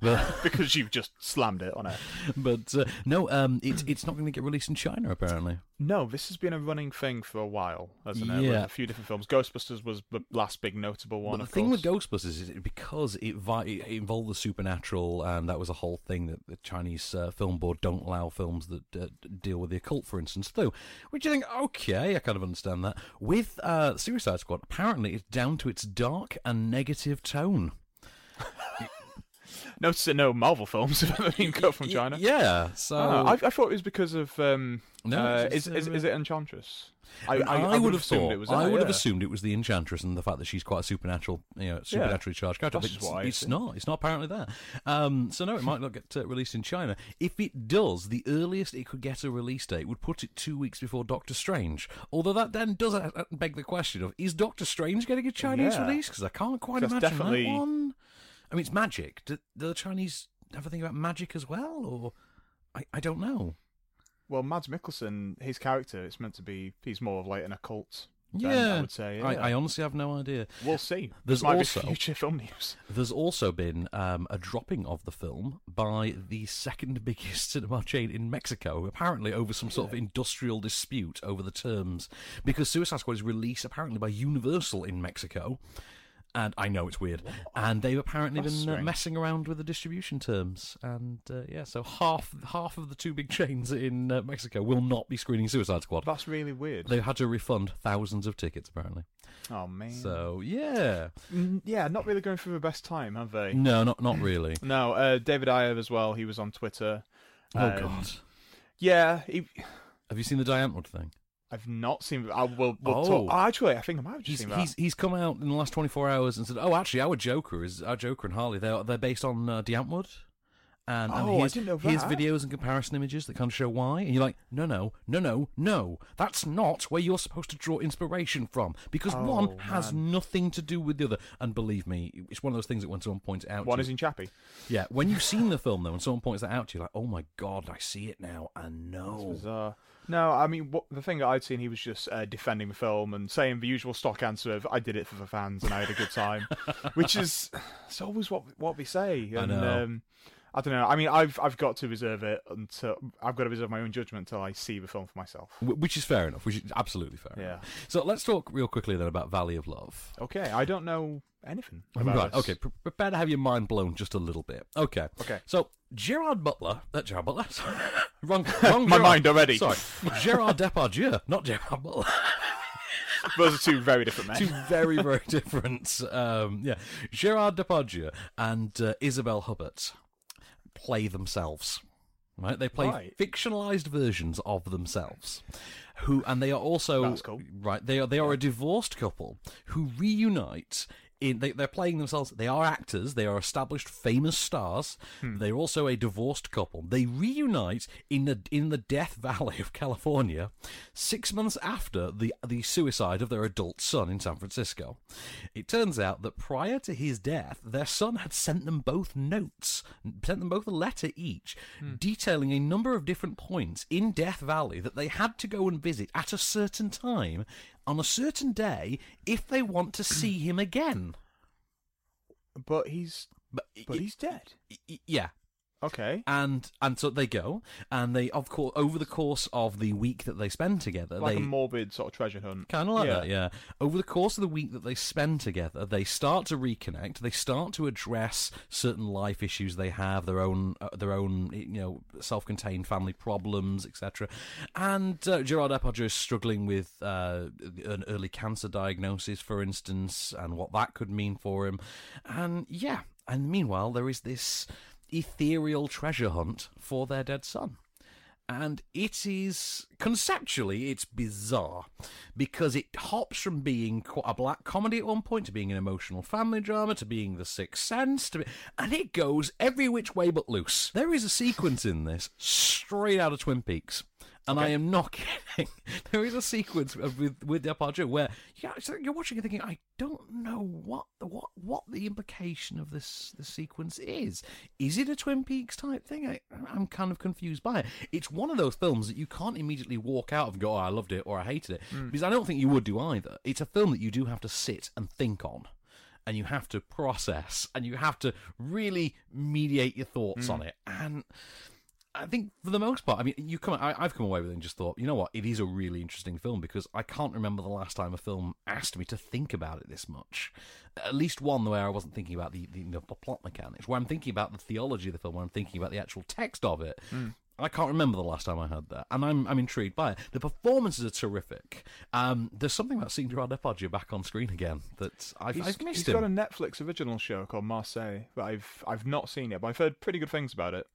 Speaker 1: But,
Speaker 2: because you've just slammed it on it.
Speaker 1: but uh, no, um, it's it's not going to get released in China apparently.
Speaker 2: No, this has been a running thing for a while, hasn't it? With
Speaker 1: Yeah.
Speaker 2: a few different films. Ghostbusters was the last big notable one.
Speaker 1: But the
Speaker 2: of
Speaker 1: thing
Speaker 2: course.
Speaker 1: with Ghostbusters is it, because it, vi- it involved the supernatural, and that was a whole thing that the Chinese uh, film board don't allow films that uh, deal with the occult, for instance, through. Which you think, okay, I kind of understand that. With uh, Suicide Squad, apparently it's down to its dark and negative tone.
Speaker 2: No, s- no Marvel films have been cut from China.
Speaker 1: Yeah, so
Speaker 2: Ah, I, I thought it was because of. Um,
Speaker 1: No,
Speaker 2: uh,
Speaker 1: it's
Speaker 2: is,
Speaker 1: just,
Speaker 2: is,
Speaker 1: uh,
Speaker 2: is it Enchantress?
Speaker 1: And would have
Speaker 2: assumed
Speaker 1: thought,
Speaker 2: it was.
Speaker 1: I
Speaker 2: that,
Speaker 1: would have
Speaker 2: yeah.
Speaker 1: assumed it was the Enchantress and the fact that she's quite a supernatural, you know, supernaturally charged character.
Speaker 2: That's
Speaker 1: but
Speaker 2: why I
Speaker 1: it's, it's
Speaker 2: see.
Speaker 1: not. It's not apparently there. Um, so no, it might not get uh, released in China. If it does, the earliest it could get a release date would put it two weeks before Doctor Strange. Although that then does uh, uh, beg the question of is Doctor Strange getting a Chinese
Speaker 2: Yeah.
Speaker 1: release? Because I can't quite
Speaker 2: That's
Speaker 1: imagine
Speaker 2: definitely-
Speaker 1: that one. I mean, it's magic. Do, do the Chinese have a thing about magic as well, or I, I don't know.
Speaker 2: Well, Mads Mikkelsen, his character, it's meant to be. He's more of like an occult. then,
Speaker 1: Yeah,
Speaker 2: I would say.
Speaker 1: I,
Speaker 2: yeah.
Speaker 1: I honestly have no idea.
Speaker 2: We'll see.
Speaker 1: There's
Speaker 2: This might
Speaker 1: also
Speaker 2: be future film news.
Speaker 1: There's also been um, a dropping of the film by the second biggest cinema chain in Mexico, apparently over some sort of industrial dispute over the terms, because Suicide Squad is released apparently by Universal in Mexico. And I know it's weird. And they've apparently
Speaker 2: That's
Speaker 1: been uh,
Speaker 2: strange.
Speaker 1: messing around with the distribution terms. And uh, yeah, so half half of the two big chains in uh, Mexico will not be screening Suicide Squad.
Speaker 2: That's really weird.
Speaker 1: They've had to refund thousands of tickets apparently.
Speaker 2: Oh man.
Speaker 1: So yeah,
Speaker 2: Mm, yeah, not really going through the best time, have they?
Speaker 1: no, not not really.
Speaker 2: No, uh, David Iyer as well. He was on Twitter.
Speaker 1: Oh
Speaker 2: Um,
Speaker 1: God.
Speaker 2: Yeah, he,
Speaker 1: Have you seen the Diane Wood thing?
Speaker 2: I've not seen. I will. We'll
Speaker 1: Oh.
Speaker 2: talk. Actually, I think I might have just
Speaker 1: He's,
Speaker 2: seen that.
Speaker 1: he's he's come out in the last twenty four hours and said, "Oh, actually, our Joker is our Joker and Harley. They're they're based on uh, Diantwood, and, and
Speaker 2: Oh, I
Speaker 1: here's,
Speaker 2: didn't know
Speaker 1: here's
Speaker 2: that.
Speaker 1: videos and comparison images that kind of show why." And you're like, "No, no, no, no, no. That's not where you're supposed to draw inspiration from because
Speaker 2: Oh,
Speaker 1: one has
Speaker 2: man.
Speaker 1: nothing to do with the other." And believe me, it's one of those things that when someone points it out,
Speaker 2: One
Speaker 1: to
Speaker 2: is
Speaker 1: you,
Speaker 2: in Chappie.
Speaker 1: yeah, when you've seen the film though, and someone points that out to you, like, "Oh my god, I see it now. I
Speaker 2: It's
Speaker 1: know."
Speaker 2: bizarre. No, I mean what, the thing that I'd seen, he was just uh, defending the film and saying the usual stock answer of "I did it for the fans and I had a good time," which is it's always what what we say. And,
Speaker 1: I know.
Speaker 2: Um, I don't know. I mean, I've I've got to reserve it until I've got to reserve my own judgment until I see the film for myself.
Speaker 1: Wh- Which is fair enough. Which is absolutely fair.
Speaker 2: Yeah.
Speaker 1: enough. So let's talk real quickly then about Valley of Love.
Speaker 2: Okay, I don't know anything. About
Speaker 1: Right.
Speaker 2: this.
Speaker 1: Okay. Pre- prepare to have your mind blown just a little bit. Okay.
Speaker 2: Okay.
Speaker 1: So Gerard Butler, uh, Gerard Butler, sorry. wrong, wrong.
Speaker 2: My
Speaker 1: Gerard.
Speaker 2: mind already.
Speaker 1: Sorry, Gerard Depardieu, not Gerard Butler.
Speaker 2: Those are two very different men.
Speaker 1: Two very, very different. Um, yeah, Gerard Depardieu and uh, Isabel Hubbard play themselves. Right, they play
Speaker 2: Right.
Speaker 1: fictionalized versions of themselves, who and they are also
Speaker 2: That's cool.
Speaker 1: right. They are they are a divorced couple who reunite. In, they, they're playing themselves. They are actors. They are established, famous stars.
Speaker 2: Hmm.
Speaker 1: They're also a divorced couple. They reunite in the in the Death Valley of California, six months after the the suicide of their adult son in San Francisco. It turns out that prior to his death, their son had sent them both notes, sent them both a letter each,
Speaker 2: Hmm.
Speaker 1: detailing a number of different points in Death Valley that they had to go and visit at a certain time on a certain day if they want to see him again.
Speaker 2: But he's
Speaker 1: But,
Speaker 2: but he's dead.
Speaker 1: yeah,
Speaker 2: Okay.
Speaker 1: and and so they go, and they of course over the course of the week that they spend together,
Speaker 2: like
Speaker 1: Uh, they
Speaker 2: a morbid sort of treasure hunt.
Speaker 1: Kind of like that, yeah. Over the course of the week that they spend together, they start to reconnect. They start to address certain life issues they have, their own, uh, their own, you know, self-contained family problems, etc. And uh, Gerard Depardieu is struggling with uh, an early cancer diagnosis, for instance, and what that could mean for him. And yeah, and meanwhile, there is this ethereal treasure hunt for their dead son and it is conceptually it's bizarre because it hops from being qu- a black comedy at one point to being an emotional family drama to being The Sixth Sense, to be, and it goes every which way but loose. There is a sequence in this straight out of Twin Peaks. And I am not kidding. There is a sequence of- with with Departure where you're, actually- you're watching and thinking, I don't know what the what what the implication of this the sequence is. Is it a Twin Peaks type thing? I, I'm kind of confused by it. It's one of those films that you can't immediately walk out of and go, oh, I loved it or I hated it,
Speaker 2: Mm.
Speaker 1: because I don't think you would do either. It's a film that you do have to sit and think on. And you have to process, and you have to really mediate your thoughts
Speaker 2: Mm.
Speaker 1: on it. And I think for the most part, I mean, you come. I, I've come away with it and just thought, you know what, it is a really interesting film because I can't remember the last time a film asked me to think about it this much. At least one where I wasn't thinking about the the, the plot mechanics, where I'm thinking about the theology of the film, where I'm thinking about the actual text of it.
Speaker 2: Hmm.
Speaker 1: I can't remember the last time I heard that, and I'm I'm intrigued by it. The performances are terrific. Um, there's something about seeing Gerard Depardieu back on screen again that I've,
Speaker 2: He's-
Speaker 1: I've missed
Speaker 2: he's
Speaker 1: him.
Speaker 2: got a Netflix original show called Marseille, but I've I've not seen it, but I've heard pretty good things about it.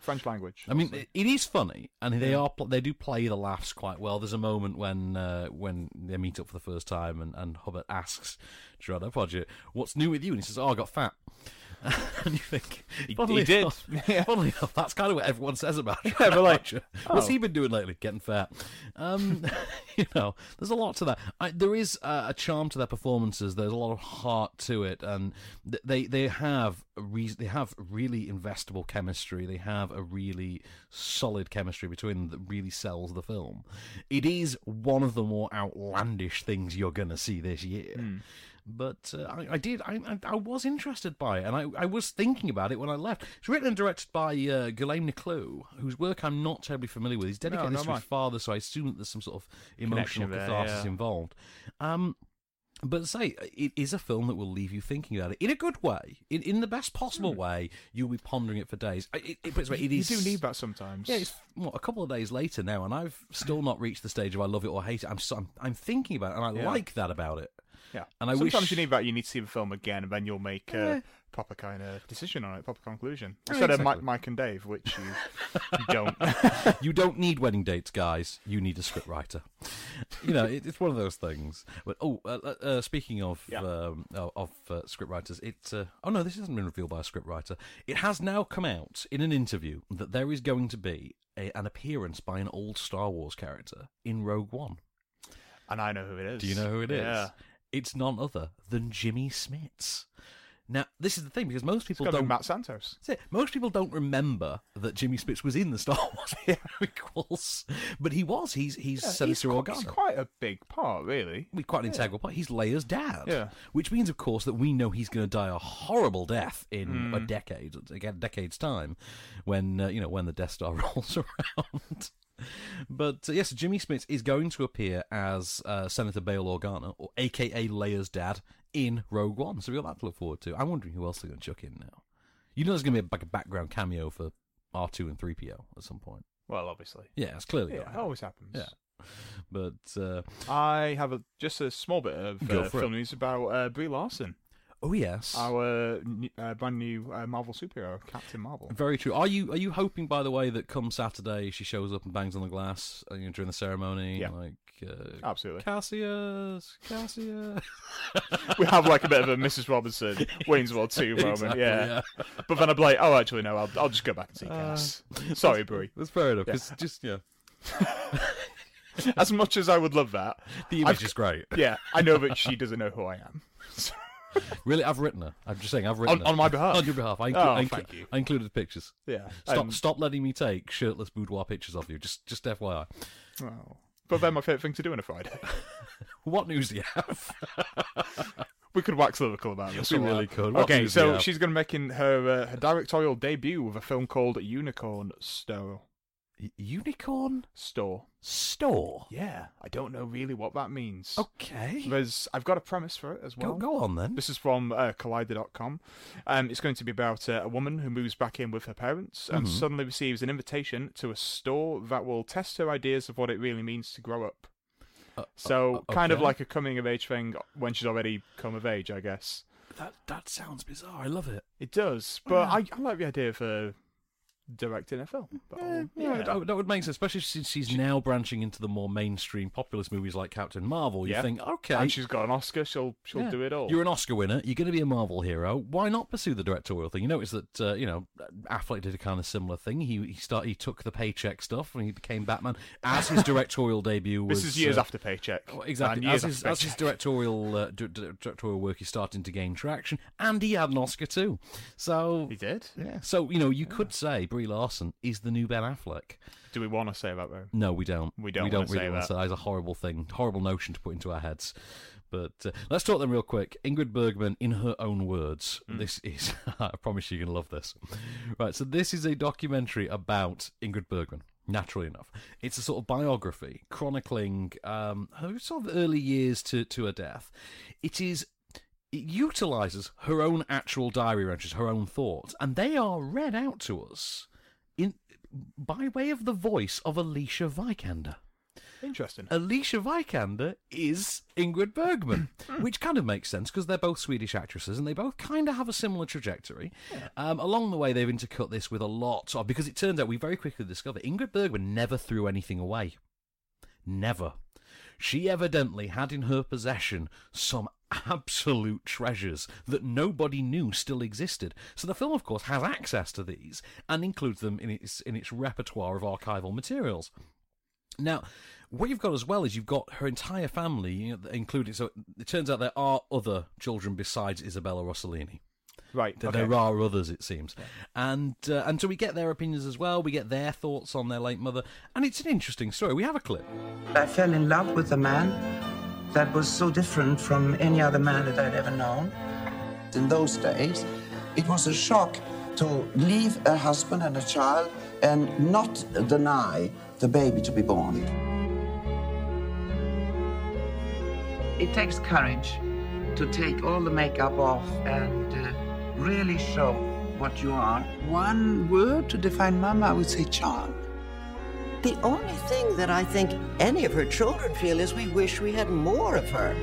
Speaker 2: French language.
Speaker 1: Eh. I mean, it- it is funny, and they are they do play the laughs quite well. There's a moment when uh, when they meet up for the first time, and, and Hubbard asks Gerard Depardieu, "What's new with you?" And he says, "Oh, I got fat." and you think
Speaker 2: He-
Speaker 1: funnily
Speaker 2: he did.
Speaker 1: enough- funnily enough, that's kind of what everyone says about Gerard
Speaker 2: but like,
Speaker 1: Depardieu. What's
Speaker 2: oh.
Speaker 1: he been doing lately? Getting fat. Um, you know, there's a lot to that. I, there is uh, a charm to their performances. There's a lot of heart to it, and th- they they have a re- they have really investable chemistry. They have a really solid chemistry between them that really sells the film. It is one of the more outlandish things you're going to see this year.
Speaker 2: Hmm.
Speaker 1: But uh, I, I did. I, I I was interested by it, and I, I was thinking about it when I left. It's written and directed by uh, Guillaume Niclou, whose work I'm not terribly familiar with. He's dedicated
Speaker 2: No,
Speaker 1: this to
Speaker 2: nor am
Speaker 1: his father, so I assume that there's some sort of emotional
Speaker 2: Connection there,
Speaker 1: catharsis
Speaker 2: yeah.
Speaker 1: involved. Um, but say it is a film that will leave you thinking about it in a good way, in in the best possible way. You'll be pondering it for days. I- It, it, but it's- it
Speaker 2: Hmm. You
Speaker 1: is-
Speaker 2: do need that sometimes.
Speaker 1: Yeah, it's what, a couple of days later now, and I've still not reached the stage of I love it or hate it. I'm so, I'm, I'm thinking about it, and I
Speaker 2: Yeah.
Speaker 1: like that about it.
Speaker 2: Yeah.
Speaker 1: And I
Speaker 2: Sometimes
Speaker 1: wish-
Speaker 2: you need that. You need to see the film again, and then you'll make a
Speaker 1: Yeah.
Speaker 2: proper kind of decision on it, proper conclusion.
Speaker 1: Yeah,
Speaker 2: Instead of
Speaker 1: exactly.
Speaker 2: Mike, Mike and Dave, which you, you don't.
Speaker 1: you don't need wedding dates, guys. You need a script writer. You know, it, it's one of those things. But oh, uh, uh, uh, speaking of um, of of, uh, script writers, it uh, oh no, this hasn't been revealed by a script writer. It has now come out in an interview that there is going to be a, an appearance by an old Star Wars character in Rogue One.
Speaker 2: And I know who it is.
Speaker 1: Do you know who it is?
Speaker 2: Yeah.
Speaker 1: It's none other than Jimmy Smits. Now, this is the thing because most people
Speaker 2: gotta be
Speaker 1: don't
Speaker 2: Matt Santos.
Speaker 1: That's it. Most people don't remember that Jimmy Smits was in the Star Wars prequels, but he was. He's he's
Speaker 2: Yeah,
Speaker 1: Senator
Speaker 2: he's, qui- he's
Speaker 1: Organa.
Speaker 2: quite a big part, really.
Speaker 1: He's quite an
Speaker 2: Yeah.
Speaker 1: integral part. He's Leia's dad.
Speaker 2: Yeah.
Speaker 1: Which means, of course, that we know he's going to die a horrible death in
Speaker 2: Mm.
Speaker 1: a decade, again, decade's time, when uh, you know when the Death Star rolls around. But uh, yes, Jimmy Smith is going to appear as uh, Senator Bail Organa, or AKA Leia's dad, in Rogue One. So we've got that to look forward to. I'm wondering who else they're going to chuck in now. You know, there's going to be a, like a background cameo for R2 and 3PO at some point.
Speaker 2: Well, obviously.
Speaker 1: Yeah, it's clearly
Speaker 2: Yeah,
Speaker 1: got
Speaker 2: it always happens.
Speaker 1: Yeah, but uh,
Speaker 2: I have a, just a small bit of
Speaker 1: Go
Speaker 2: uh,
Speaker 1: for it.
Speaker 2: film news about uh, Brie Larson,
Speaker 1: oh yes,
Speaker 2: our n- uh, brand new uh, Marvel superhero, Captain Marvel.
Speaker 1: Very true. Are you are you hoping, by the way, that come Saturday she shows up and bangs on the glass uh, you know, during the ceremony?
Speaker 2: Yeah.
Speaker 1: Like uh,
Speaker 2: Absolutely.
Speaker 1: Cassius, Cassius.
Speaker 2: we have like a bit of a Mrs. Robinson, Wayne's World 2 moment,
Speaker 1: Exactly,
Speaker 2: yeah. But then I'm like, oh, actually, no, I'll, I'll just go back and see Cass. Sorry, Brie.
Speaker 1: Uh, That's fair enough.
Speaker 2: Yeah.
Speaker 1: 'cause just yeah,
Speaker 2: As much as I would love that,
Speaker 1: The image is great.
Speaker 2: Yeah, I know that she doesn't know who I am. So-
Speaker 1: really, I've written her. I'm just saying, I've written
Speaker 2: On-
Speaker 1: her.
Speaker 2: on my behalf.
Speaker 1: On your behalf. I, inclu-
Speaker 2: Oh,
Speaker 1: I, inclu-
Speaker 2: thank you.
Speaker 1: I included the pictures.
Speaker 2: Yeah,
Speaker 1: Stop
Speaker 2: um,
Speaker 1: stop letting me take shirtless boudoir pictures of you. Just just FYI.
Speaker 2: Oh. But then my favourite thing to do on a Friday.
Speaker 1: What news do you have?
Speaker 2: we could wax lyrical about this.
Speaker 1: We
Speaker 2: a lot.
Speaker 1: really could. What
Speaker 2: Okay,
Speaker 1: news do we
Speaker 2: so
Speaker 1: have?
Speaker 2: she's going to be making her uh, her directorial debut with a film called Unicorn Store.
Speaker 1: Unicorn
Speaker 2: Store.
Speaker 1: store.
Speaker 2: Yeah, I don't know really what that means.
Speaker 1: Okay.
Speaker 2: There's, I've got a premise for it as
Speaker 1: Go-
Speaker 2: well.
Speaker 1: go on then.
Speaker 2: This is from uh, Collider.com. Um, it's going to be about uh, a woman who moves back in with her parents and
Speaker 1: Mhm.
Speaker 2: suddenly receives an invitation to a store that will test her ideas of what it really means to grow up. so,
Speaker 1: uh,
Speaker 2: kind of
Speaker 1: okay.
Speaker 2: like a coming of age thing when she's already come of age, I guess.
Speaker 1: That that sounds bizarre. I love it.
Speaker 2: It does, but I, I like the idea of a directing a film. But,
Speaker 1: Yeah, That, that would make sense, especially since she's now branching into the more mainstream populist movies like Captain Marvel. You
Speaker 2: Yeah.
Speaker 1: think, okay,
Speaker 2: And she's got an Oscar, she'll she'll
Speaker 1: Yeah.
Speaker 2: do it all.
Speaker 1: You're an Oscar winner. You're going to be a Marvel hero. Why not pursue the directorial thing? You notice that uh, you know Affleck did a kind of similar thing. He he start he took the paycheck stuff and he became Batman as his directorial debut.
Speaker 2: This
Speaker 1: Was,
Speaker 2: is years
Speaker 1: uh,
Speaker 2: after Paycheck.
Speaker 1: well, exactly.
Speaker 2: Man, years
Speaker 1: As his,
Speaker 2: after
Speaker 1: as his
Speaker 2: Paycheck.
Speaker 1: directorial uh, d- d- directorial work is starting to gain traction, and he had an Oscar too. So he
Speaker 2: did.
Speaker 1: Yeah. So you know, you could say Brie Larson is the new Ben Affleck.
Speaker 2: Do we want to say that though?
Speaker 1: No, we don't.
Speaker 2: We don't
Speaker 1: We don't
Speaker 2: wanna
Speaker 1: really
Speaker 2: say
Speaker 1: want to
Speaker 2: that.
Speaker 1: say that is a horrible thing, horrible notion to put into our heads. But uh, let's talk then real quick. Ingrid Bergman, in her own words,
Speaker 2: Hmm.
Speaker 1: this is. I promise you're going to love this. Right, so this is a documentary about Ingrid Bergman. Naturally enough, it's a sort of biography chronicling um, her sort of early years to to her death. It is it utilizes her own actual diary entries, her own thoughts, and they are read out to us in by way of the voice of Alicia Vikander.
Speaker 2: Interesting.
Speaker 1: Uh, Alicia Vikander is Ingrid Bergman, which kind of makes sense because they're both Swedish actresses and they both kind of have a similar trajectory. Um, along the way, they've intercut this with a lot of because it turns out we very quickly discover Ingrid Bergman never threw anything away. Never. She evidently had in her possession some absolute treasures that nobody knew still existed. So the film, of course, has access to these and includes them in its in its repertoire of archival materials. Now, what you've got as well is you've got her entire family, you know, including. So it turns out there are other children besides Isabella Rossellini.
Speaker 2: Right.
Speaker 1: Th-
Speaker 2: okay.
Speaker 1: There are others, it seems, and uh, and so we get their opinions as well. We get their thoughts on their late mother, and it's an interesting story. We have a clip.
Speaker 14: I fell in love with a man that was so different from any other man that I'd ever known. In those days, it was a shock to leave a husband and a child and not deny the baby to be born. It takes courage to take all the makeup off and uh, really show what you are. One word to define mama, I would say charm.
Speaker 15: The only thing that I think any of her children feel is we wish we had more of her.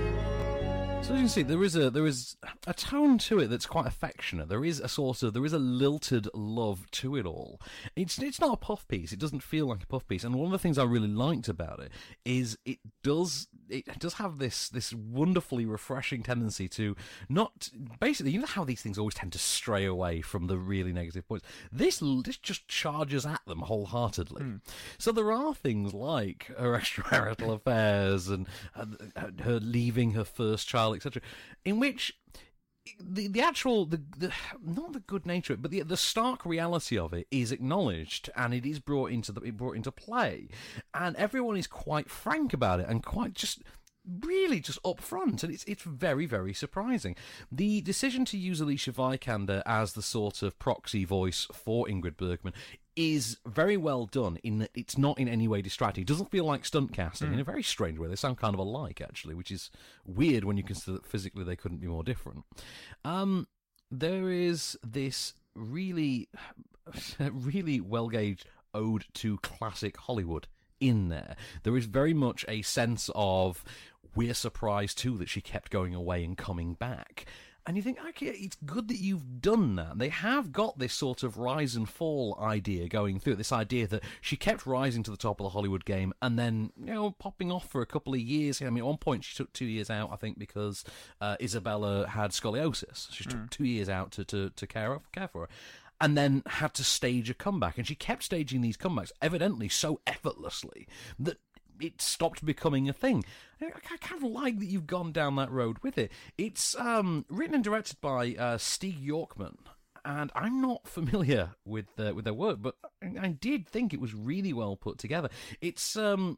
Speaker 1: So as you can see, there is a there is a tone to it that's quite affectionate. There is a sort of there is a lilted love to it all. It's it's not a puff piece. It doesn't feel like a puff piece. And one of the things I really liked about it is it does it does have this this wonderfully refreshing tendency to not basically you know how these things always tend to stray away from the really negative points. This l- this just charges at them wholeheartedly. So there are things like her extramarital affairs and and her leaving her first child, etc., in which the the actual the, the not the good nature of it, but the the stark reality of it is acknowledged and it is brought into the it brought into play and everyone is quite frank about it and quite just really just upfront and it's it's very very surprising the decision to use Alicia Vikander as the sort of proxy voice for Ingrid Bergman is very well done in that it's not in any way distracting it doesn't feel like stunt casting in a very strange way they sound kind of alike actually which is weird when you consider that physically they couldn't be more different um, there is this really, really well gauged ode to classic Hollywood in there. There is very much a sense of we're surprised too that she kept going away and coming back. And you think, okay, it's good that you've done that. They have got this sort of rise and fall idea going through it. This idea that she kept rising to the top of the Hollywood game and then, you know, popping off for a couple of years. I mean, at one point she took two years out, I think, because uh, Isabella had scoliosis. She took
Speaker 16: Mm.
Speaker 1: two years out to, to, to care, of, care for her. And then had to stage a comeback. And she kept staging these comebacks, evidently so effortlessly that it stopped becoming a thing. I I kind of like that you've gone down that road with it. It's um, written and directed by uh, Steve Yorkman, and I'm not familiar with uh, with their work, but I- I did think it was really well put together. It's um,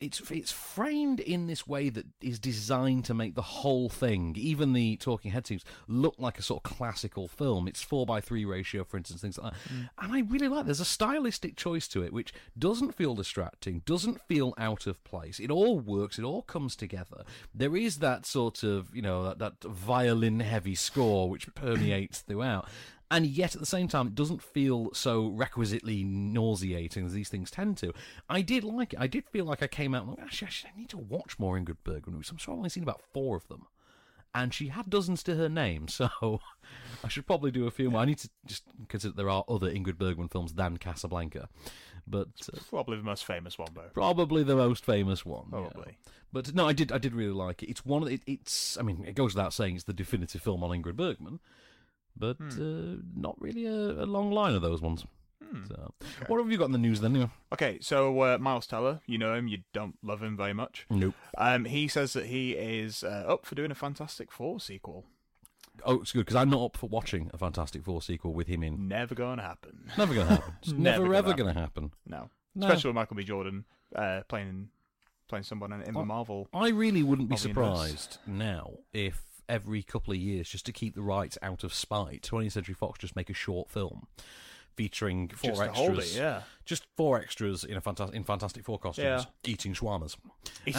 Speaker 1: it's it's framed in this way that is designed to make the whole thing, even the talking head scenes, look like a sort of classical film. It's four by three ratio, for instance, things like that. And I really like. There's a stylistic choice to it which doesn't feel distracting, doesn't feel out of place. It all works. It all comes together. There is that sort of you know that, that violin heavy score which permeates throughout. And yet, at the same time, it doesn't feel so requisitely nauseating as these things tend to. I did like it. I did feel like I came out and went, actually, actually, I need to watch more Ingrid Bergman movies. I'm sure I've only seen about four of them. And she had dozens to her name, so I should probably do a few more. I need to just consider there are other Ingrid Bergman films than Casablanca, but uh,
Speaker 2: Probably the most famous one, though.
Speaker 1: probably the most famous one. yeah.
Speaker 2: Probably.
Speaker 1: But no, I did. I did really like it. It's one. Of the, it, it's. I mean, it goes without saying, it's the definitive film on Ingrid Bergman, but
Speaker 2: Hmm.
Speaker 1: uh, not really a, a long line of those ones.
Speaker 2: Hmm.
Speaker 1: So, what have you got in the news then? anyway?
Speaker 2: Okay, so uh, Miles Teller, you know him, you don't love him very much.
Speaker 1: Nope.
Speaker 2: Um, he says that he is uh, up for doing a Fantastic Four sequel.
Speaker 1: Oh, it's good because I'm not up for watching a Fantastic Four sequel with him in.
Speaker 2: Never gonna happen.
Speaker 1: Never gonna happen. It's never, ever gonna happen.
Speaker 2: No.
Speaker 1: No.
Speaker 2: especially with Michael B. Jordan uh, playing playing someone in, in the
Speaker 1: I-
Speaker 2: Marvel.
Speaker 1: I really wouldn't be
Speaker 2: Marvel universe.
Speaker 1: surprised now if every couple of years, just to keep the rights out of spite, 20th Century Fox just make a short film featuring four
Speaker 2: Just to
Speaker 1: extras.
Speaker 2: hold it, yeah.
Speaker 1: Just four extras in a fantastic in Fantastic Four costumes eating shawarmas. Um,
Speaker 2: Eating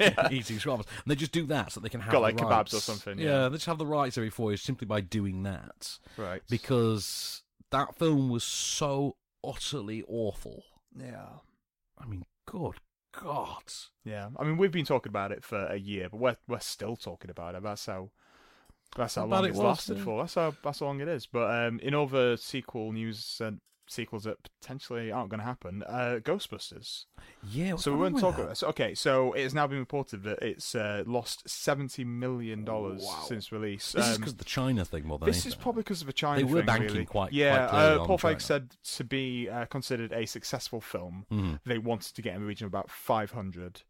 Speaker 2: yeah.
Speaker 1: eating shawarmas. And they just do that so they can have
Speaker 2: Got,
Speaker 1: the
Speaker 2: like, kebabs or
Speaker 1: rights.
Speaker 2: something,
Speaker 1: Yeah.
Speaker 2: yeah.
Speaker 1: they just have the rights every four years simply by doing that.
Speaker 2: Right.
Speaker 1: Because that film was so utterly awful.
Speaker 2: Yeah.
Speaker 1: I mean, good God.
Speaker 2: Yeah. I mean, we've been talking about it for a year, but we're we're still talking about it. That's how. That's how
Speaker 1: How bad
Speaker 2: long
Speaker 1: it
Speaker 2: it's
Speaker 1: was,
Speaker 2: lasted
Speaker 1: yeah.
Speaker 2: for. That's how that's how long it is. But um, in other sequel news, uh, sequels that potentially aren't going to happen, uh, Ghostbusters.
Speaker 1: Yeah. what's
Speaker 2: So we
Speaker 1: wrong
Speaker 2: won't
Speaker 1: with
Speaker 2: talk
Speaker 1: that?
Speaker 2: about this. Okay, so it has now been reported that it's uh, lost seventy million dollars since release.
Speaker 1: This is
Speaker 2: Um,
Speaker 1: because the China thing more than
Speaker 2: this
Speaker 1: anything.
Speaker 2: is probably because of a China.
Speaker 1: They were
Speaker 2: thing,
Speaker 1: banking
Speaker 2: really.
Speaker 1: quite,
Speaker 2: Yeah,
Speaker 1: quite clearly
Speaker 2: uh,
Speaker 1: on
Speaker 2: Paul Feig
Speaker 1: China.
Speaker 2: said to be uh, considered a successful film,
Speaker 1: Mhm.
Speaker 2: they wanted to get in the region of about five hundred.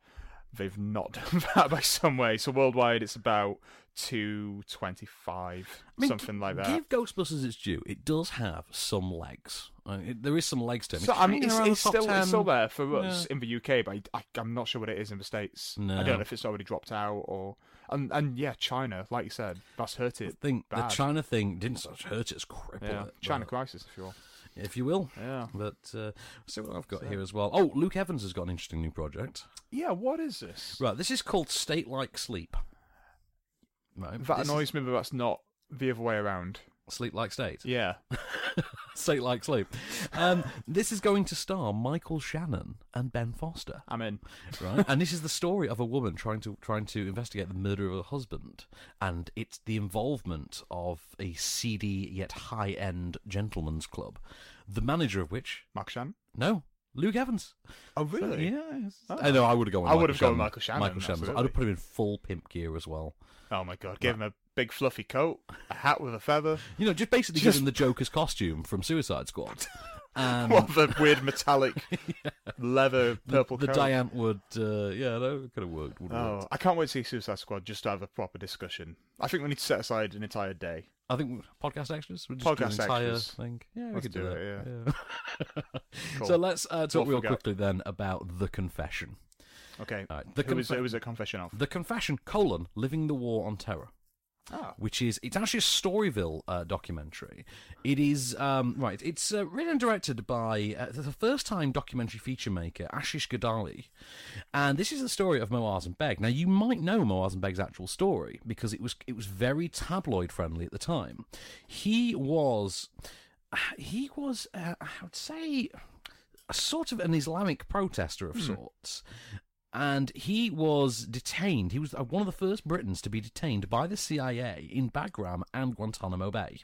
Speaker 2: They've not done that by some way. So worldwide, it's about two twenty-five,
Speaker 1: I mean,
Speaker 2: something like that.
Speaker 1: Give Ghostbusters its due. It does have some legs. I mean, it- there is some legs to it.
Speaker 2: So, I mean,
Speaker 1: hanging
Speaker 2: it's,
Speaker 1: around the
Speaker 2: it's
Speaker 1: top
Speaker 2: still,
Speaker 1: 10.
Speaker 2: it's still there for us
Speaker 1: Yeah.
Speaker 2: in the UK, but I, I, I'm not sure what it is in the States. I
Speaker 1: No.
Speaker 2: don't know if it's already dropped out or. And, and yeah, China, like you said, that's hurt it.
Speaker 1: I think the
Speaker 2: bad.
Speaker 1: China thing didn't such hurt it's crippled
Speaker 2: Yeah,
Speaker 1: it.
Speaker 2: China
Speaker 1: but-
Speaker 2: crisis, if you will.
Speaker 1: if you will.
Speaker 2: Yeah.
Speaker 1: But uh, so what I've got here as well. Oh, Luke Evans has got an interesting new project.
Speaker 2: Yeah, what is this?
Speaker 1: Right, this is called State Like Sleep. Right,
Speaker 2: That
Speaker 1: this is
Speaker 2: annoys me, but that's not the other way around.
Speaker 1: Sleep Like State.
Speaker 2: Yeah.
Speaker 1: State Like Sleep. Um, this is going to star Michael Shannon and Ben Foster.
Speaker 2: I'm in.
Speaker 1: right? and this is the story of a woman trying to trying to investigate the murder of her husband, and it's the involvement of a seedy yet high end gentleman's club, the manager of which
Speaker 2: Mark Shannon?
Speaker 1: no. Luke Evans.
Speaker 2: Oh,
Speaker 1: So,
Speaker 2: really?
Speaker 1: yeah.
Speaker 2: Oh.
Speaker 1: I know. I would have gone. With
Speaker 2: I
Speaker 1: Michael
Speaker 2: would have gone
Speaker 1: Shannon.
Speaker 2: Michael Shannon,
Speaker 1: Michael Shannon. I'd
Speaker 2: absolutely.
Speaker 1: have put him in full pimp gear as well.
Speaker 2: Oh my god, give him a big fluffy coat, a hat with a feather.
Speaker 1: You know, just basically
Speaker 2: Just-
Speaker 1: give him the Joker's costume from Suicide Squad. And
Speaker 2: What the weird metallic leather purple
Speaker 1: Um, the
Speaker 2: coat.
Speaker 1: Diane would. Uh, yeah, that could have worked. Would have
Speaker 2: Oh,
Speaker 1: worked.
Speaker 2: I can't wait to see Suicide Squad just to have a proper discussion. I think we need to set aside an entire day.
Speaker 1: I think podcast extras. We'll just do an
Speaker 2: Podcast
Speaker 1: entire
Speaker 2: extras.
Speaker 1: thing. Yeah, we
Speaker 2: Let's
Speaker 1: could do,
Speaker 2: do
Speaker 1: that.
Speaker 2: it,
Speaker 1: yeah.
Speaker 2: Cool.
Speaker 1: So let's uh, talk
Speaker 2: Don't
Speaker 1: real
Speaker 2: forget.
Speaker 1: quickly then about the confession.
Speaker 2: Okay.
Speaker 1: All right,
Speaker 2: The
Speaker 1: the
Speaker 2: it, was,
Speaker 1: confe-
Speaker 2: it was a confession of.
Speaker 1: The confession: colon living the war on terror.
Speaker 2: Ah.
Speaker 1: Which is it's actually a Storyville uh, documentary. It is um, right. It's uh, written and directed by uh, the first-time documentary feature maker Ashish Gadali, and this is the story of Moaz and Beg. Now you might know Moaz and Beg's actual story because it was it was very tabloid-friendly at the time. He was he was uh, I would say a sort of an Islamic protester of sorts. And he was detained. He was uh, one of the first Britons to be detained by the CIA in Bagram and Guantanamo Bay.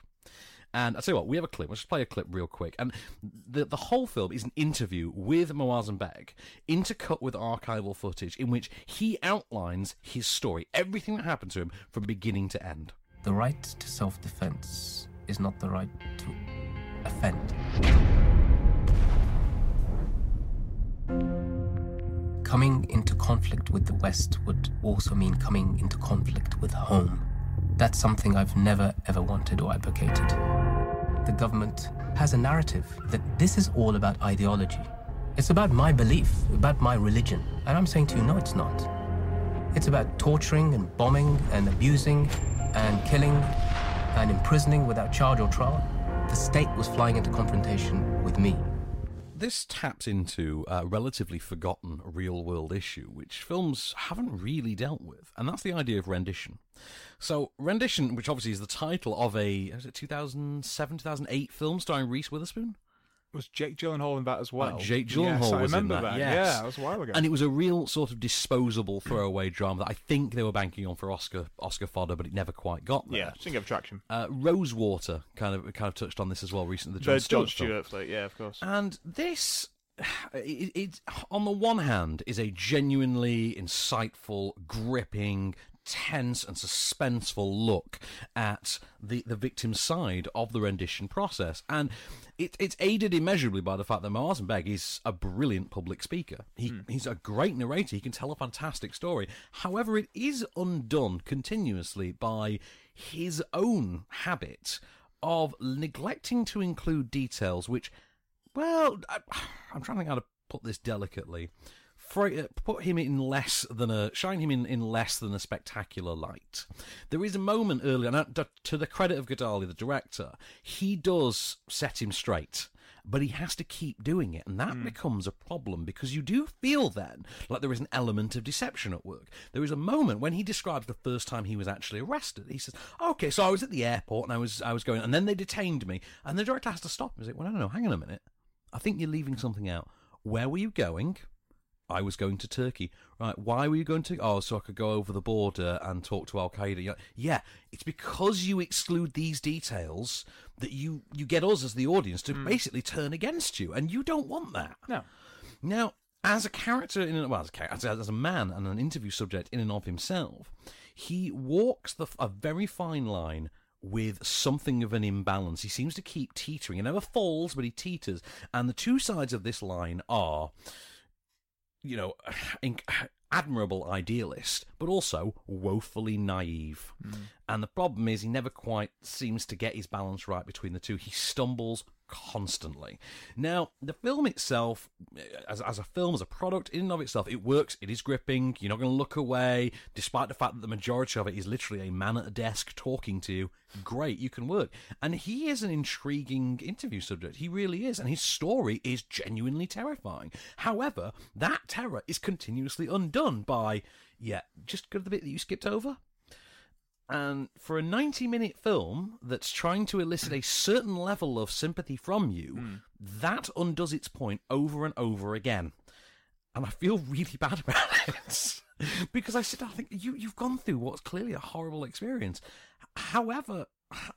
Speaker 1: And I tell you what, we have a clip. Let's just play a clip real quick. And the the whole film is an interview with Moaz and Beg, intercut with archival footage in which he outlines his story, everything that happened to him from beginning to end.
Speaker 16: The right to self defense is not the right to offend. Coming into conflict with the West would also mean coming into conflict with home. That's something I've never ever wanted or advocated. The government has a narrative that this is all about ideology. It's about my belief, about my religion. And I'm saying to you, no, it's not. It's about torturing and bombing and abusing and killing and imprisoning without charge or trial. The state was flying into confrontation with me.
Speaker 1: This taps into a relatively forgotten real world issue, which films haven't really dealt with, and that's the idea of rendition. So, Rendition, which obviously is the title of a was it 2007, 2008 film starring Reese Witherspoon?
Speaker 2: Was Jake Gyllenhaal in that as well?
Speaker 1: Uh, Jake Gyllenhaal
Speaker 2: Yes, I
Speaker 1: was
Speaker 2: remember
Speaker 1: in that. yes.
Speaker 2: Yeah, that was a while ago.
Speaker 1: And it was a real sort of disposable throwaway drama that I think they were banking on for Oscar Oscar fodder, but it never quite got there.
Speaker 2: yeah, didn't get traction.
Speaker 1: Uh, Rosewater kind of kind of touched on this as well recently. The John
Speaker 2: the John
Speaker 1: Stewart, film.
Speaker 2: Stewart flick, yeah, of course.
Speaker 1: And this, it, it, on the one hand, is a genuinely insightful, gripping, tense, and suspenseful look at the, the victim's side of the rendition process. And it, it's aided immeasurably by the fact that Martin Begg is a brilliant public speaker. He, He's a great narrator, he can tell a fantastic story. However, it is undone continuously by his own habit of neglecting to include details which well, I, I'm trying to think how to put this delicately. Fre- uh, put him in less than a shine him in, in less than a spectacular light. There is a moment earlier, and that- to the credit of Godali, the director, he does set him straight, but he has to keep doing it, and that becomes a problem because you do feel then like there is an element of deception at work. There is a moment when he describes the first time he was actually arrested. He says, "Okay, so I was at the airport and I was I was going, and then they detained me, and the director has to stop him. He's like, "Well, no, no, no, hang on a minute." I think you're leaving something out. Where were you going? I was going to Turkey. Right, why were you going to? Oh, so I could go over the border and talk to Al Qaeda. Yeah, yeah, it's because you exclude these details that you, you get us as the audience to basically turn against you, and you don't want that.
Speaker 2: No.
Speaker 1: Now, as a character in a- well, as a, character, as a man and an interview subject in and of himself, he walks the, a very fine line with something of an imbalance. He seems to keep teetering. He never falls, but he teeters. And the two sides of this line are, you know, in- admirable idealist, but also woefully naive. And the problem is, he never quite seems to get his balance right between the two. He stumbles constantly. Now, the film itself, eh, as, as a film, as a product in and of itself, it works. It is gripping. You're not going to look away, despite the fact that the majority of it is literally a man at a desk talking to you. Great, you can work. And he is an intriguing interview subject. He really is. And his story is genuinely terrifying. However, that terror is continuously undone by, yeah, just go to the bit that you skipped over. And for a 90 minute film that's trying to elicit a certain level of sympathy from you, that undoes its point over and over again. And I feel really bad about it. because I sit down and think, you, you've gone through what's clearly a horrible experience. However,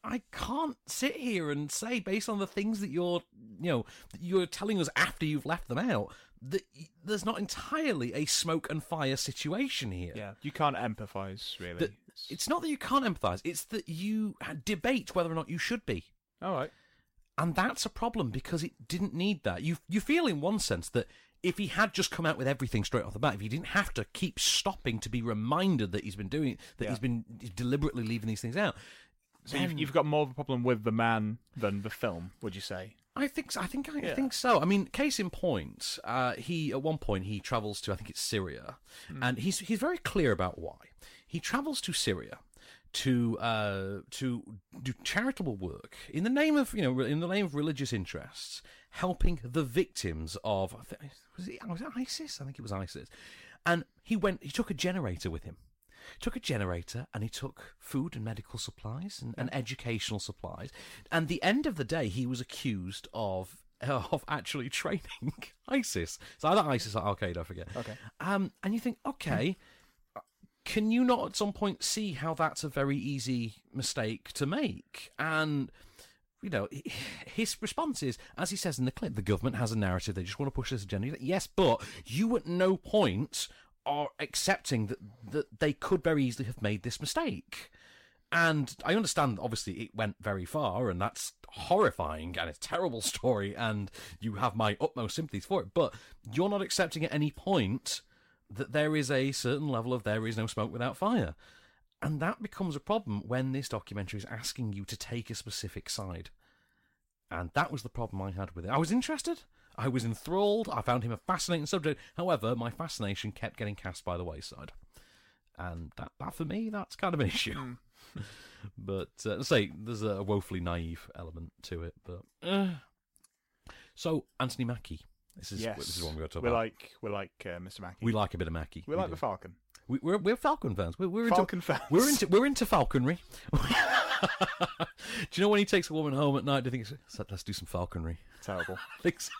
Speaker 1: I can't sit here and say, based on the things that you're, you know, that you're telling us after you've left them out, that y- there's not entirely a smoke and fire situation here.
Speaker 2: Yeah, you can't empathise really.
Speaker 1: That- it's not that you can't empathise, it's that you debate whether or not you should be.
Speaker 2: All right.
Speaker 1: And that's a problem because it didn't need that. You you feel in one sense that if he had just come out with everything straight off the bat, if he didn't have to keep stopping to be reminded that he's been doing that
Speaker 2: Yeah.
Speaker 1: he's been deliberately leaving these things out.
Speaker 2: So you've,
Speaker 1: then-
Speaker 2: you've got more of a problem with the man than the film, would you say?
Speaker 1: I think so. I think I
Speaker 2: Yeah.
Speaker 1: think so. I mean, case in point, uh, he at one point he travels to I think it's Syria, and he's he's very clear about why he travels to Syria to uh, to do charitable work in the name of you know in the name of religious interests, helping the victims of was it, was it ISIS? I think it was ISIS, and he went he took a generator with him took a generator and he took food and medical supplies and, and educational supplies. And the end of the day, he was accused of of actually training ISIS. So either ISIS or Al Qaeda, I forget.
Speaker 2: Okay.
Speaker 1: Um, and you think, okay, can you not at some point see how that's a very easy mistake to make? And you know, h- his response is, as he says in the clip, the government has a narrative. They just want to push this agenda. He's like, yes, but you at no point are accepting that, that they could very easily have made this mistake. And I understand, obviously, it went very far, and that's horrifying and it's a terrible story, and you have my utmost sympathies for it. But you're not accepting at any point that there is a certain level of there is no smoke without fire. And that becomes a problem when this documentary is asking you to take a specific side. And that was the problem I had with it. I was interested. I was enthralled. I found him a fascinating subject. However, my fascination kept getting cast by the wayside. And that, that for me, that's kind of an issue.
Speaker 2: Hmm.
Speaker 1: but uh, say there's a woefully naive element to it. But uh, so Anthony Mackie, this is
Speaker 2: yes.
Speaker 1: this is what we're going to talk
Speaker 2: we
Speaker 1: about.
Speaker 2: like we like uh, Mr. Mackey.
Speaker 1: we like a bit of Mackie.
Speaker 2: we like
Speaker 1: do.
Speaker 2: the Falcon.
Speaker 1: We, we're we're Falcon fans. We're, we're
Speaker 2: Falcon
Speaker 1: into,
Speaker 2: fans.
Speaker 1: We're into we're into falconry. Do you know when he takes a woman home at night? Do you think it's, let's do some falconry?
Speaker 2: Terrible.
Speaker 1: I think so.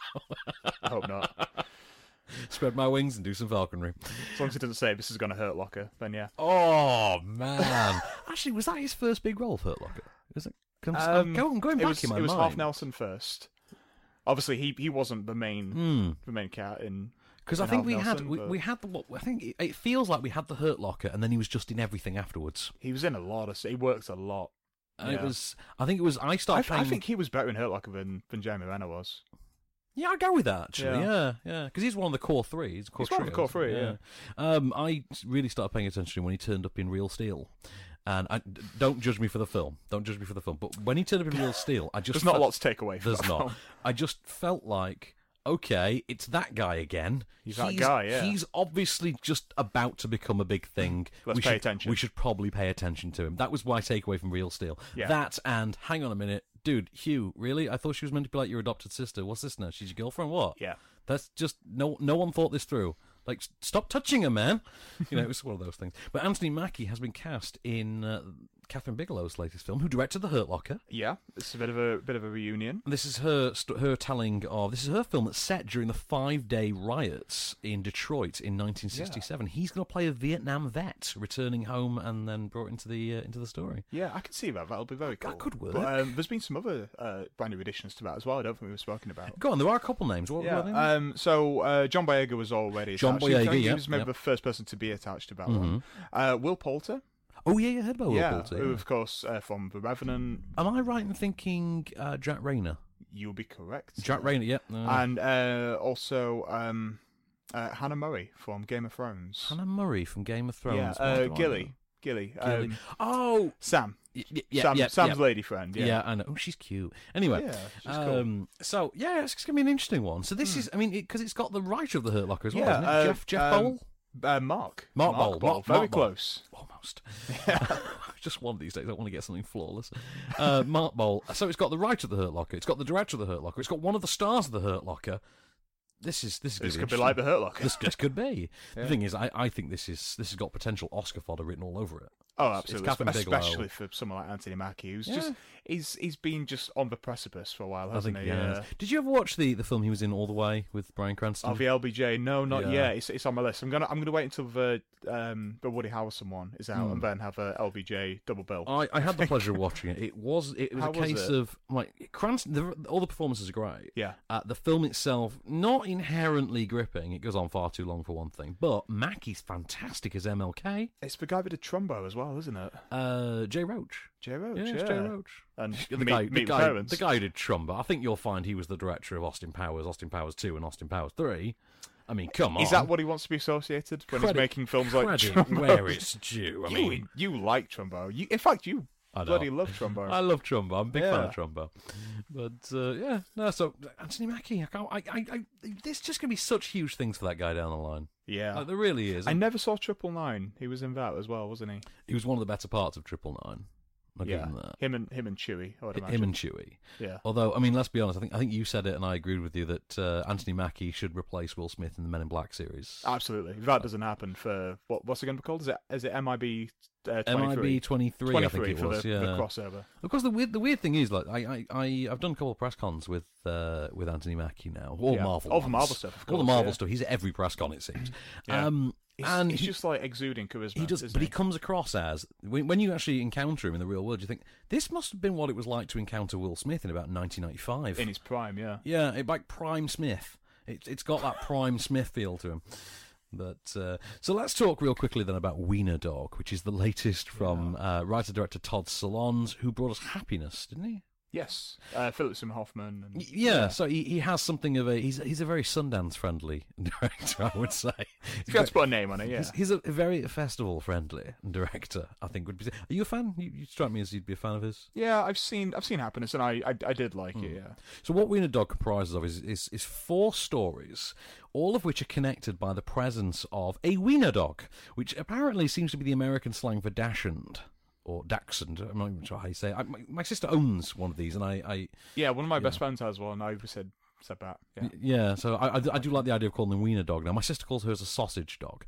Speaker 2: I hope not.
Speaker 1: Spread my wings and do some falconry.
Speaker 2: As long as it doesn't say this is going to hurt Locker, then yeah.
Speaker 1: Oh man! Actually, was that his first big role, Hurt Locker? Was it? I'm,
Speaker 2: Um,
Speaker 1: I'm, I'm going
Speaker 2: it
Speaker 1: back
Speaker 2: was,
Speaker 1: in my
Speaker 2: It was
Speaker 1: mind.
Speaker 2: half Nelson first. Obviously, he, he wasn't the main
Speaker 1: Hmm.
Speaker 2: the main cat in
Speaker 1: Because
Speaker 2: in
Speaker 1: I think
Speaker 2: Half
Speaker 1: we had
Speaker 2: Nelson,
Speaker 1: we,
Speaker 2: but
Speaker 1: we had the what I think it, it feels like we had the Hurt Locker, and then he was just in everything afterwards.
Speaker 2: he was in a lot of he worked a lot.
Speaker 1: And it
Speaker 2: Yeah.
Speaker 1: was I think it was I started
Speaker 2: I, I
Speaker 1: playing.
Speaker 2: think he was better in Hurt Locker than than Jeremy Renner was.
Speaker 1: Yeah, I'll go with that actually.
Speaker 2: Yeah.
Speaker 1: Yeah, yeah, because he's one of the core three. He's, a core
Speaker 2: He's one of the
Speaker 1: trio,
Speaker 2: core
Speaker 1: isn't he?
Speaker 2: three,
Speaker 1: Um, I really started paying attention when he turned up in Real Steel, and I d- don't judge me for the film. Don't judge me for the film. But when he turned up in Real Steel, I just
Speaker 2: There's not
Speaker 1: felt-
Speaker 2: a lot to take away from
Speaker 1: there's
Speaker 2: that
Speaker 1: not.
Speaker 2: film.
Speaker 1: I just felt like. Okay, it's that guy again.
Speaker 2: He's that guy, yeah.
Speaker 1: He's obviously just about to become a big thing.
Speaker 2: Let's
Speaker 1: we
Speaker 2: pay
Speaker 1: should,
Speaker 2: attention.
Speaker 1: We should probably pay attention to him. That was my takeaway from Real Steel.
Speaker 2: Yeah.
Speaker 1: That and hang on a minute, dude, Hugh, really? I thought she was meant to be like your adopted sister. What's this now? She's your girlfriend? What?
Speaker 2: Yeah.
Speaker 1: That's just no no one thought this through. Like, s- stop touching her, man. You know, it was one of those things. But Anthony Mackie has been cast in uh, Catherine Bigelow's latest film, who directed The Hurt Locker.
Speaker 2: Yeah, it's a bit of a bit of a reunion.
Speaker 1: And This is her st- her telling of this is her film that's set during the five day riots in Detroit in 1967. He's going to play a Vietnam vet returning home and then brought into the uh, into the story.
Speaker 2: Yeah, I can see that. That'll be very cool. That could
Speaker 1: work.
Speaker 2: But, um, there's been some other uh, brand new additions to that as well. I don't think we've spoken about.
Speaker 1: Go on, there are a couple names. What,
Speaker 2: Yeah.
Speaker 1: what are they?
Speaker 2: Um, so uh, John Boyega was already
Speaker 1: John
Speaker 2: attached. He was-
Speaker 1: Boyega,
Speaker 2: I think He
Speaker 1: yeah,
Speaker 2: was maybe
Speaker 1: yeah.
Speaker 2: the first person to be attached to that
Speaker 1: Mhm.
Speaker 2: one. Uh, Will Poulter.
Speaker 1: oh yeah, you heard about Will
Speaker 2: yeah,
Speaker 1: Poulter,
Speaker 2: who
Speaker 1: yeah.
Speaker 2: of course uh, from The Revenant.
Speaker 1: Am I right in thinking uh, Jack Rayner?
Speaker 2: You'll be correct.
Speaker 1: Jack Rayner, yeah. no.
Speaker 2: And uh, also um, uh, Hannah Murray from Game of Thrones.
Speaker 1: Hannah Murray from Game of Thrones.
Speaker 2: Yeah,
Speaker 1: Why
Speaker 2: uh,
Speaker 1: do I
Speaker 2: Gilly. Gilly.
Speaker 1: Gilly.
Speaker 2: Um,
Speaker 1: oh,
Speaker 2: Sam.
Speaker 1: Y- yeah,
Speaker 2: Sam,
Speaker 1: yeah,
Speaker 2: Sam's
Speaker 1: yeah.
Speaker 2: lady friend. Yeah.
Speaker 1: I know. Oh, she's cute. Anyway,
Speaker 2: Yeah, she's cool. Hmm.
Speaker 1: um, so yeah, it's gonna be an interesting one. So this is, I mean, because it, has got the writer of the Hurt Locker as well,
Speaker 2: Yeah,
Speaker 1: isn't it?
Speaker 2: uh,
Speaker 1: Jeff Jeff
Speaker 2: um,
Speaker 1: Bowl,
Speaker 2: Uh, Mark.
Speaker 1: Mark, Bowl, Mark,
Speaker 2: Very
Speaker 1: Mark Bowl.
Speaker 2: close.
Speaker 1: almost. Just one of these days, I want to get something flawless. Uh, Mark Bowl. So it's got the writer of the Hurt Locker. It's got the director of the Hurt Locker. It's got one of the stars of the Hurt Locker. This is this is
Speaker 2: This
Speaker 1: gonna
Speaker 2: could be
Speaker 1: interesting.
Speaker 2: like the Hurt Locker.
Speaker 1: This, this could be.
Speaker 2: Yeah.
Speaker 1: The thing is, I, I think this is this has got potential Oscar fodder written all over it.
Speaker 2: Oh,
Speaker 1: It's-
Speaker 2: absolutely.
Speaker 1: It's Catherine Bigelow.
Speaker 2: Especially for someone like Anthony Mackie, who's
Speaker 1: Yeah.
Speaker 2: just he's he's been just on the precipice for a while,
Speaker 1: I
Speaker 2: hasn't
Speaker 1: think
Speaker 2: he?
Speaker 1: yeah. Did you ever watch the, the film he was in All the Way with Brian Cranston?
Speaker 2: Oh, the LBJ. No, not
Speaker 1: Yeah.
Speaker 2: yet. It's, it's on my list. I'm gonna I'm gonna wait until the um the Woody Harrelson one is out,
Speaker 1: Hmm.
Speaker 2: and then have a LBJ double bill.
Speaker 1: I, I had the pleasure of watching it. It was it was
Speaker 2: How
Speaker 1: a
Speaker 2: was
Speaker 1: case
Speaker 2: it?
Speaker 1: of like Cranston. The, all the performances are great.
Speaker 2: Yeah.
Speaker 1: Uh, the film itself not inherently gripping. It goes on far too long for one thing. But Mackie's fantastic as MLK.
Speaker 2: It's the guy with the trumbo as well, isn't it?
Speaker 1: Uh, Jay Roach.
Speaker 2: Jay Roach.
Speaker 1: Yeah, it's Jay Roach.
Speaker 2: And
Speaker 1: The
Speaker 2: Oh, meet,
Speaker 1: guy,
Speaker 2: meet
Speaker 1: the,
Speaker 2: the
Speaker 1: guy,
Speaker 2: parents.
Speaker 1: the guy who did Trumba. I think you'll find he was the director of Austin Powers, Austin Powers Two, and Austin Powers Three. I mean, come on.
Speaker 2: Is that what he wants to be associated when
Speaker 1: Credit-
Speaker 2: he's making films like
Speaker 1: credit
Speaker 2: Trumbo?
Speaker 1: where it's due, I
Speaker 2: you,
Speaker 1: mean-
Speaker 2: you like Trumbo. You, in fact, you
Speaker 1: I know.
Speaker 2: bloody love Trumbo.
Speaker 1: I love Trumbo. I'm a big fan
Speaker 2: Yeah.
Speaker 1: of Trumbo. But uh, yeah, no. So Anthony Mackie, I can't. I, I, I, there's just going to be such huge things for that guy down the line.
Speaker 2: Yeah.
Speaker 1: Like, there really is.
Speaker 2: I never saw Triple Nine. He was in that as well, wasn't he?
Speaker 1: He was one of the better parts of Triple Nine. I'll give him that.
Speaker 2: Him and him and Chewy. I would
Speaker 1: Hi-
Speaker 2: imagine.
Speaker 1: Him and Chewie.
Speaker 2: Yeah.
Speaker 1: Although, I mean, let's be honest. I think I think you said it, and I agreed with you that uh, Anthony Mackie should replace Will Smith in the Men in Black series.
Speaker 2: Absolutely. If that doesn't happen for what? What's it going to be called? Is it is it MIB? Uh, 23?
Speaker 1: MIB 23, I think it
Speaker 2: for
Speaker 1: was.
Speaker 2: the,
Speaker 1: yeah.
Speaker 2: the crossover.
Speaker 1: Of course, the weird the weird thing is like I I i have done a couple of press cons with uh, with Anthony Mackie now. All
Speaker 2: Yeah.
Speaker 1: Marvel.
Speaker 2: All the
Speaker 1: ones.
Speaker 2: Marvel stuff, of
Speaker 1: all the
Speaker 2: course,
Speaker 1: Marvel
Speaker 2: yeah.
Speaker 1: stuff. He's at every press con it seems.
Speaker 2: Yeah.
Speaker 1: Um,
Speaker 2: He's,
Speaker 1: and
Speaker 2: he's
Speaker 1: he,
Speaker 2: just like exuding charisma.
Speaker 1: he does,
Speaker 2: isn't
Speaker 1: but he comes across as when, when you actually encounter him in the real world, you think this must have been what it was like to encounter Will Smith in about 1995.
Speaker 2: in his prime. Yeah.
Speaker 1: Yeah, it, like Prime Smith. It, it's got that Prime Smith feel to him. But uh, so let's talk real quickly then about Wiener Dog, which is the latest from uh, writer director Todd Solondz, who brought us happiness, didn't he?
Speaker 2: Yes. Uh, Philip Seymour Hoffman. And,
Speaker 1: Y- Yeah, so he, he has something of a he's he's a very Sundance friendly director, I would say.
Speaker 2: If you had to put a name on it, yeah.
Speaker 1: He's, he's a very festival friendly director. I think would be. Are you a fan? You, you strike me as you'd be a fan of his.
Speaker 2: Yeah, I've seen I've seen Happiness, and I I, I did like it.
Speaker 1: Hmm.
Speaker 2: Yeah.
Speaker 1: So what We and a Dog comprises of is, is is four stories, all of which are connected by the presence of a wiener dog, which apparently seems to be the American slang for dachshund or dachshund. I'm not even sure how you say. It. I, my, my sister owns one of these, and I, I
Speaker 2: Yeah, one of my best friends has one. I said, said that. Yeah.
Speaker 1: Yeah, so I, I, I do like the idea of calling them wiener dog. Now, my sister calls hers a sausage dog,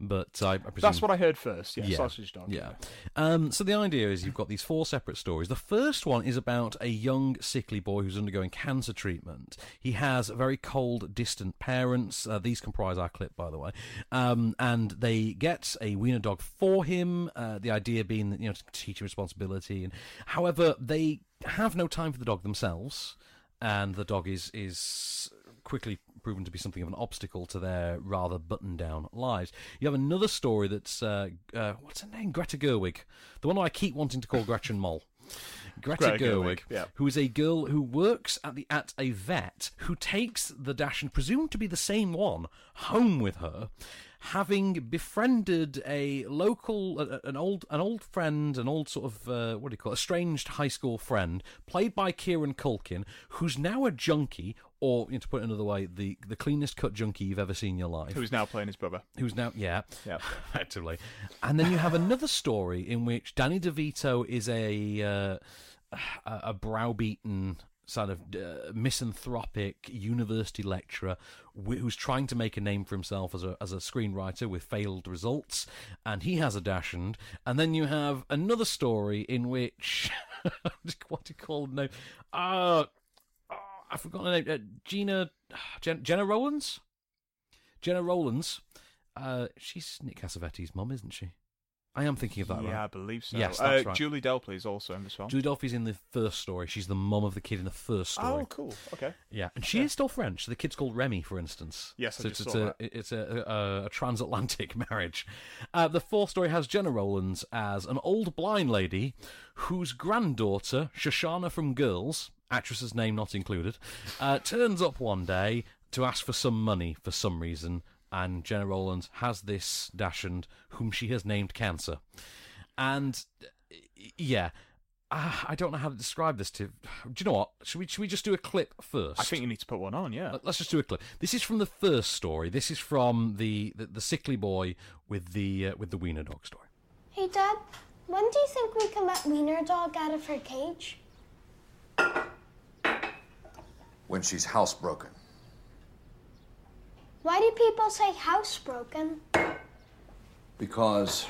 Speaker 1: but I, I presume
Speaker 2: That's what I heard first. Yeah, sausage dog.
Speaker 1: Yeah. Um, so the idea is you've got these four separate stories. The first one is about a young, sickly boy who's undergoing cancer treatment. He has very cold, distant parents. Uh, these comprise our clip, by the way. Um, and they get a wiener dog for him. Uh, the idea being that you know to teach him responsibility. And however, they have no time for the dog themselves, and the dog is is quickly proven to be something of an obstacle to their rather button down lives. You have another story that's uh, uh, what's her name? Greta Gerwig, the one I keep wanting to call Gretchen Moll. Greta,
Speaker 2: Greta
Speaker 1: Gerwig,
Speaker 2: Gerwig, yeah.
Speaker 1: who is a girl who works at the at a vet, who takes the dash and presumed to be the same one home with her, having befriended a local, a- a- an old, an old friend, an old sort of uh, what do you call, it, estranged high school friend, played by Kieran Culkin, who's now a junkie, or you know, to put it another way, the the cleanest cut junkie you've ever seen in your life
Speaker 2: Who's now playing his brother?
Speaker 1: who's now yeah, effectively. And then you have another story in which Danny DeVito is a uh, a a browbeaten sort of uh, misanthropic university lecturer wh- who's trying to make a name for himself as a as a screenwriter with failed results and he has a dashend and then you have another story in which what do you call the name uh oh, I've forgotten the name uh, Gina Gen- Jenna Rollins Jenna Rollins. Uh, she's Nick Cassavetes' mum, isn't she? I am thinking of that, right?
Speaker 2: Yeah, I believe so.
Speaker 1: Yes, that's
Speaker 2: uh,
Speaker 1: right.
Speaker 2: Julie Delpy is also in this film.
Speaker 1: Julie Delpy's in the first story. She's the mum of the kid in the first story.
Speaker 2: Oh, cool. Okay.
Speaker 1: Yeah, and she is still French. So the kid's called Remy, for instance.
Speaker 2: Yes, I
Speaker 1: so
Speaker 2: just
Speaker 1: it's,
Speaker 2: saw
Speaker 1: it's a, It's a, a, a transatlantic marriage. Uh, the fourth story has Jenna Rollins as an old blind lady whose granddaughter, Shoshana from Girls, actress's name not included, uh, turns up one day to ask for some money for some reason, and Jenna Rollins has this dashend whom she has named Cancer. And uh, yeah. Ah, I don't know how to describe this to. Do you know what? Should we should we just do a clip first?
Speaker 2: I think you need to put one on. Yeah.
Speaker 1: Let- Let's just do a clip. This is from the first story. This is from the the, the sickly boy with the uh, with the wiener dog story.
Speaker 17: Hey, Dad, when do you think we can let Wiener Dog out of her cage?
Speaker 18: when she's housebroken.
Speaker 17: Why do people say housebroken?
Speaker 18: Because,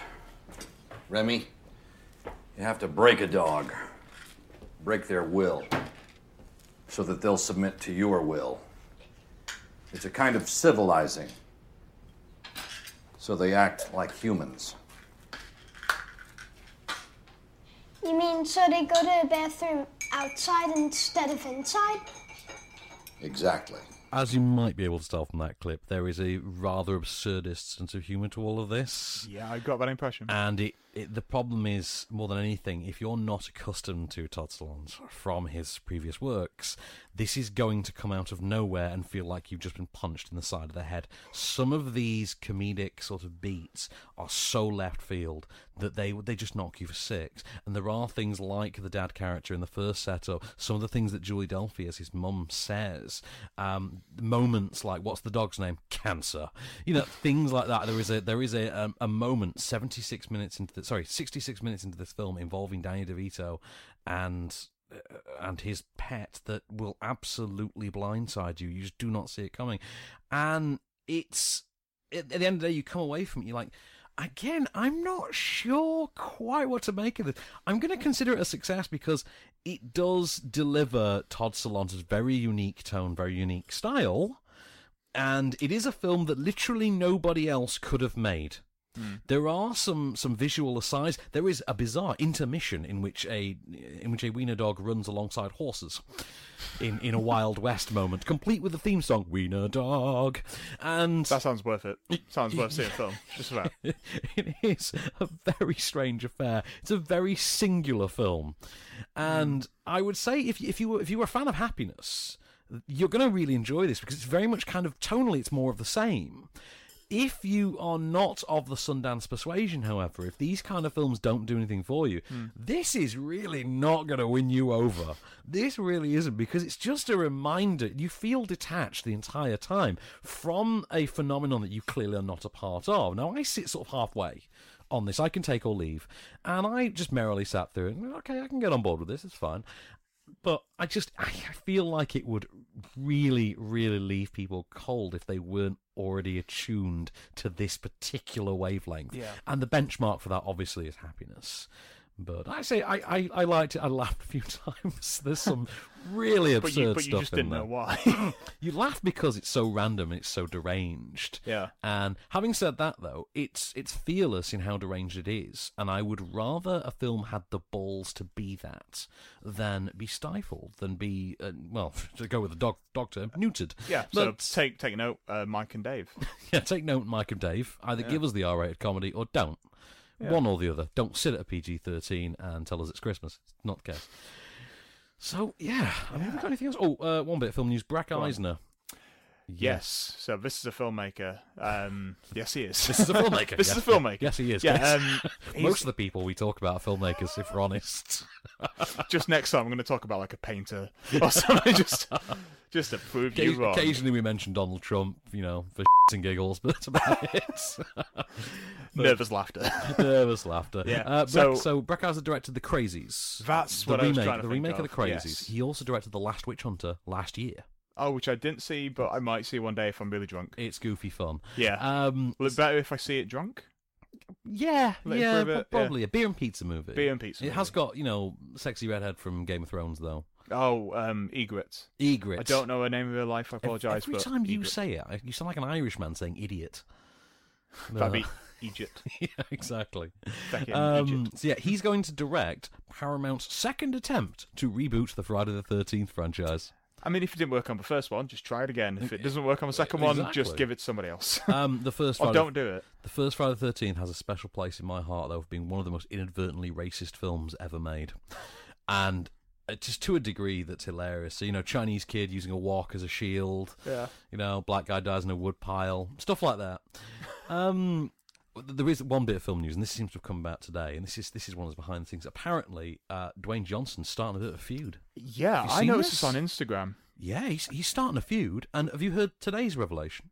Speaker 18: Remy, you have to break a dog, break their will, so that they'll submit to your will. It's a kind of civilizing, so they act like humans.
Speaker 17: You mean so they go to the bathroom outside instead of inside?
Speaker 18: Exactly.
Speaker 1: As you might be able to tell from that clip, there is a rather absurdist sense of humour to all of this.
Speaker 2: Yeah, I got that impression.
Speaker 1: And it, it, the problem is, more than anything, if you're not accustomed to Todd Solondz from his previous works, this is going to come out of nowhere and feel like you've just been punched in the side of the head. Some of these comedic sort of beats are so left field that they they just knock you for six. And there are things like the dad character in the first setup, some of the things that Julie Delphi as his mum says, um, moments like what's the dog's name? Cancer. You know things like that. There is a there is a um, a moment seventy six minutes into the, sorry sixty six minutes into this film involving Danny DeVito and uh, and his pet that will absolutely blindside you. You just do not see it coming, and it's at at the end of the day you come away from it. You're like. Again, I'm not sure quite what to make of this. I'm going to consider it a success because it does deliver Todd Solondz's very unique tone, very unique style, and it is a film that literally nobody else could have made. There are some, some visual asides. There is a bizarre intermission in which a in which a wiener dog runs alongside horses, in in a Wild West moment, complete with the theme song "Wiener Dog," and
Speaker 2: That sounds worth it. Sounds worth seeing a film. Just about.
Speaker 1: it is a very strange affair. It's a very singular film, and I would say if you- if you were, if you were a fan of happiness, you're going to really enjoy this because it's very much kind of tonally, it's more of the same. If you are not of the Sundance persuasion, however, if these kind of films don't do anything for you, this is really not going to win you over. This really isn't because it's just a reminder. You feel detached the entire time from a phenomenon that you clearly are not a part of. Now, I sit sort of halfway on this. I can take or leave. And I just merrily sat through it and, okay, I can get on board with this. It's fine But I just I feel like it would really, really leave people cold if they weren't already attuned to this particular wavelength.
Speaker 19: Yeah.
Speaker 1: And the benchmark for that obviously is happiness. But I say I, I, I liked it. I laughed a few times. There's some really
Speaker 2: But
Speaker 1: absurd
Speaker 2: you- but you
Speaker 1: stuff.
Speaker 2: just
Speaker 1: in
Speaker 2: didn't
Speaker 1: there.
Speaker 2: know
Speaker 1: why. you laugh because it's so random. and It's so deranged.
Speaker 2: Yeah.
Speaker 1: And having said that, though, it's it's fearless in how deranged it is, and I would rather a film had the balls to be that than be stifled, than be uh, well, to go with the dog dog term, neutered.
Speaker 2: Yeah,
Speaker 1: But
Speaker 2: so take take note, uh, Mike and Dave.
Speaker 1: yeah, take note, Mike and Dave. Either
Speaker 2: Yeah.
Speaker 1: give us the R-rated comedy or don't.
Speaker 2: Yeah.
Speaker 1: One or the other. Don't sit at a PG-13 and tell us it's Christmas. It's not the case. So yeah, I mean, have we got anything else? Oh, uh, one bit of film news: Brack
Speaker 2: on.
Speaker 1: Eisner.
Speaker 2: Yes. So this is a filmmaker. Um, yes, he is.
Speaker 1: This is a filmmaker.
Speaker 2: this
Speaker 1: yes,
Speaker 2: is a filmmaker.
Speaker 1: Yes, he is.
Speaker 2: Yeah.
Speaker 1: yes.
Speaker 2: Um,
Speaker 1: Most
Speaker 2: he's-
Speaker 1: of the people we talk about are filmmakers, if we're honest.
Speaker 2: just next time, I'm going to talk about like a painter or something. just, just to prove
Speaker 1: Occa-
Speaker 2: you wrong.
Speaker 1: Occasionally, we mention Donald Trump, you know, for and giggles, but that's about it. But-
Speaker 2: Nervous laughter.
Speaker 1: nervous laughter.
Speaker 2: Yeah.
Speaker 1: Uh,
Speaker 2: So-
Speaker 1: so, so Brackhauser directed The Crazies.
Speaker 2: That's
Speaker 1: the
Speaker 2: what I was
Speaker 1: remake.
Speaker 2: trying to
Speaker 1: the
Speaker 2: think
Speaker 1: remake of,
Speaker 2: of,
Speaker 1: The Crazies.
Speaker 2: yes.
Speaker 1: He also directed The Last Witch Hunter last year.
Speaker 2: Oh, which I didn't see, but I might see one day if I'm really drunk.
Speaker 1: It's goofy fun.
Speaker 2: Yeah.
Speaker 1: Um.
Speaker 2: Will it better if I see it drunk?
Speaker 1: Yeah,
Speaker 2: Let it
Speaker 1: yeah,
Speaker 2: prove it,
Speaker 1: prob- probably a beer and pizza movie.
Speaker 2: Beer and pizza
Speaker 1: It has got you know sexy redhead from Game of Thrones though.
Speaker 2: Oh, um, Egret.
Speaker 1: Egret.
Speaker 2: I don't know her name in real life. I
Speaker 1: Ev-
Speaker 2: apologise.
Speaker 1: Every
Speaker 2: but
Speaker 1: time you
Speaker 2: Egret.
Speaker 1: say it, I- you sound like an Irishman saying idiot.
Speaker 2: That'd
Speaker 1: No.
Speaker 2: be Egypt.
Speaker 1: yeah, exactly.
Speaker 2: Fucking
Speaker 1: Um, so yeah, he's going to direct Paramount's second attempt to reboot the Friday the Thirteenth franchise.
Speaker 2: I mean, if it didn't work on the first one, just try it again. If it doesn't work on the second one, just
Speaker 1: Exactly.
Speaker 2: give it to somebody else.
Speaker 1: Um, the first
Speaker 2: Or
Speaker 1: Friday-
Speaker 2: don't do it.
Speaker 1: The first Friday the Thirteenth has a special place in my heart, though, of being one of the most inadvertently racist films ever made, and uh, just to a degree that's hilarious. So you know, Chinese kid using a walk as a shield.
Speaker 2: Yeah.
Speaker 1: You know, black guy dies in a wood pile. Stuff like that. Um. There is one bit of film news, and this seems to have come about today. And this is this is one of those behind the scenes. Apparently, uh, Dwayne Johnson's starting a bit of a feud.
Speaker 2: Yeah,
Speaker 1: Have you
Speaker 2: I
Speaker 1: seen
Speaker 2: noticed
Speaker 1: this?
Speaker 2: this on Instagram.
Speaker 1: Yeah, he's he's starting a feud. And have you heard today's revelation?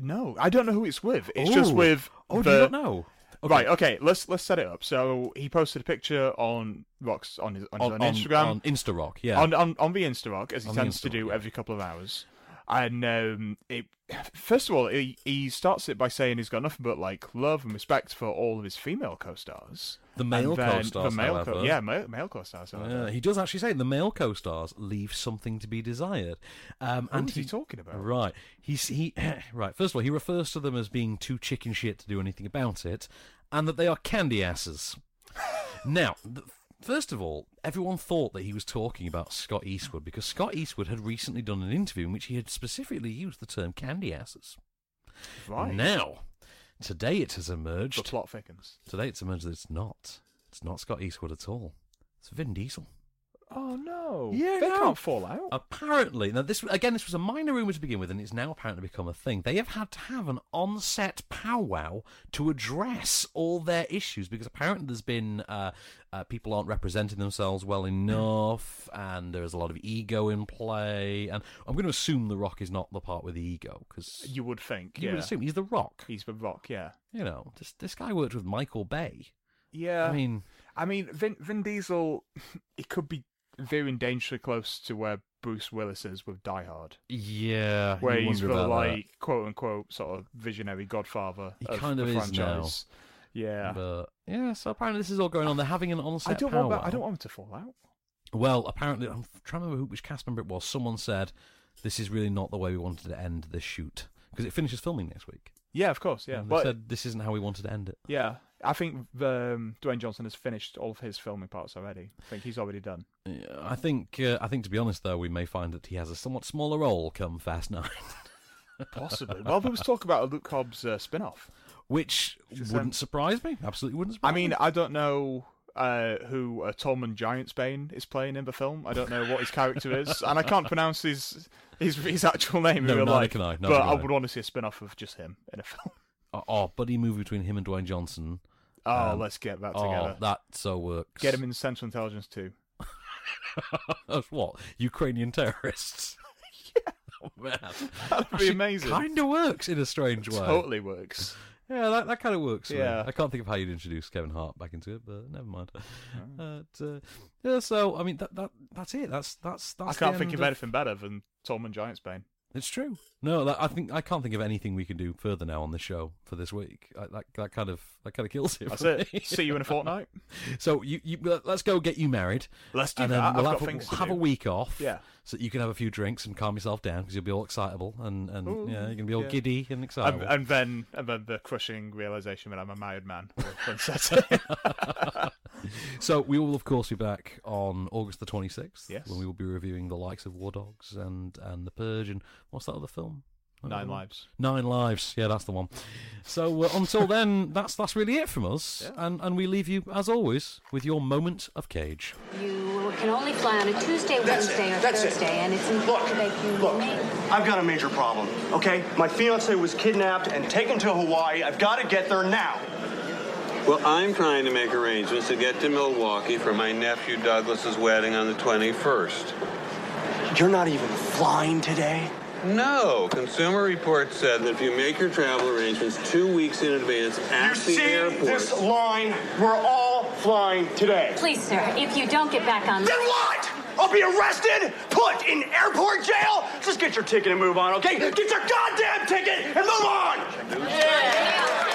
Speaker 2: No, I don't know who it's with. It's just
Speaker 1: Oh.
Speaker 2: with.
Speaker 1: Oh, do
Speaker 2: the...
Speaker 1: you not know?
Speaker 2: Right. Okay. Let's let's set it up. So he posted a picture on rocks on his on, his
Speaker 1: On-
Speaker 2: own
Speaker 1: on-
Speaker 2: Instagram
Speaker 1: on Instarock, yeah.
Speaker 2: on on, on the Instarock as he
Speaker 1: On the
Speaker 2: tends to
Speaker 1: Instarock,
Speaker 2: do every couple of hours. And um, it, first of all, he, he starts it by saying he's got nothing but like love and respect for all of his female co-stars.
Speaker 1: The male
Speaker 2: And then
Speaker 1: co-stars,
Speaker 2: the male co-
Speaker 1: however.
Speaker 2: yeah, male, male co-stars.
Speaker 1: Yeah, Uh, he does actually say the male co-stars leave something to be desired. Um,
Speaker 2: Who
Speaker 1: and
Speaker 2: is he talking about?
Speaker 1: Right, he's he right. First of all, he refers to them as being too chicken shit to do anything about it, and that they are candy asses. now, th- first of all, everyone thought that he was talking about Scott Eastwood because Scott Eastwood had recently done an interview in which he had specifically used the term candy asses.
Speaker 2: Right.
Speaker 1: Now, today it has emerged.
Speaker 2: The plot thickens.
Speaker 1: Today it's emerged that it's not. It's not Scott Eastwood at all. It's Vin Diesel.
Speaker 2: Oh no!
Speaker 1: Yeah,
Speaker 2: they
Speaker 1: no.
Speaker 2: can't fall out.
Speaker 1: Apparently, now this again, this was a minor rumor to begin with, and it's now apparently become a thing. They have had to have an on-set powwow to address all their issues because apparently there's been uh, uh, people aren't representing themselves well enough, and there is a lot of ego in play. And I'm going to assume The Rock is not the part with the ego because
Speaker 2: You would think.
Speaker 1: You
Speaker 2: yeah.
Speaker 1: would assume he's The Rock.
Speaker 2: He's the Rock. Yeah.
Speaker 1: You know, this this guy worked with Michael Bay.
Speaker 2: Yeah.
Speaker 1: I mean-
Speaker 2: I mean, Vin, Vin Diesel, it could be veering dangerously close to where Bruce Willis is with Die Hard,
Speaker 1: Yeah,
Speaker 2: where
Speaker 1: you
Speaker 2: he's
Speaker 1: wonder
Speaker 2: the
Speaker 1: about that.
Speaker 2: like quote unquote sort of visionary godfather
Speaker 1: He
Speaker 2: of
Speaker 1: kind of
Speaker 2: the
Speaker 1: is now.
Speaker 2: franchise. Yeah.
Speaker 1: But yeah, so apparently this is all going on. They're having an
Speaker 2: I
Speaker 1: on-set
Speaker 2: don't
Speaker 1: powwow.
Speaker 2: want that- I don't want him to fall out.
Speaker 1: Well, apparently, I'm trying to remember who, which cast member it was. Someone said, "This is really not the way we wanted to end this shoot because it finishes filming next week."
Speaker 2: Yeah, of course. Yeah.
Speaker 1: And they
Speaker 2: But
Speaker 1: said this isn't how we wanted to end it.
Speaker 2: yeah, I think um, Dwayne Johnson has finished all of his filming parts already. I think he's already done.
Speaker 1: Yeah, I think, uh, I think to be honest, though, we may find that he has a somewhat smaller role come Fast Nine.
Speaker 2: Possibly. well, there was talk about a Luke Hobbs uh, spin-off.
Speaker 1: Which
Speaker 2: is, um,
Speaker 1: wouldn't surprise me. Absolutely wouldn't surprise
Speaker 2: I mean,
Speaker 1: me.
Speaker 2: I don't know uh, who uh, Tom and Giantsbane is playing in the film. I don't know what his character is, and I can't pronounce his his, his actual name in
Speaker 1: No,
Speaker 2: real
Speaker 1: neither
Speaker 2: life.
Speaker 1: can I, neither
Speaker 2: but
Speaker 1: can
Speaker 2: I
Speaker 1: I.
Speaker 2: would want to see a spin-off of just him in a film.
Speaker 1: Oh, oh, buddy movie between him and Dwayne Johnson.
Speaker 2: Oh, let's get that
Speaker 1: oh,
Speaker 2: together.
Speaker 1: that so works.
Speaker 2: Get him in Central Intelligence too.
Speaker 1: That's what Ukrainian terrorists. yeah, oh, man,
Speaker 2: That'd be amazing.
Speaker 1: Kind of works in a strange way.
Speaker 2: Totally works.
Speaker 1: Yeah, that, that kind of works. for me.
Speaker 2: Yeah.
Speaker 1: I can't think of how you'd introduce Kevin Hart back into it, but never mind. But, uh, yeah, so I mean that that that's it. That's that's
Speaker 2: I
Speaker 1: that's. the
Speaker 2: can't think
Speaker 1: end
Speaker 2: of anything better than Tom and Giant's Bane.
Speaker 1: It's true. No, that, I think I can't think of anything we can do further now on the show for this week. I, that that kind of that kind of kills it.
Speaker 2: That's
Speaker 1: for
Speaker 2: it.
Speaker 1: me.
Speaker 2: See you in a fortnight.
Speaker 1: So you, you uh, let's go get you married.
Speaker 2: Let's do
Speaker 1: and then
Speaker 2: that.
Speaker 1: We'll
Speaker 2: I've
Speaker 1: have,
Speaker 2: got
Speaker 1: a-
Speaker 2: things to
Speaker 1: have
Speaker 2: do.
Speaker 1: a week off.
Speaker 2: Yeah.
Speaker 1: So that you can have a few drinks and calm yourself down because you'll be all excitable and and
Speaker 2: Ooh,
Speaker 1: yeah, you're gonna be all
Speaker 2: yeah.
Speaker 1: giddy and
Speaker 2: And,
Speaker 1: excitable.
Speaker 2: and then, and then the crushing realization that I'm a married man. will then set in.
Speaker 1: so we will of course be back on August the 26th
Speaker 2: Yes.
Speaker 1: when we will be reviewing the likes of War Dogs and and The Purge and what's that other film?
Speaker 2: Nine Lives.
Speaker 1: Nine Lives. Yeah, that's the one. So uh, until then, that's that's really it from us, and and we leave you as always with your moment of cage.
Speaker 19: You can only fly on a Tuesday,
Speaker 12: That's it.
Speaker 19: Wednesday, or
Speaker 12: That's it.
Speaker 19: Thursday, and it's important that you
Speaker 12: Look,
Speaker 19: make
Speaker 12: I've got a major problem, okay? My fiance was kidnapped and taken to Hawaii. I've got to get there now.
Speaker 14: Well, I'm trying to make arrangements to get to Milwaukee for my nephew Douglas's wedding on the 21st.
Speaker 12: You're not even flying today?
Speaker 14: No, Consumer Reports said that if you make your travel arrangements two weeks in advance at the airport,
Speaker 12: This line, we're all flying today.
Speaker 19: Please, sir, if you don't get back on.
Speaker 12: Then what? I'll be arrested, put in airport jail. Just get your ticket and move on, okay? Get your goddamn ticket and move on.
Speaker 19: Yeah.